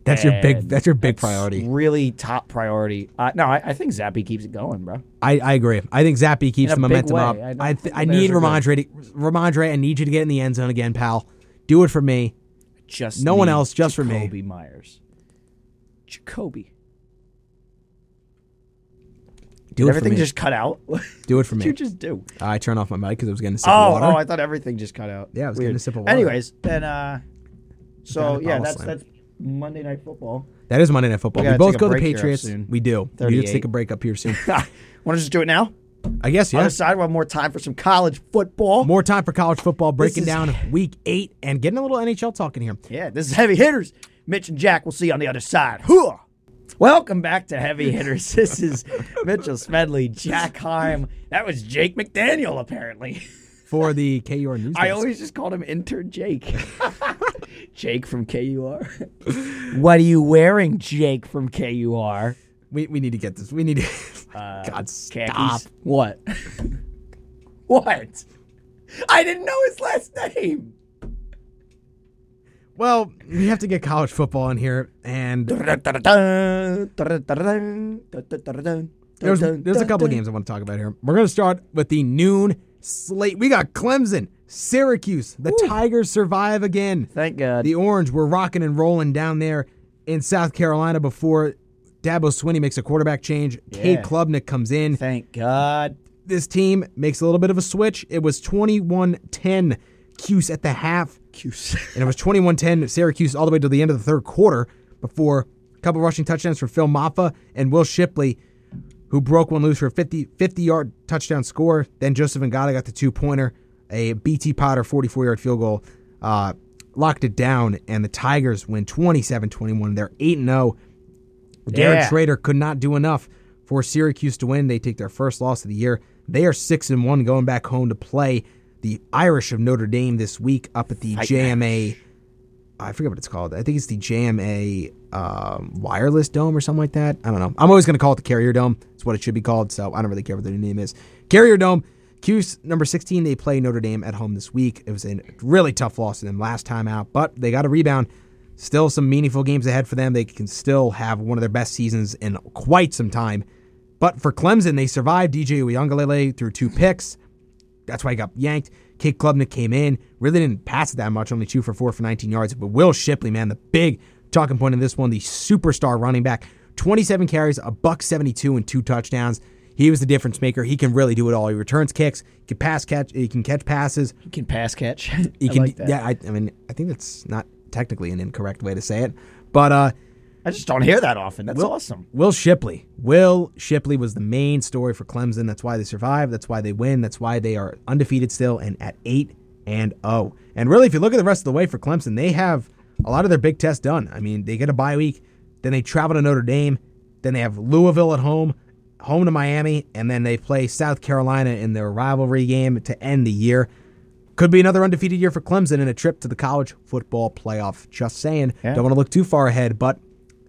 [SPEAKER 1] That's your big.
[SPEAKER 2] And
[SPEAKER 1] That's your big priority.
[SPEAKER 2] Really top priority. Uh, no, I, I think Zappy keeps it going, bro.
[SPEAKER 1] I, I agree. I think Zappy keeps
[SPEAKER 2] In a
[SPEAKER 1] the
[SPEAKER 2] big
[SPEAKER 1] momentum
[SPEAKER 2] way.
[SPEAKER 1] up.
[SPEAKER 2] I don't
[SPEAKER 1] I
[SPEAKER 2] think
[SPEAKER 1] th-
[SPEAKER 2] the
[SPEAKER 1] I
[SPEAKER 2] Bears
[SPEAKER 1] need
[SPEAKER 2] are good.
[SPEAKER 1] Ramondre. To, Ramondre, I need you to get in the end zone again, pal. Do it for me.
[SPEAKER 2] Just
[SPEAKER 1] No one
[SPEAKER 2] need
[SPEAKER 1] else, just for me.
[SPEAKER 2] Jacoby Myers. Jacoby.
[SPEAKER 1] Do it
[SPEAKER 2] Did
[SPEAKER 1] for
[SPEAKER 2] everything
[SPEAKER 1] me.
[SPEAKER 2] just cut out? Oh, What
[SPEAKER 1] do it for
[SPEAKER 2] did you
[SPEAKER 1] me.
[SPEAKER 2] just do?
[SPEAKER 1] I turn off my mic because I was getting a sip
[SPEAKER 2] Oh,
[SPEAKER 1] of water.
[SPEAKER 2] oh, I thought everything just cut out.
[SPEAKER 1] Yeah, I was
[SPEAKER 2] Weird.
[SPEAKER 1] getting a sip of water.
[SPEAKER 2] Anyways, then uh, so
[SPEAKER 1] Down to
[SPEAKER 2] yeah,
[SPEAKER 1] Bottle
[SPEAKER 2] that's
[SPEAKER 1] Slam.
[SPEAKER 2] that's Monday Night Football.
[SPEAKER 1] that is Monday Night Football.
[SPEAKER 2] We
[SPEAKER 1] We,
[SPEAKER 2] gotta
[SPEAKER 1] both
[SPEAKER 2] take a
[SPEAKER 1] go to
[SPEAKER 2] break here up
[SPEAKER 1] Patriots.
[SPEAKER 2] soon.
[SPEAKER 1] We do. We need to
[SPEAKER 2] 38.
[SPEAKER 1] take a break up here soon.
[SPEAKER 2] Want to just do it now?
[SPEAKER 1] I guess
[SPEAKER 2] Other
[SPEAKER 1] yeah.
[SPEAKER 2] side, we have more time for some college football.
[SPEAKER 1] More time for college football, breaking
[SPEAKER 2] is-
[SPEAKER 1] down Week Eight and getting a little NHL talking here.
[SPEAKER 2] Yeah, this is Heavy Hitters. Mitch and Jack, we'll see you on the other side. Hooah! Welcome back to Heavy Hitters. This is Mitchell Smedley, Jack Heim. That was Jake McDaniel, apparently.
[SPEAKER 1] for the KUR news.
[SPEAKER 2] I
[SPEAKER 1] desk.
[SPEAKER 2] always just called him Intern Jake. Jake from KUR. what are you wearing, Jake from KUR?
[SPEAKER 1] we, we need to get this. We need to. God,
[SPEAKER 2] Uh, Khakis?
[SPEAKER 1] stop.
[SPEAKER 2] What? what? I didn't know his last name.
[SPEAKER 1] Well, we have to get college football in here, and there's,
[SPEAKER 2] There's,
[SPEAKER 1] there's a couple of games I want to talk about here. We're going to start with the noon slate. We got Clemson, Syracuse. The Tigers survive again.
[SPEAKER 2] Thank God.
[SPEAKER 1] The Orange were rocking and rolling down there in South Carolina before Dabo Swinney makes a quarterback change. Cade
[SPEAKER 2] Yeah.
[SPEAKER 1] Klubnik comes in.
[SPEAKER 2] Thank God.
[SPEAKER 1] this team makes a little bit of a switch. It was 21-10 Cuse at the half. Cuse. and it was 21-10 Syracuse all the way to the end of the third quarter before a couple rushing touchdowns from Phil Maffa and Will Shipley, who broke one loose for a 50, 50-yard touchdown score. Then Joseph Ngata got the two-pointer, a BT Potter 44-yard field goal, uh, locked it down, and the Tigers win 27-21. They're 8-0. Garrett
[SPEAKER 2] Yeah.
[SPEAKER 1] Schrader could not do enough for Syracuse to win. They take their first loss of the year. They are six and one going back home to play the Irish of Notre Dame this week up at the JMA. I forget what it's called. I think it's the JMA um, Wireless Dome or something like that. I don't know. I'm always going to call it the Carrier Dome. It's what it should be called. So I don't really care what the new name is. Carrier Dome. Cuse number 16. They play Notre Dame at home this week. It was a really tough loss to them last time out, but they got a rebound. Still some meaningful games ahead for them. They can still have one of their best seasons in quite some time. But for Clemson, they survived DJ Uyangalele through two picks. That's why he got yanked. Kate Klubnik came in, really didn't pass it that much, only two for four for 19 yards. But Will Shipley, man, the big talking point in this one, the superstar running back, 27 carries, a buck 72, and two touchdowns. He was the difference maker. He can really do it all. He returns kicks, he can pass catch, he can catch passes.
[SPEAKER 2] You can pass catch.
[SPEAKER 1] He
[SPEAKER 2] I
[SPEAKER 1] can,
[SPEAKER 2] like that.
[SPEAKER 1] yeah. I, I mean, I think that's not technically an incorrect way to say it, but uh,
[SPEAKER 2] I just don't hear that often. That's awesome.
[SPEAKER 1] Um, Will Shipley. Will Shipley was the main story for Clemson. That's why they survived. That's why they win. That's why they are undefeated still and at 8 and 0. And really, if you look at the rest of the way for Clemson, they have a lot of their big tests done. I mean, they get a bye week, then they travel to Notre Dame, then they have Louisville at home, home to Miami, and then they play South Carolina in their rivalry game to end the year. Could be another undefeated year for Clemson and a trip to the college football playoff. Just saying.
[SPEAKER 2] Yeah.
[SPEAKER 1] Don't want to look too far ahead, but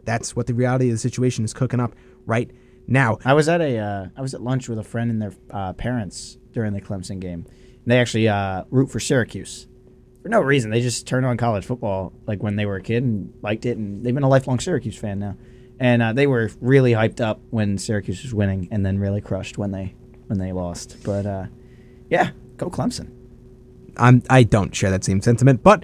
[SPEAKER 1] that's what the reality of the situation is cooking up right now.
[SPEAKER 2] I was at a uh, I was at lunch with a friend and their uh, parents during the Clemson game. And they actually uh, root for Syracuse for no reason. They just turned on college football like when they were a kid and liked it, and they've been a lifelong Syracuse fan now. And uh, they were really hyped up when Syracuse was winning, and then really crushed when they when they lost. But uh, yeah, go Clemson.
[SPEAKER 1] I'm I don't share that same sentiment, but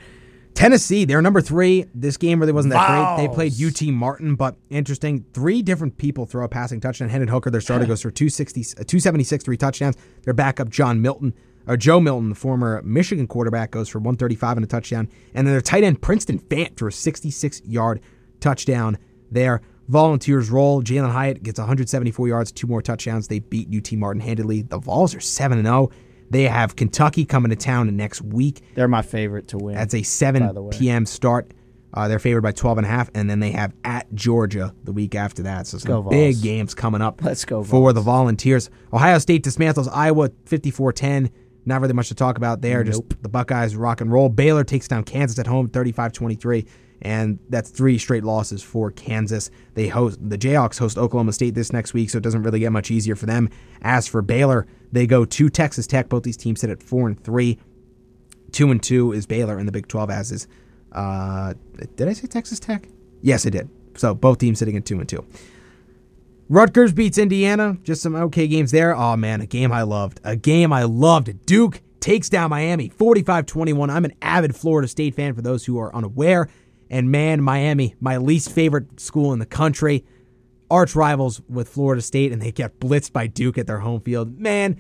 [SPEAKER 1] Tennessee, they're number three. This game really wasn't that great. They played UT Martin, but interesting. Three different people throw a passing touchdown. Hendon Hooker, their starter, goes for 260, uh, 276, three touchdowns. Their backup, John Milton, or Joe Milton, the former Michigan quarterback, goes for 135 and a touchdown. And then their tight end, Princeton Fant, threw a 66 yard touchdown there. Volunteers roll. Jalen Hyatt gets 174 yards, two more touchdowns. They beat UT Martin handedly. The Vols are oh. 7 0. They have Kentucky coming to town next week.
[SPEAKER 2] They're my favorite to win.
[SPEAKER 1] That's a
[SPEAKER 2] By the
[SPEAKER 1] 7
[SPEAKER 2] way.
[SPEAKER 1] p.m. start. Uh, they're favored by 12 and a half, and then they have at Georgia the week after that. So some
[SPEAKER 2] go,
[SPEAKER 1] big
[SPEAKER 2] Vols.
[SPEAKER 1] games coming up.
[SPEAKER 2] Let's go,
[SPEAKER 1] for the Volunteers. Ohio State dismantles Iowa 54-10. Not really much to talk about there. Just the Buckeyes rock and roll. Baylor takes down Kansas at home 35-23, and that's three straight losses for Kansas. They host the Jayhawks host Oklahoma State this next week, so it doesn't really get much easier for them. As for Baylor, they go to Texas Tech. Both these teams sit at four and three two and two is Baylor in the Big Twelve. As is, uh, did I say Texas Tech? Yes, I did. So both teams sitting at two and two. Rutgers beats Indiana. Just some okay games there. Oh man, a game I loved. A game I loved. Duke takes down Miami 45-21. I'm an avid Florida State fan for those who are unaware. And man, Miami, my least favorite school in the country. Arch rivals with Florida State, and they get blitzed by Duke at their home field. Man,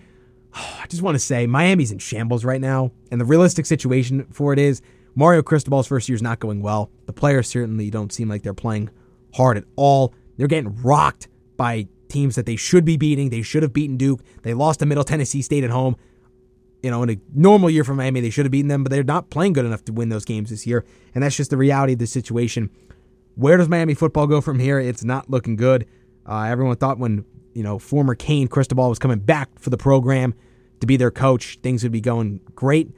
[SPEAKER 1] I just want to say Miami's in shambles right now, and the realistic situation for it is Mario Cristobal's first year is not going well. The players certainly don't seem like they're playing hard at all. They're getting rocked by teams that they should be beating. They should have beaten Duke. They lost to Middle Tennessee State at home. You know, in a normal year for Miami, they should have beaten them, but they're not playing good enough to win those games this year, and that's just the reality of the situation. Where does Miami football go from here? It's not looking good. Uh, everyone thought when you know former Kane Cristobal was coming back for the program to be their coach, things would be going great.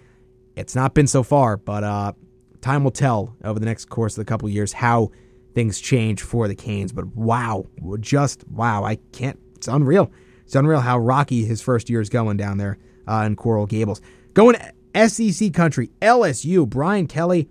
[SPEAKER 1] It's not been so far, but uh, time will tell over the next course of the couple years how things change for the Canes. But wow, just wow! I can't. It's unreal. It's unreal how rocky his first year is going down there uh, in Coral Gables. Going SEC country, LSU. Brian Kelly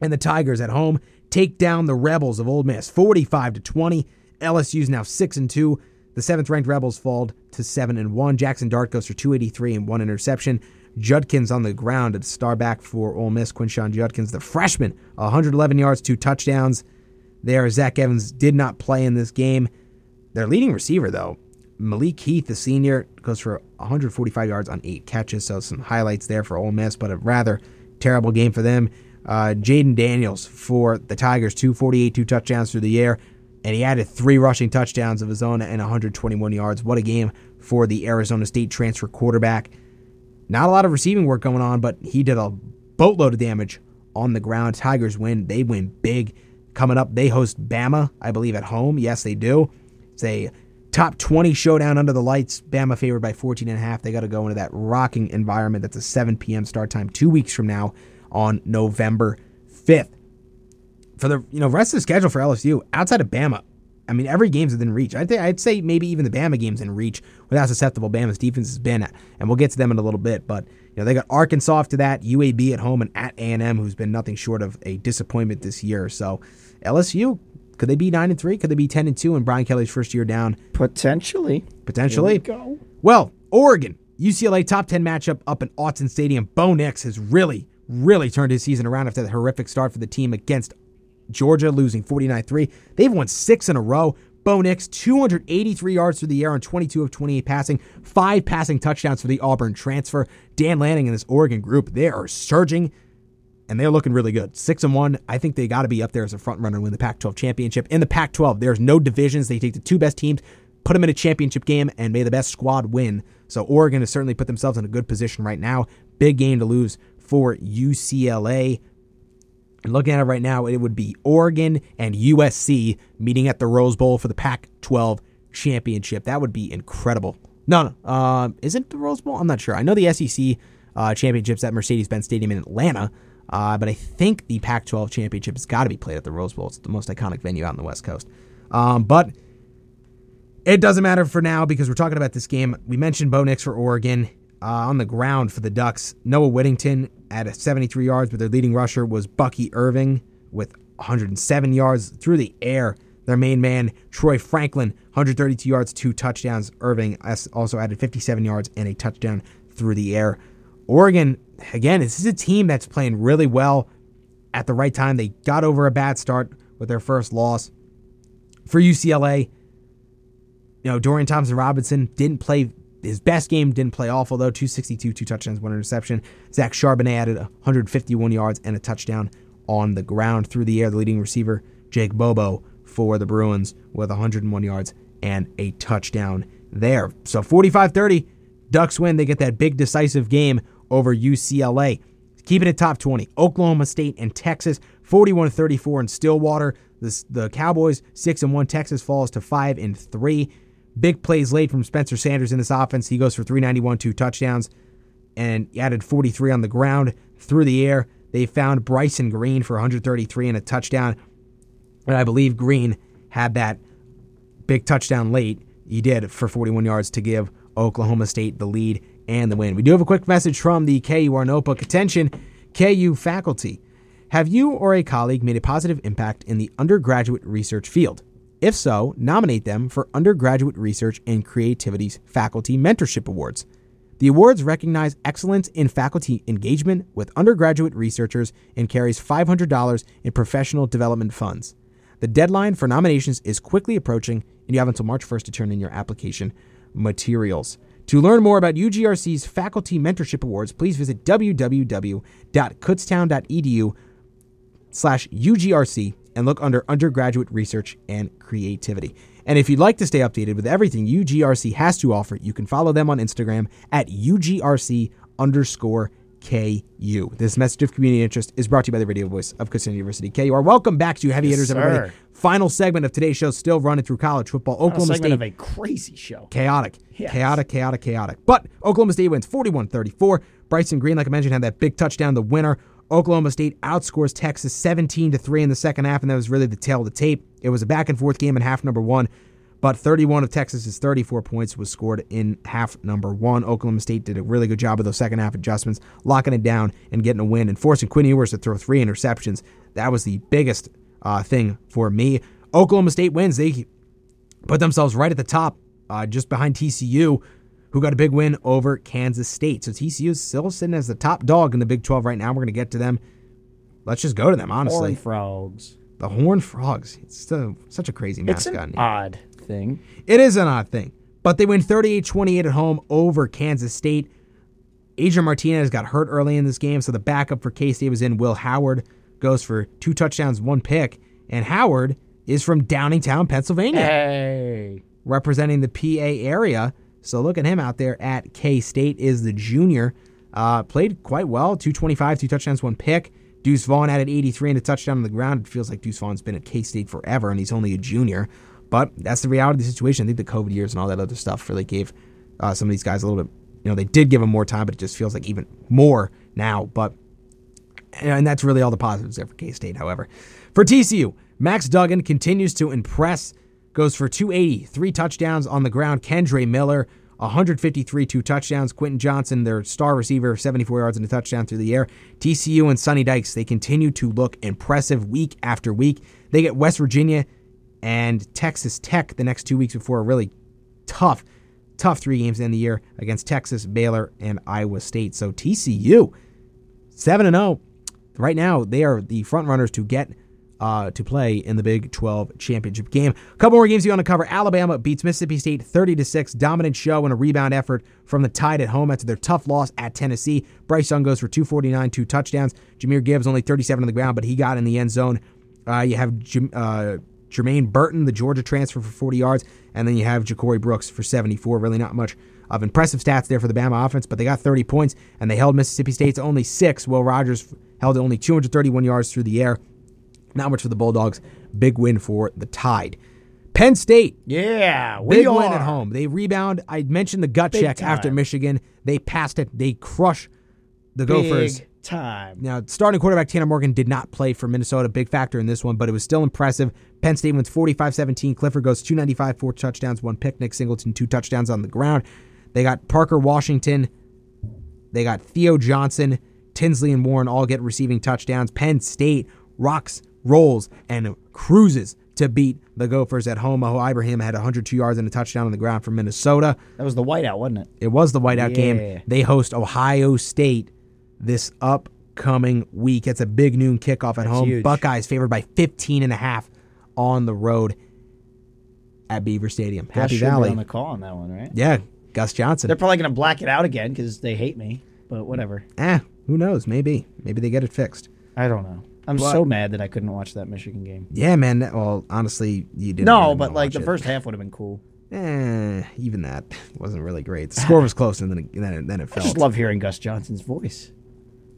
[SPEAKER 1] and the Tigers at home take down the Rebels of Old Miss, 45 to 20. LSU's now six and two. The seventh ranked Rebels fall to seven and one. Jackson Dart goes for 283 and one interception. Judkins on the ground at star back for Ole Miss. Quinshawn Judkins, the freshman, 111 yards, two touchdowns. There, Zach Evans did not play in this game. Their leading receiver, though, Malik Heath, the senior, goes for 145 yards on eight catches. So some highlights there for Ole Miss, but a rather terrible game for them. Uh, Jaden Daniels for the Tigers, 248, two touchdowns through the air, and he added three rushing touchdowns of his own and 121 yards. What a game for the Arizona State transfer quarterback. Not a lot of receiving work going on, but he did a boatload of damage on the ground. Tigers win. They win big. Coming up, they host Bama, I believe, at home. Yes, they do. It's a top 20 showdown under the lights. Bama favored by 14 and a half. They got to go into that rocking environment. That's a 7 p.m. start time two weeks from now on November 5th. For the you know rest of the schedule for LSU outside of Bama, I mean every game's within reach. I think I'd say maybe even the Bama game's in reach with how susceptible Bama's defense has been at, and we'll get to them in a little bit. But you know they got Arkansas after that, UAB at home, and at A and M, who's been nothing short of a disappointment this year. So LSU could they be nine and three? Could they be ten and two? And Brian Kelly's first year down
[SPEAKER 2] Potentially.
[SPEAKER 1] potentially.
[SPEAKER 2] Here we go.
[SPEAKER 1] Well, Oregon, UCLA top 10 matchup up in Autzen Stadium. Bo Nix has really, really turned his season around after that horrific start for the team against Georgia, losing 49 3. They've won six in a row. Bo Nix, 283 yards through the air on 22 of 28 passing, five passing touchdowns for the Auburn transfer. Dan Lanning and this Oregon group, they are surging and they're looking really good. Six and one. I think they got to be up there as a front runner and win the Pac-12 championship. In the Pac-12, there's no divisions. They take the two best teams, put them in a championship game, and may the best squad win. So Oregon has certainly put themselves in a good position right now. Big game to lose for UCLA. And looking at it right now, it would be Oregon and USC meeting at the Rose Bowl for the Pac-12 championship. That would be incredible. No, no, uh, is it the Rose Bowl? I'm not sure. I know the SEC uh, championships at Mercedes-Benz Stadium in Atlanta, uh, but I think the Pac-12 championship has got to be played at the Rose Bowl. It's the most iconic venue out on the West Coast. Um, but it doesn't matter for now because we're talking about this game. We mentioned Bo Nix for Oregon uh, on the ground for the Ducks. Noah Whittington at a 73 yards, but their leading rusher was Bucky Irving with 107 yards through the air. Their main man, Troy Franklin, 132 yards, two touchdowns. Irving as- also added 57 yards and a touchdown through the air. Oregon, again, this is a team that's playing really well at the right time. They got over a bad start with their first loss. For UCLA, you know, Dorian Thompson Robinson didn't play his best game, didn't play awful though. 262, two touchdowns, one interception. Zach Charbonnet added 151 yards and a touchdown on the ground through the air. The leading receiver Jake Bobo for the Bruins with 101 yards and a touchdown there. So 45 30, Ducks win. They get that big decisive game over UCLA. Keeping it top 20, Oklahoma State and Texas 41 34 in Stillwater. This, the Cowboys 6 and 1, Texas falls to 5 and 3. Big plays late from Spencer Sanders in this offense. He goes for 391, two touchdowns and added 43 on the ground through the air. They found Bryson Green for 133 and a touchdown. And I believe Green had that big touchdown late. He did for 41 yards to give Oklahoma State the lead and the win. We do have a quick message from the KU Our Notebook. Attention, KU faculty. Have you or a colleague made a positive impact in the undergraduate research field? If so, nominate them for Undergraduate Research and Creativity's Faculty Mentorship Awards. The awards recognize excellence in faculty engagement with undergraduate researchers and carries $500 in professional development funds. The deadline for nominations is quickly approaching, and you have until March 1st to turn in your application materials. To learn more about UGRC's Faculty Mentorship Awards, please visit www.kutztown.edu slash UGRC and look under undergraduate research and creativity. And if you'd like to stay updated with everything UGRC has to offer, you can follow them on Instagram at UGRC underscore KU. This message of community interest is brought to you by the radio voice of Kutztown University, KU. Welcome back to Heavy Hitters,
[SPEAKER 2] sir.
[SPEAKER 1] everybody. Final segment of today's show, still running through college football.
[SPEAKER 2] A
[SPEAKER 1] Oklahoma
[SPEAKER 2] segment
[SPEAKER 1] State
[SPEAKER 2] of a crazy show.
[SPEAKER 1] chaotic,
[SPEAKER 2] Yes.
[SPEAKER 1] chaotic, chaotic, chaotic. But Oklahoma State wins 41 34. Bryson Green, like I mentioned, had that big touchdown, the winner. Oklahoma State outscores Texas 17 to 3 in the second half, and that was really the tail of the tape. It was a back and forth game in half number one, but 31 of Texas's 34 points was scored in half number one. Oklahoma State did a really good job of those second half adjustments, locking it down and getting a win and forcing Quinn Ewers to throw three interceptions. That was the biggest uh, thing for me. Oklahoma State wins. They put themselves right at the top, uh, just behind TCU, who got a big win over Kansas State. So TCU is still sitting as the top dog in the Big 12 right now. We're going to get to them. Let's just go to them, honestly.
[SPEAKER 2] Horned frogs.
[SPEAKER 1] the Horned Frogs. It's still such a crazy
[SPEAKER 2] It's
[SPEAKER 1] mascot.
[SPEAKER 2] an
[SPEAKER 1] name.
[SPEAKER 2] odd thing.
[SPEAKER 1] It is an odd thing. But they win 38 28 at home over Kansas State. Adrian Martinez got hurt early in this game, so the backup for K State was in. Will Howard goes for two touchdowns, one pick. And Howard is from Downingtown, Pennsylvania
[SPEAKER 2] Hey.
[SPEAKER 1] representing the PA area. So look at him out there at K State is the junior. Uh, played quite well, 225, two touchdowns, one pick. Deuce Vaughn added 83 and a touchdown on the ground. It feels like Deuce Vaughn's been at K State forever and he's only a junior. But that's the reality of the situation. I think the COVID years and all that other stuff really gave uh, some of these guys a little bit, you know, they did give them more time, but it just feels like even more now. But and that's really all the positives there for K State, however. For TCU, Max Duggan continues to impress, goes for 280, three touchdowns on the ground. Kendra Miller, 153, two touchdowns. Quentin Johnson, their star receiver, 74 yards and a touchdown through the air. TCU and Sonny Dykes, they continue to look impressive week after week. They get West Virginia and Texas Tech the next two weeks before a really tough, tough three games in the year against Texas, Baylor, and Iowa State. So TCU, 7 and 0. Right now, they are the front runners to get uh, to play in the Big 12 championship game. A couple more games you want to cover. Alabama beats Mississippi State 30 to 6. Dominant show and a rebound effort from the Tide at home after their tough loss at Tennessee. Bryce Young goes for 249, two touchdowns. Jameer Gibbs only 37 on the ground, but he got in the end zone. Uh, you have Jim, uh, Jermaine Burton, the Georgia transfer, for 40 yards, and then you have Ja'Cory Brooks for 74. Really, not much of impressive stats there for the Bama offense, but they got 30 points and they held Mississippi State to only six. Will Rogers held only 231 yards through the air. Not much for the Bulldogs. Big win for the Tide. Penn State
[SPEAKER 2] Yeah. We
[SPEAKER 1] Big
[SPEAKER 2] are.
[SPEAKER 1] win at home. They rebound. I mentioned the gut check after
[SPEAKER 2] time.
[SPEAKER 1] Michigan. They passed it. They crush the Gophers.
[SPEAKER 2] Big time.
[SPEAKER 1] Now, starting quarterback Tanner Morgan did not play for Minnesota. Big factor in this one, but it was still impressive. Penn State wins 45 17. Clifford goes 295, four touchdowns, one pick. Nick Singleton, two touchdowns on the ground. They got Parker Washington. They got Theo Johnson, Tinsley, and Warren all get receiving touchdowns. Penn State rocks, rolls, and cruises to beat the Gophers at home. Aho Ibrahim had 102 yards and a touchdown on the ground for Minnesota.
[SPEAKER 2] That was the whiteout, wasn't it?
[SPEAKER 1] It was the whiteout
[SPEAKER 2] Yeah.
[SPEAKER 1] game. They host Ohio State this upcoming week. It's a big noon kickoff at home.
[SPEAKER 2] huge.
[SPEAKER 1] Buckeyes favored by 15 and a half on the road at Beaver Stadium.
[SPEAKER 2] Gus
[SPEAKER 1] Happy
[SPEAKER 2] should be
[SPEAKER 1] Valley.
[SPEAKER 2] on the call on that one, right?
[SPEAKER 1] yeah, Gus Johnson.
[SPEAKER 2] They're probably going to black it out again because they hate me. But whatever.
[SPEAKER 1] eh, who knows? Maybe. Maybe they get it fixed.
[SPEAKER 2] I don't know. I'm so mad that I couldn't watch that Michigan game.
[SPEAKER 1] Yeah, man. That, well, honestly, you didn't.
[SPEAKER 2] No,
[SPEAKER 1] really
[SPEAKER 2] but
[SPEAKER 1] wanna
[SPEAKER 2] like
[SPEAKER 1] watch
[SPEAKER 2] the
[SPEAKER 1] it.
[SPEAKER 2] first half would have been cool.
[SPEAKER 1] Eh, even that wasn't really great. The score was close, and then it, then it, then it
[SPEAKER 2] I
[SPEAKER 1] fell.
[SPEAKER 2] just love hearing Gus Johnson's voice.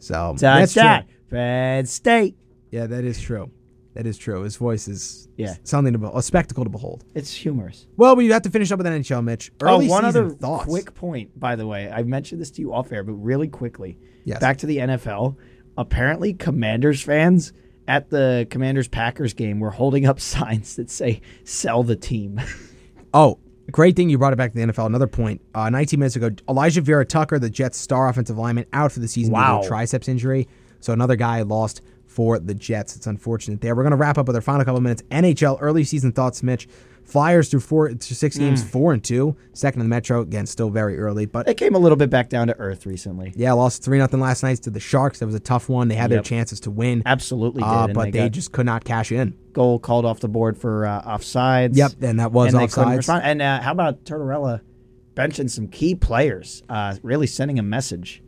[SPEAKER 1] so
[SPEAKER 2] Dot,
[SPEAKER 1] that's
[SPEAKER 2] dot,
[SPEAKER 1] true.
[SPEAKER 2] Penn State.
[SPEAKER 1] Yeah, that is true. That is true. His voice is
[SPEAKER 2] Yeah.
[SPEAKER 1] something to be- a spectacle to behold.
[SPEAKER 2] It's humorous.
[SPEAKER 1] Well, we have to finish up with NHL, Mitch. Early
[SPEAKER 2] oh, one
[SPEAKER 1] season
[SPEAKER 2] other
[SPEAKER 1] thoughts.
[SPEAKER 2] quick point, by the way. I mentioned this to you off air, but really quickly.
[SPEAKER 1] Yes.
[SPEAKER 2] Back to the NFL. Apparently, Commanders fans at the Commanders Packers game were holding up signs that say "Sell the team."
[SPEAKER 1] Oh, great thing you brought it back to the NFL. Another point. Uh, 19 minutes ago, Elijah Vera Tucker, the Jets' star offensive lineman, out for the season
[SPEAKER 2] Wow.
[SPEAKER 1] due to a triceps injury. So another guy lost for the Jets. It's unfortunate there. We're going to wrap up with our final couple minutes. NHL early season thoughts, Mitch. Flyers through four through six games,
[SPEAKER 2] Mm.
[SPEAKER 1] four and two, second in the Metro. Again, still very early, but
[SPEAKER 2] they came a little bit back down to earth recently.
[SPEAKER 1] yeah, lost three nothing last night to the Sharks. That was a tough one. They had their
[SPEAKER 2] Yep.
[SPEAKER 1] chances to win,
[SPEAKER 2] Absolutely did,
[SPEAKER 1] uh,
[SPEAKER 2] and
[SPEAKER 1] but
[SPEAKER 2] they
[SPEAKER 1] they,
[SPEAKER 2] got-
[SPEAKER 1] just could not cash in.
[SPEAKER 2] Goal called off the board for uh, offsides.
[SPEAKER 1] Yep, and that was
[SPEAKER 2] and they couldn't
[SPEAKER 1] offsides.
[SPEAKER 2] respond. And uh, how about Tortorella benching some key players, uh, really sending a message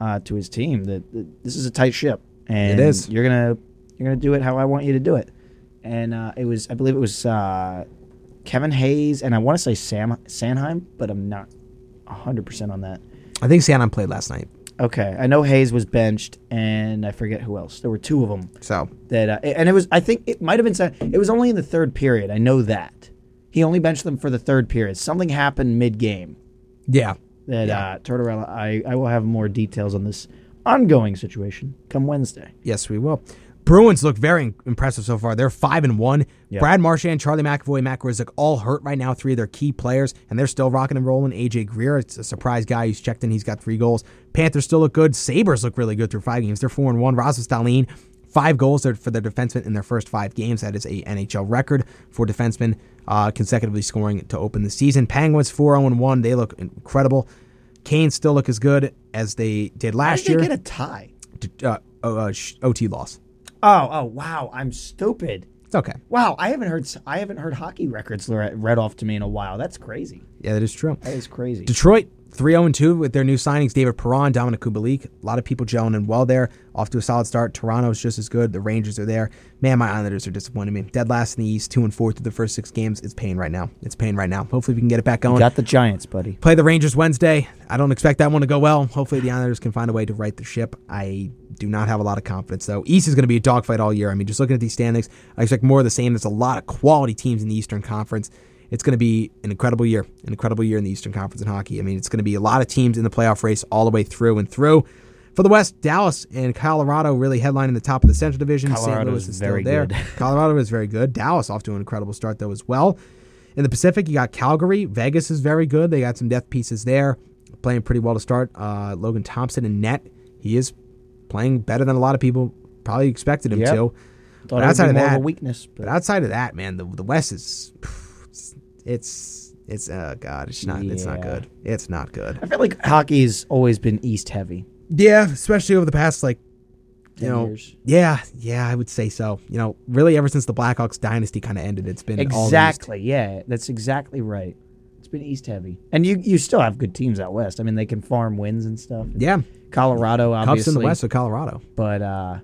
[SPEAKER 2] uh, to his team that, that this is a tight ship, and
[SPEAKER 1] is.
[SPEAKER 2] You're gonna you're gonna do it how I want you to do it. And uh, it was, I believe, it was uh, Kevin Hayes, and I want to say Sam Sanheim, but I'm not 100 percent on that.
[SPEAKER 1] I think Sanheim played last night,
[SPEAKER 2] Okay, I know Hayes was benched, and I forget who else. There were two of them
[SPEAKER 1] so
[SPEAKER 2] that uh, and it was I think it might have been said it was only in the third period. I know that. He only benched them for the third period. Something happened mid game
[SPEAKER 1] yeah.
[SPEAKER 2] that uh, Tortorella. I, I will have more details on this ongoing situation come Wednesday.
[SPEAKER 1] Yes, we will. Bruins look very impressive so far. They're five and one.
[SPEAKER 2] Yeah.
[SPEAKER 1] Brad Marchand, Charlie McAvoy, Matt Grizzlick all hurt right now. Three of their key players, and they're still rocking and rolling. AJ Greer, it's a surprise guy who's checked in. He's got three goals. Panthers still look good. Sabers look really good through five games. They're four and one. Rasmus Dahlin, five goals there for their defenseman in their first five games. That is a NHL record for defensemen uh, consecutively scoring to open the season. Penguins four zero and one. They look incredible. Canes still look as good as they did
[SPEAKER 2] How
[SPEAKER 1] last
[SPEAKER 2] did they
[SPEAKER 1] year.
[SPEAKER 2] get a tie?
[SPEAKER 1] uh, uh, uh, sh- OT loss.
[SPEAKER 2] Oh oh wow! I'm stupid.
[SPEAKER 1] It's okay.
[SPEAKER 2] Wow, I haven't heard s- I haven't heard hockey records re- read off to me in a while. That's crazy.
[SPEAKER 1] Yeah, that is true.
[SPEAKER 2] That is crazy.
[SPEAKER 1] Detroit 3 0 2 with their new signings David Perron, Dominic Kubalik. A lot of people gelling in well there. Off to a solid start. Toronto's just as good. The Rangers are there. Man, my Islanders are disappointing me. Dead last in the East, 2 and 4 through the first six games. It's pain right now. It's pain right now. Hopefully, we can get it back going.
[SPEAKER 2] Got the Giants, buddy.
[SPEAKER 1] Play the Rangers Wednesday. I don't expect that one to go well. Hopefully, the Islanders can find a way to right the ship. I do not have a lot of confidence, though. East is going to be a dogfight all year. I mean, just looking at these standings, I expect more of the same. There's a lot of quality teams in the Eastern Conference. It's going to be an incredible year, an incredible year in the Eastern Conference in hockey. I mean, it's going to be a lot of teams in the playoff race all the way through and through. For the West, Dallas and Colorado really headlining the top of the Central Division. St.
[SPEAKER 2] Colorado
[SPEAKER 1] Louis
[SPEAKER 2] is
[SPEAKER 1] is
[SPEAKER 2] very
[SPEAKER 1] still there.
[SPEAKER 2] good.
[SPEAKER 1] Colorado is very good. Dallas off to an incredible start though as well. In the Pacific, you got Calgary. Vegas is very good. They got some depth pieces there, playing pretty well to start. Uh, Logan Thompson in net, he is playing better than a lot of people probably expected him
[SPEAKER 2] Yep.
[SPEAKER 1] to.
[SPEAKER 2] Thought
[SPEAKER 1] But
[SPEAKER 2] it
[SPEAKER 1] outside
[SPEAKER 2] would
[SPEAKER 1] of
[SPEAKER 2] be more
[SPEAKER 1] that,
[SPEAKER 2] of a weakness. But
[SPEAKER 1] but outside of that, man, the the West is it's it's oh god, it's not it's not
[SPEAKER 2] Yeah.
[SPEAKER 1] good. It's not good.
[SPEAKER 2] I feel like hockey's always been East heavy.
[SPEAKER 1] Yeah, especially over the past like you
[SPEAKER 2] 10
[SPEAKER 1] know,
[SPEAKER 2] years.
[SPEAKER 1] yeah, yeah, I would say so. You know, really, ever since the Blackhawks dynasty kind of ended, it's been all these
[SPEAKER 2] Exactly. Yeah, that's exactly right. It's been East heavy, and you you still have good teams out west. I mean, they can farm wins and stuff.
[SPEAKER 1] Yeah.
[SPEAKER 2] Colorado
[SPEAKER 1] Cubs
[SPEAKER 2] obviously,
[SPEAKER 1] in the West with Colorado.
[SPEAKER 2] but uh,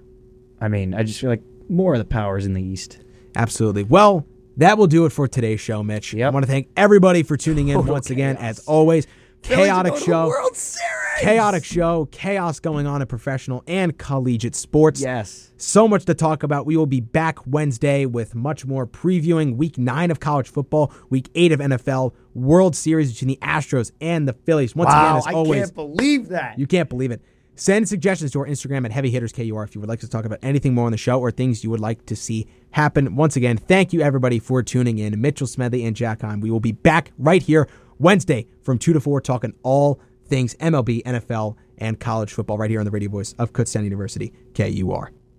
[SPEAKER 2] I mean, I just feel like more of the powers in the East.
[SPEAKER 1] Absolutely. Well, that will do it for today's show, Mitch.
[SPEAKER 2] Yep.
[SPEAKER 1] I want to thank everybody for tuning in
[SPEAKER 2] Total
[SPEAKER 1] once again.
[SPEAKER 2] chaos.
[SPEAKER 1] As always, chaotic show.
[SPEAKER 2] World Series.
[SPEAKER 1] Chaotic show, chaos going on in professional and collegiate sports.
[SPEAKER 2] Yes.
[SPEAKER 1] So much to talk about. We will be back Wednesday with much more previewing week nine of college football, week eight of NFL, World Series between the Astros and the Phillies. Once again,
[SPEAKER 2] Wow,
[SPEAKER 1] as
[SPEAKER 2] I
[SPEAKER 1] always,
[SPEAKER 2] can't believe that.
[SPEAKER 1] you can't believe it. Send suggestions to our Instagram at HeavyHittersKUR if you would like us to talk about anything more on the show or things you would like to see happen. Once again, thank you everybody for tuning in. Mitchell Smedley and Jack Heim. We will be back right here Wednesday from 2 to 4 talking all things MLB, NFL, and college football right here on the radio voice of Kutztown University, KUR.